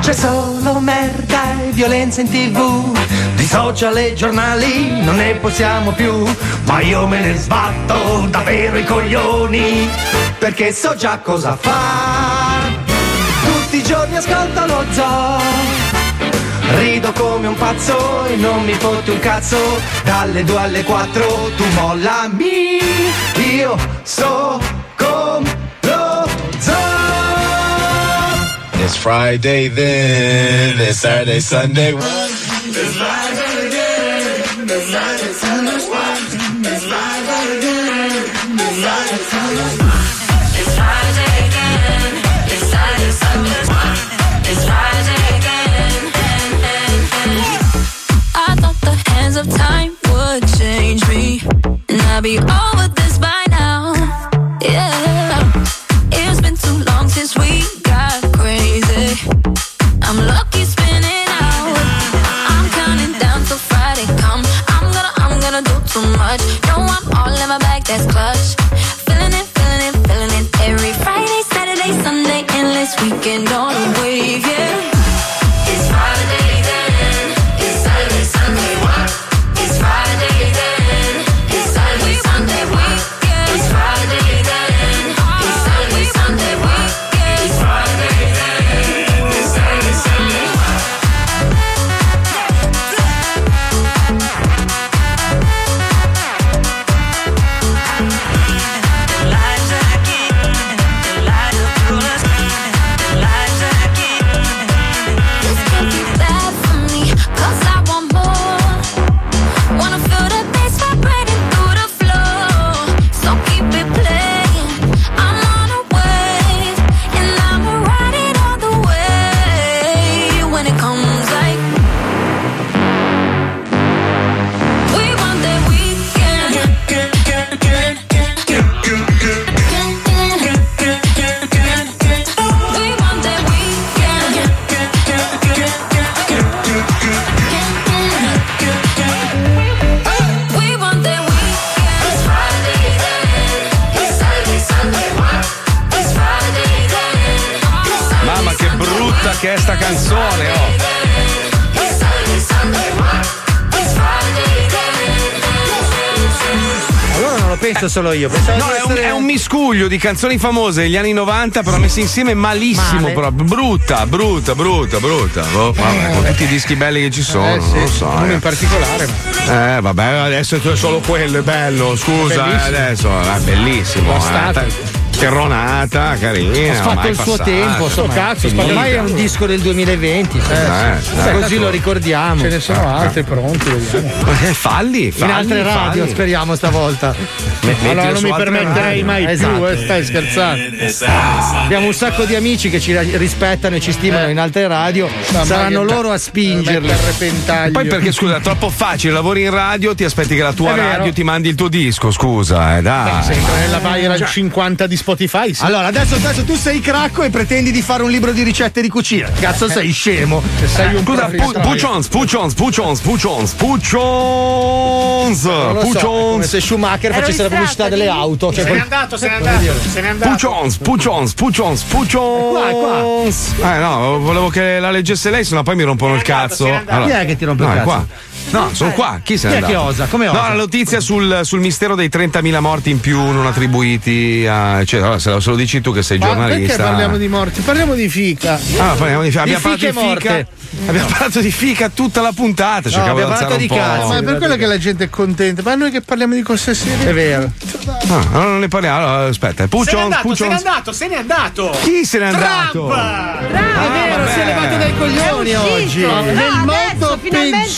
C'è solo merda e violenza in tv Di social e giornali non ne possiamo più Ma io me ne sbatto davvero i coglioni Perché so già cosa far Tutti i giorni ascolto lo zoo Rido come un pazzo e non mi fotti un cazzo Dalle 2 alle 4 tu mollami Io so con lo zoo It's Friday then, it's Saturday, Sunday. I thought the hands of time would change me, and I'd be over this by now. Yeah, it's been too long since we got crazy. I'm lucky spinning out. I'm counting down till Friday come. I'm gonna, I'm gonna do too much. No, I'm all in my bag, that's clutch. Feeling it, feeling it, feeling it. Every Friday, Saturday, Sunday, endless weekend on a wave, yeah. It's Friday then, it's Saturday, Sunday, what? It's Friday then, it's Saturday, Sunday, what? It's Friday then, it's Saturday, Sunday, what? It's Friday then, it's Saturday, Sunday, what? This can't be bad for me, 'cause I want more. Wanna feel the bass vibrating through the floor. So keep it playing. I'm on a wave, and I'ma ride it all the way. When it comes like we want that weekend. We want that We want that weekend. It's Friday then. It's Saturday, Sunday. What? It's Friday then. It's Saturday, Mamma che brutta che è sta canzone, oh. It's Saturday, Sunday. What? It's Friday then. Allora non lo penso solo io. Pensavo No, di è un, essere- è un miscuglio di canzoni famose degli anni 90, però messe insieme malissimo. Male. Proprio. Brutta, brutta, brutta, brutta. Boh, vabbè, con tutti i dischi belli che ci sono, sì, non lo so. uno eh. in particolare. Eh, vabbè, adesso è solo quello, è bello. Scusa, eh, adesso Bellissimo. è bellissimo. Bastardo. eh. Terronata, carina. Ha fatto ormai il suo passata, tempo, sto ormai cazzo. finita. Ormai è un disco del 2020. cioè, Eh, eh. così lo ricordiamo. Ce ne sono altri pronti, vediamo. Eh, Falli, falli. In altre falli. radio, speriamo stavolta. Me- Allora mettilo non su mi altre permetterei radio. mai più, Esatto. eh, stai scherzando. Abbiamo un sacco di amici che ci ra- rispettano e ci stimano in altre radio. ma Saranno che ta- loro a spingerli. a Poi perché scusa, è troppo facile, lavori in radio, ti aspetti che la tua È vero. radio ti mandi il tuo disco, scusa, eh, dai. Sempre nella Bayer al Cioè, 50 di Spotify, sì. Allora, adesso, adesso tu sei cracco e pretendi di fare un libro di ricette di cucina. Cazzo, sei Eh. scemo. Cioè, Eh, Sei un Scusa, Pu- Puccions, Puccions, Puccions, Puccions, Puccions, Non lo so, è come se Puccions. Schumacher Ero facesse la distratto, pubblicità delle dimmi. auto. cioè, Se Cioè, n'è andato, se n'è andato, se n'è andato. Puccions, Puccions, Eh, Puccions, Puccions. Eh no, volevo che la leggesse lei, sennò poi mi rompono il cazzo. andato. Chi è che ti rompe il no, è cazzo? qua. No, sono qua. Chi se Chi n'è è che andato? osa? Come No, osa? la notizia sul, sul mistero dei 30.000 morti in più non attribuiti a... Cioè, allora, se lo, se lo dici tu che sei Ma perché giornalista... parliamo di morti? Parliamo di fica. Ah, parliamo di fica. Abbiamo fiche parlato di fica. morte. Abbiamo parlato di fica tutta la puntata. No, cercavo di abbiamo alzare un parlato di po'. cazzo. Ma è per quello che la gente è contenta. Ma noi che parliamo di cose serie. È vero. Ah, allora non ne parliamo. Allora, aspetta, eh, Se n'è Puccion, andato, se n'è Puccion. andato, se n'è andato. Chi se n'è Trump! andato? Ah, Trump, è vero, Eh. si è levato dai coglioni oggi. No, Nel modo adesso finalmente è andato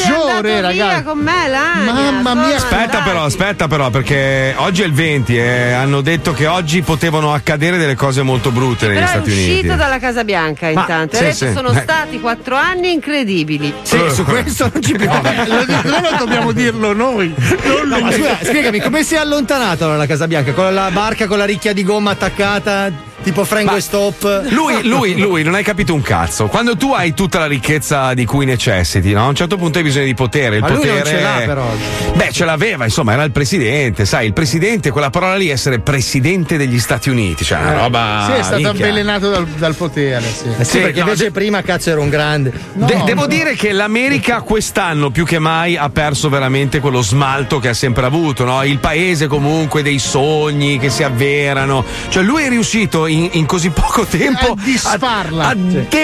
peggiore, via ragazzi. con me, Lania. Mamma Sono mia, Aspetta però, aspetta però, perché oggi è il 20 e hanno detto che oggi potevano accadere delle cose molto brutte negli Però è Stati uscito Uniti. dalla Casa Bianca Ma- intanto. Ha sì, detto sì. sono Eh. stati quattro anni incredibili. Sì, su questo Certo, non ci piove. Lo dico- Loro dobbiamo dirlo noi. Non No, lui. Cioè, ma Eh, Scusa, spiegami, come si è allontanato allora la Casa Bianca? Con la barca con la ricchia di gomma attaccata, tipo Frank Stop? Lui, lui, lui non hai capito un cazzo. Quando tu hai tutta la ricchezza di cui necessiti, no? A un certo punto hai bisogno di potere. Il Ma lui potere non ce l'ha, però. Beh, ce l'aveva, insomma, era il presidente, sai, il presidente, quella parola lì, essere presidente degli Stati Uniti, cioè una roba. Eh, Sì, è stato minchia. avvelenato dal, dal potere. Sì. Eh sì, Sì, perché no, invece prima cazzo era un grande. De- devo dire che l'America quest'anno più che mai ha perso veramente quello smalto che ha sempre avuto, no? il paese comunque dei sogni che si avverano. Cioè lui è riuscito in, in così poco tempo a, disfarla. a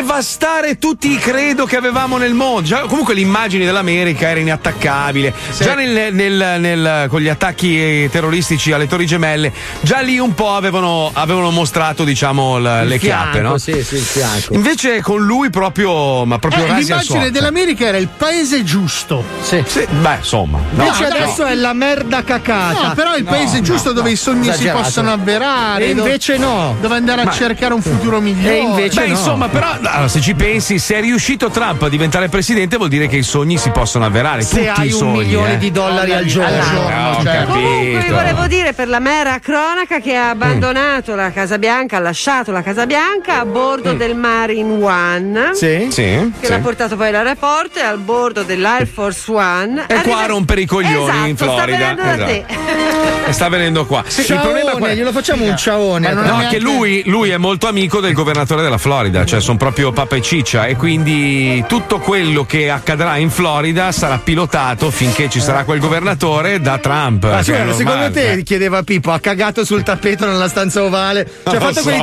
devastare tutti i credo che avevamo nel mondo. Già- comunque l'immagine dell'America era inattaccabile. Già nel- nel- nel- con gli attacchi eh, terroristici alle torri gemelle, già lì un po' avevano, avevano mostrato diciamo, l- Il le fianco, chiappe. No? Sì, sì, il fianco. Esatto. Invece con lui proprio, ma proprio Eh, rasi al l'immagine suolo. dell'America era il paese giusto. Sì. Beh, insomma. no. Invece adesso è la merda cacata. No, però è il No, paese no, giusto no. dove i sogni Esagerato. si possono avverare. E dove- invece no. Dove andare a Ma- Mm. cercare un futuro migliore. Beh, insomma, però allora, se ci pensi, se è riuscito Trump a diventare presidente, vuol dire che i sogni si possono avverare. Se Tutti hai i un sogni, milione eh. di dollari al giorno. Eh, Al ho giorno, cioè. Comunque vi capito. volevo dire per la mera cronaca che ha abbandonato la Casa Bianca, ha lasciato la Casa Bianca a bordo del Marine One. Mm. Sì. Sì, Che sì. Eh. l'ha portato poi all'aeroporto e al bordo dell'Air Force One. E qua a rompere i coglioni Esatto, in Florida. Sta venendo da Esatto. te. E sta venendo qua. Ciaone, qual è? glielo facciamo un Eh, ciaone. No, che lui, lui è molto amico del governatore della Florida, cioè sono proprio papa e ciccia e quindi tutto quello che accadrà in Florida sarà pilotato finché ci sarà quel governatore da Trump. Ma che scusa, è eh. normale. secondo te chiedeva Pippo, ha cagato sul tappeto nella stanza ovale? Cioè, ha Non fatto so. quei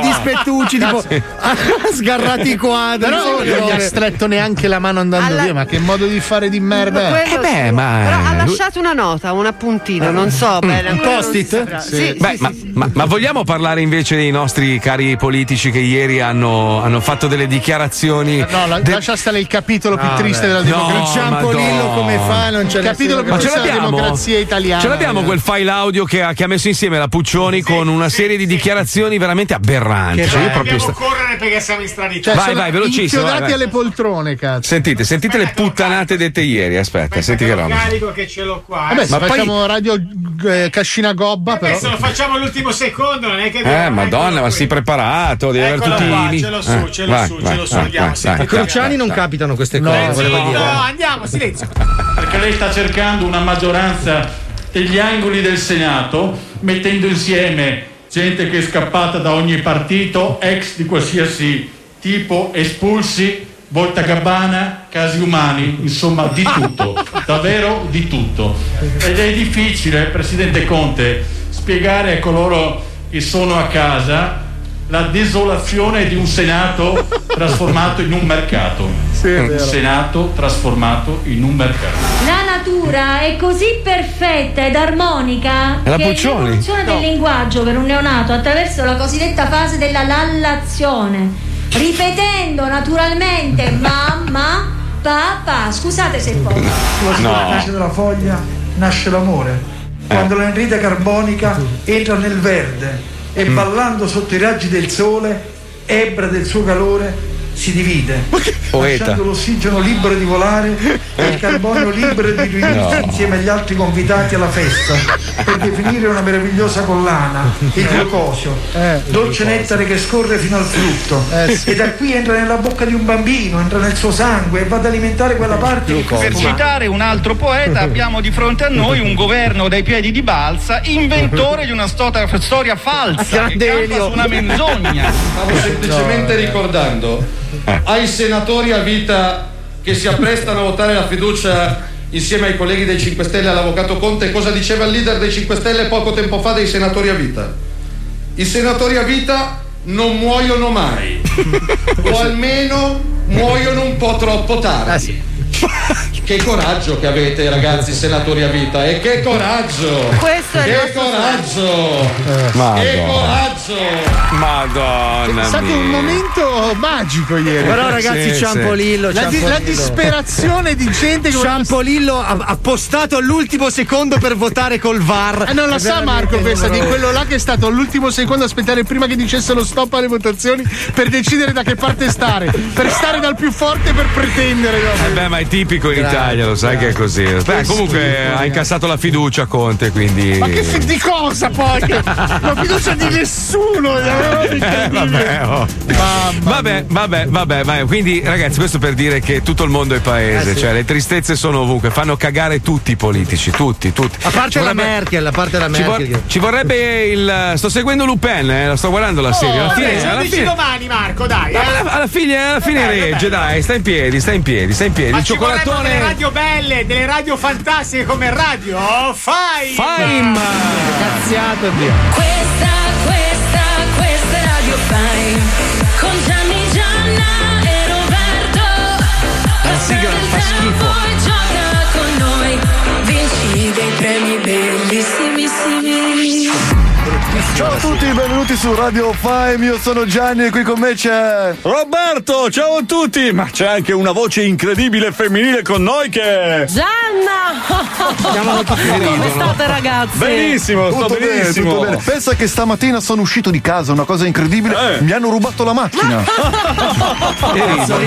dispettucci, tipo Sì. sgarrati qua. Però non gli ha stretto neanche la mano andando via, ma che modo di fare di Eh, merda è? Quello sì. Però ha lasciato una nota, un appuntino, non Mm. so bene. ancora non si saprà. Sì, sì, Beh, ma, ma- ma vogliamo parlare invece dei nostri cari politici che ieri hanno, hanno fatto delle dichiarazioni? No, la- lascia stare il capitolo più No, triste beh. della No, democrazia. Madonna. Ciampolillo come fa, non c'è capitolo più Ma ce triste della l'abbiamo? democrazia italiana. Ce l'abbiamo quel file audio che ha, che ha messo insieme la Puccioni con una serie di dichiarazioni veramente aberranti. Cioè, io proprio sta- correre perché siamo in stranità. Cioè, Vai, sono vai, velocissimo, vai, Inchiodati vai. alle poltrone, cazzo. Sentite, sentite le puttanate dette ieri. Aspetta, senti che roba. Carico che ce l'ho qua. eh. Vabbè, Ma se facciamo radio eh, Cascina Gobba, Vabbè, però. se lo facciamo all'ultimo secondo, non è che Ecco, Eh, madonna, ma sei preparato, devi avere Eccolo tutti qua, i mi- ce l'ho su, Eh, ce l'ho vai, su, ce vai, l'ho su, vai, andiamo, vai, senti. vai, I crociani non capitano queste cose, volevo dire. No, andiamo, silenzio. Perché lei sta cercando una maggioranza degli angoli del Senato, mettendo insieme gente che è scappata da ogni partito, ex di qualsiasi tipo, espulsi, volta gabbana, casi umani, insomma di tutto, davvero di tutto. Ed è difficile, Presidente Conte, spiegare a coloro che sono a casa la desolazione di un Senato trasformato in un mercato. un Senato trasformato in un mercato. La natura è così perfetta ed armonica È la che Puccioni? l'evoluzione del No. linguaggio per un neonato attraverso la cosiddetta fase della lallazione, ripetendo naturalmente mamma, papà, scusate se posso. nasce dalla foglia nasce l'amore Eh. quando l'anidride carbonica entra nel Mm. verde e ballando sotto i raggi del sole ebra del suo calore si divide, Poeta. lasciando l'ossigeno libero di volare e il carbonio libero di riunirsi No. insieme agli altri convitati alla festa per definire una meravigliosa collana, il Eh. glucosio, dolce nettare che scorre fino al frutto e da qui entra nella bocca di un bambino, entra nel suo sangue e va ad alimentare quella parte di Per citare un altro poeta, abbiamo di fronte a noi un governo dai piedi di balsa, inventore di una stot- storia falsa, che campa su una menzogna. Stavo semplicemente ricordando ai senatori a vita che si apprestano a votare la fiducia insieme ai colleghi dei 5 Stelle all'avvocato Conte cosa diceva il leader dei 5 Stelle poco tempo fa dei senatori a vita. I senatori a vita non muoiono mai, o almeno muoiono un po' troppo tardi. Che coraggio che avete ragazzi senatori a vita e che coraggio! Questo è il che nostro coraggio! Che Madonna. coraggio! Madonna. È stato un mia. momento magico ieri. Però ragazzi, Ciampolillo, La, di- la disperazione di gente che Ciampolillo ha, ha postato all'ultimo secondo per votare col VAR. Eh, non la È sa veramente Marco questa di numero- quello là che è stato all'ultimo secondo a aspettare prima che dicessero stop alle votazioni per decidere da che parte stare, per stare dal più forte per pretendere. no? Eh beh, ma è tipico in Grazie, Italia, lo sai che è così. Beh, comunque ha incassato la fiducia Conte, quindi. Ma che fi- di cosa poi? La fiducia di nessuno! Eh, Vabbè, vabbè, oh. vabbè, vabbè, vabbè, vabbè. Quindi, ragazzi, questo per dire che tutto il mondo è paese, Eh, sì. cioè le tristezze sono ovunque, fanno cagare tutti i politici, tutti, tutti. A parte Ci la vorrebbe- Merkel, a parte la Ci, vor- Merkel. che- ci vorrebbe il. Sto seguendo Lupin, eh, la sto guardando la Oh, serie. Alla fine, alla Oh, dici fine- domani, Marco, dai. Ma alla, alla fine, alla fine regge, dai, sta in piedi, sta in piedi, sta in piedi. Ma il ci vorrebbero cioccolatone. delle radio belle, delle radio fantastiche come Radio Oh, Fine. Fine. Cazziato, Questa, questa, questa è Radio Fine Con Gianni, Gianna e Roberto La sigla fa schifo. Poi gioca con noi Vinci dei premi bellissimissimi Ciao a tutti, benvenuti su Radio Fime, io sono Gianni e qui con me c'è Roberto, ciao a tutti, ma c'è anche una voce incredibile femminile con noi che... Gianna! Come state ragazzi? Benissimo, sto benissimo. Pensa che stamattina sono uscito di casa, una cosa incredibile, mi hanno rubato la macchina.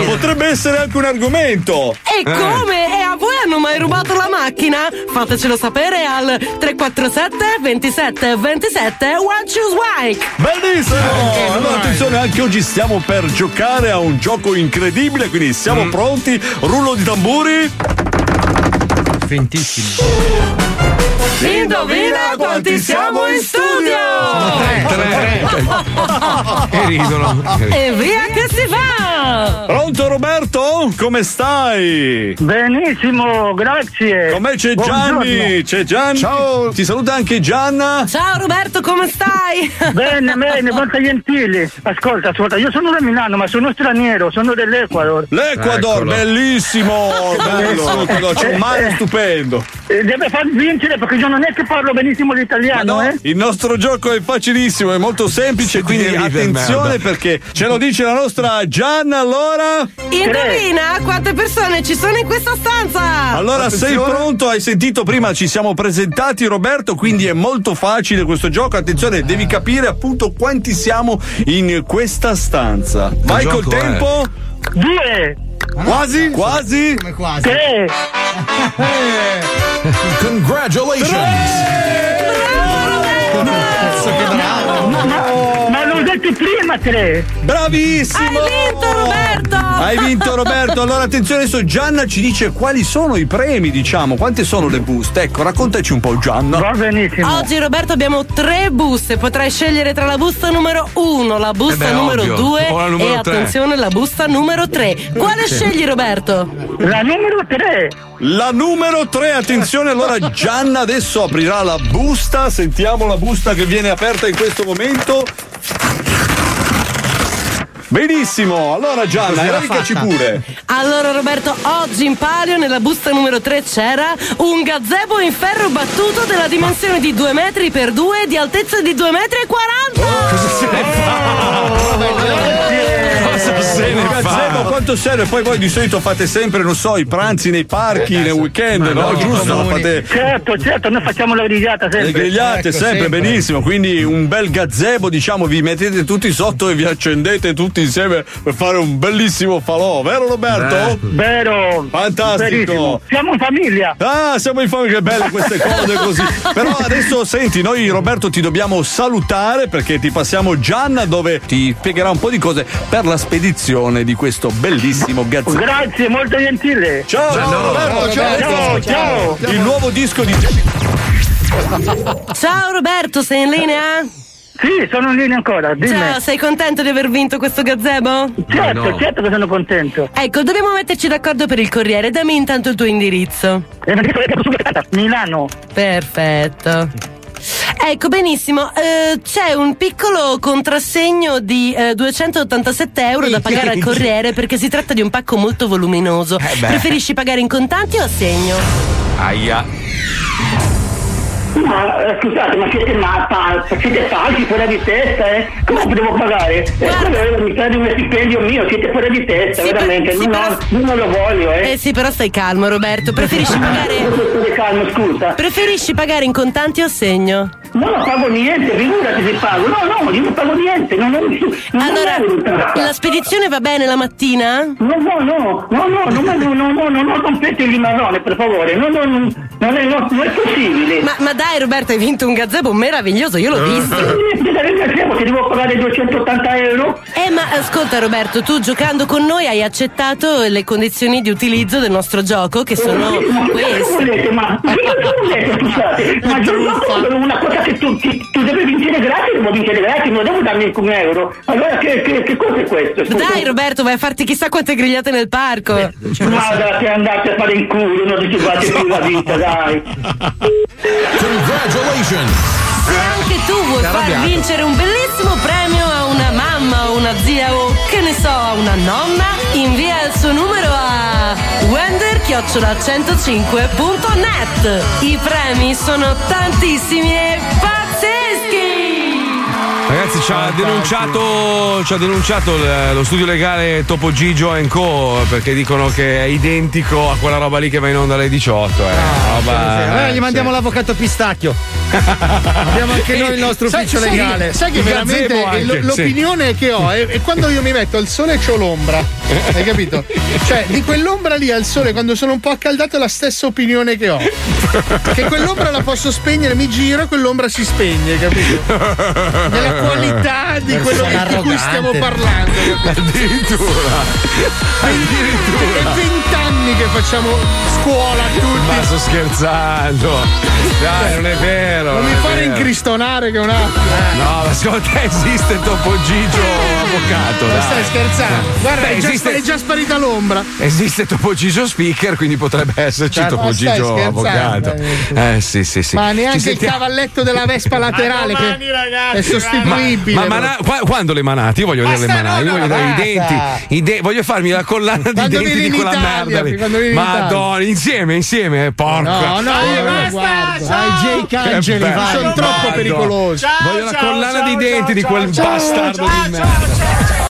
Potrebbe essere anche un argomento. Eh. E come? E a voi hanno mai rubato la macchina? Fatecelo sapere al 347 27 27 One Choose Wike. Benissimo! Allora attenzione, anche oggi stiamo per giocare a un gioco incredibile, quindi siamo pronti. Rullo di tamburi. Fentissimo. Indovina quanti siamo in studio! E ridono. E via che si fa! Pronto Roberto? Come stai? Benissimo, grazie. Con me c'è Buongiorno. Gianni, c'è Gianni. Ciao. Ti saluta anche Gianna. Ciao Roberto, come stai? Bene, bene, molto gentili. Ascolta, ascolta, io sono da Milano, ma sono straniero, sono dell'Ecuador. L'Ecuador, bellissimo, bellissimo Ecuador, c'è un mare stupendo. Eh, Deve far vincere perché io non è che parlo benissimo l'italiano, eh? Il nostro gioco è facilissimo, è molto semplice, quindi attenzione perché ce lo dice la nostra Gianna allora. Indovina quante persone ci sono in questa stanza! Allora sei pronto? Hai sentito prima ci siamo presentati Roberto, quindi è molto facile questo gioco. Attenzione, devi capire appunto quanti siamo in questa stanza. Vai col gioco è? tempo. Ah, Due. Quasi? Quasi? Come quasi? Tre. Congratulations! Ma, ma, ma l'ho detto prima tre! Bravissimo! Hai vinto Roberto! Hai vinto Roberto! Allora attenzione adesso Gianna ci dice quali sono i premi, diciamo, quante sono le buste. Ecco, raccontaci un po' Gianna. Va benissimo. Oggi Roberto abbiamo tre buste, potrai scegliere tra la busta numero 1, la busta Eh beh, numero ovvio. 2 O la numero e tre. attenzione la busta numero 3. Quale Sì. scegli Roberto? La numero 3. La numero 3, attenzione, allora Gianna adesso aprirà la busta, sentiamo la busta che viene aperta in questo momento. Benissimo, allora Gianna, Così era radicaci fatta. pure. Allora Roberto, oggi in palio nella busta numero 3 c'era un gazebo in ferro battuto della dimensione di 2 metri per 2 e di altezza di 2 metri e 40. Cosa se ne fa? Cosa se ne fa? quanto serve? Poi voi di solito fate sempre, non so, i pranzi nei parchi, nei weekend, Ma no? no, Giusto? comuni. Fate Certo, certo, noi facciamo la grigliata sempre. le grigliate Ecco, sempre, benissimo. Quindi un bel gazebo, diciamo, vi mettete tutti sotto e vi accendete tutti insieme per fare un bellissimo falò, vero Roberto? Vero! Fantastico! Verissimo. Siamo in famiglia! Ah, siamo in famiglia, che belle queste cose così. Però adesso senti, noi Roberto ti dobbiamo salutare perché ti passiamo Gianna dove ti spiegherà un po' di cose per la spedizione di questo bellissimo gazzebo. Grazie, molto gentile! Ciao, Ciao, ciao, Roberto, ciao, ciao, ciao! Il nuovo disco di Ciao Roberto, sei in linea? Sì, sono in linea ancora, dimmi. Ciao, sei contento di aver vinto questo gazebo? Certo, certo che sono contento. Ecco, dobbiamo metterci d'accordo per il corriere. Dammi intanto il tuo indirizzo. Eh, Milano. Perfetto. Ecco, benissimo. Eh, c'è un piccolo contrassegno di eh, 287 euro da pagare al corriere perché si tratta di un pacco molto voluminoso. beh. Preferisci pagare in contanti o a segno? Aia. Ma eh, scusate, ma siete, ma, pa- siete falsi, fuori di testa, eh? Come devo pagare? Eh, quello mi serve uno stipendio mio, siete fuori di testa, veramente. non, ho- non lo voglio, eh. Eh sì, però stai calmo, Roberto. Preferisci pagare. calmo, scusa. Preferisci pagare in contanti o a segno? No, non pago niente, figurati se pago. No, no, io non pago niente, non, non, non Allora, la spedizione va bene la mattina? No, no, no, no, no, no, ma no, no, no, no, no, completi il marrone, per favore. No, no, no, non è, no, non è possibile. Ma, ma dai Roberto, hai vinto un gazebo meraviglioso, io l'ho visto. Niente, che Eh, devo pagare 280 euro? Eh, ma ascolta Roberto, tu giocando con noi hai accettato le condizioni di utilizzo del nostro gioco, che sono Ma che cazzo volete? queste. Ma ma che cazzo volete, scusate? Ma giorno è una cosa che tu, ti- tu devi vincere gratis, devo vincere gratis, non devo darmi un euro. Allora che, che, che cosa è questo? Scusa. Dai Roberto, vai a farti chissà quante grigliate nel parco. Guarda che andate a fare in culo, non ricevate più la vita, dai. Congratulations! Se anche tu vuoi far Arrabbiato. vincere un bellissimo premio a una mamma o una zia o che ne so, a una nonna, invia il suo numero a wender-105.net. I premi sono tantissimi e pazzeschi! Ragazzi, ci ha denunciato, ci ha denunciato l- lo studio legale Topo Gigio Co. Perché dicono che è identico a quella roba lì che va in onda alle 18. Eh. Roba- Ah, Allora eh, gli mandiamo l'avvocato Pistacchio. Abbiamo anche noi il nostro Sai- ufficio sai che- legale. eh, sai che Il veramente gazebo anche, l- l'opinione che ho è, è quando io mi metto al sole e c'ho l'ombra. Hai capito? Cioè, di quell'ombra lì al sole, quando sono un po' accaldato, è la stessa opinione che ho. Che quell'ombra la posso spegnere, mi giro e quell'ombra si spegne, capito? Della qualità di quello che- di cui stiamo parlando. Addirittura. Addirittura. È vent'anni che facciamo scuola tutti. Ma sto scherzando. Dai, non è vero. Non mi è fare vero. incristonare che è un attimo. No, ma secondo te esiste Topo Gigio avvocato? Ma dai. stai scherzando? Guarda, Beh, è, già, esiste, è già sparita l'ombra. esiste Topo Gigio speaker, quindi potrebbe esserci Ma Topo stai Gigio scherzando? avvocato. Eh sì, sì, sì. Ma Ci neanche il sentiamo- cavalletto della Vespa laterale che è sostituibile. Ma mana- qua- quando le manate? Io voglio vedere le Basta, manate, io no, voglio no, vedere i denti, basta. i de- voglio farmi la collana di Quando denti vieni di in quella Italia, merda lì. quando vieni in Madonna, insieme, insieme, eh, porca. No, no, io non lo guardo. Dai, Jay Che Cangeli, bello. vai. sono troppo Madonna. pericolosi. Voglio la collana di denti di quel bastardo di merda.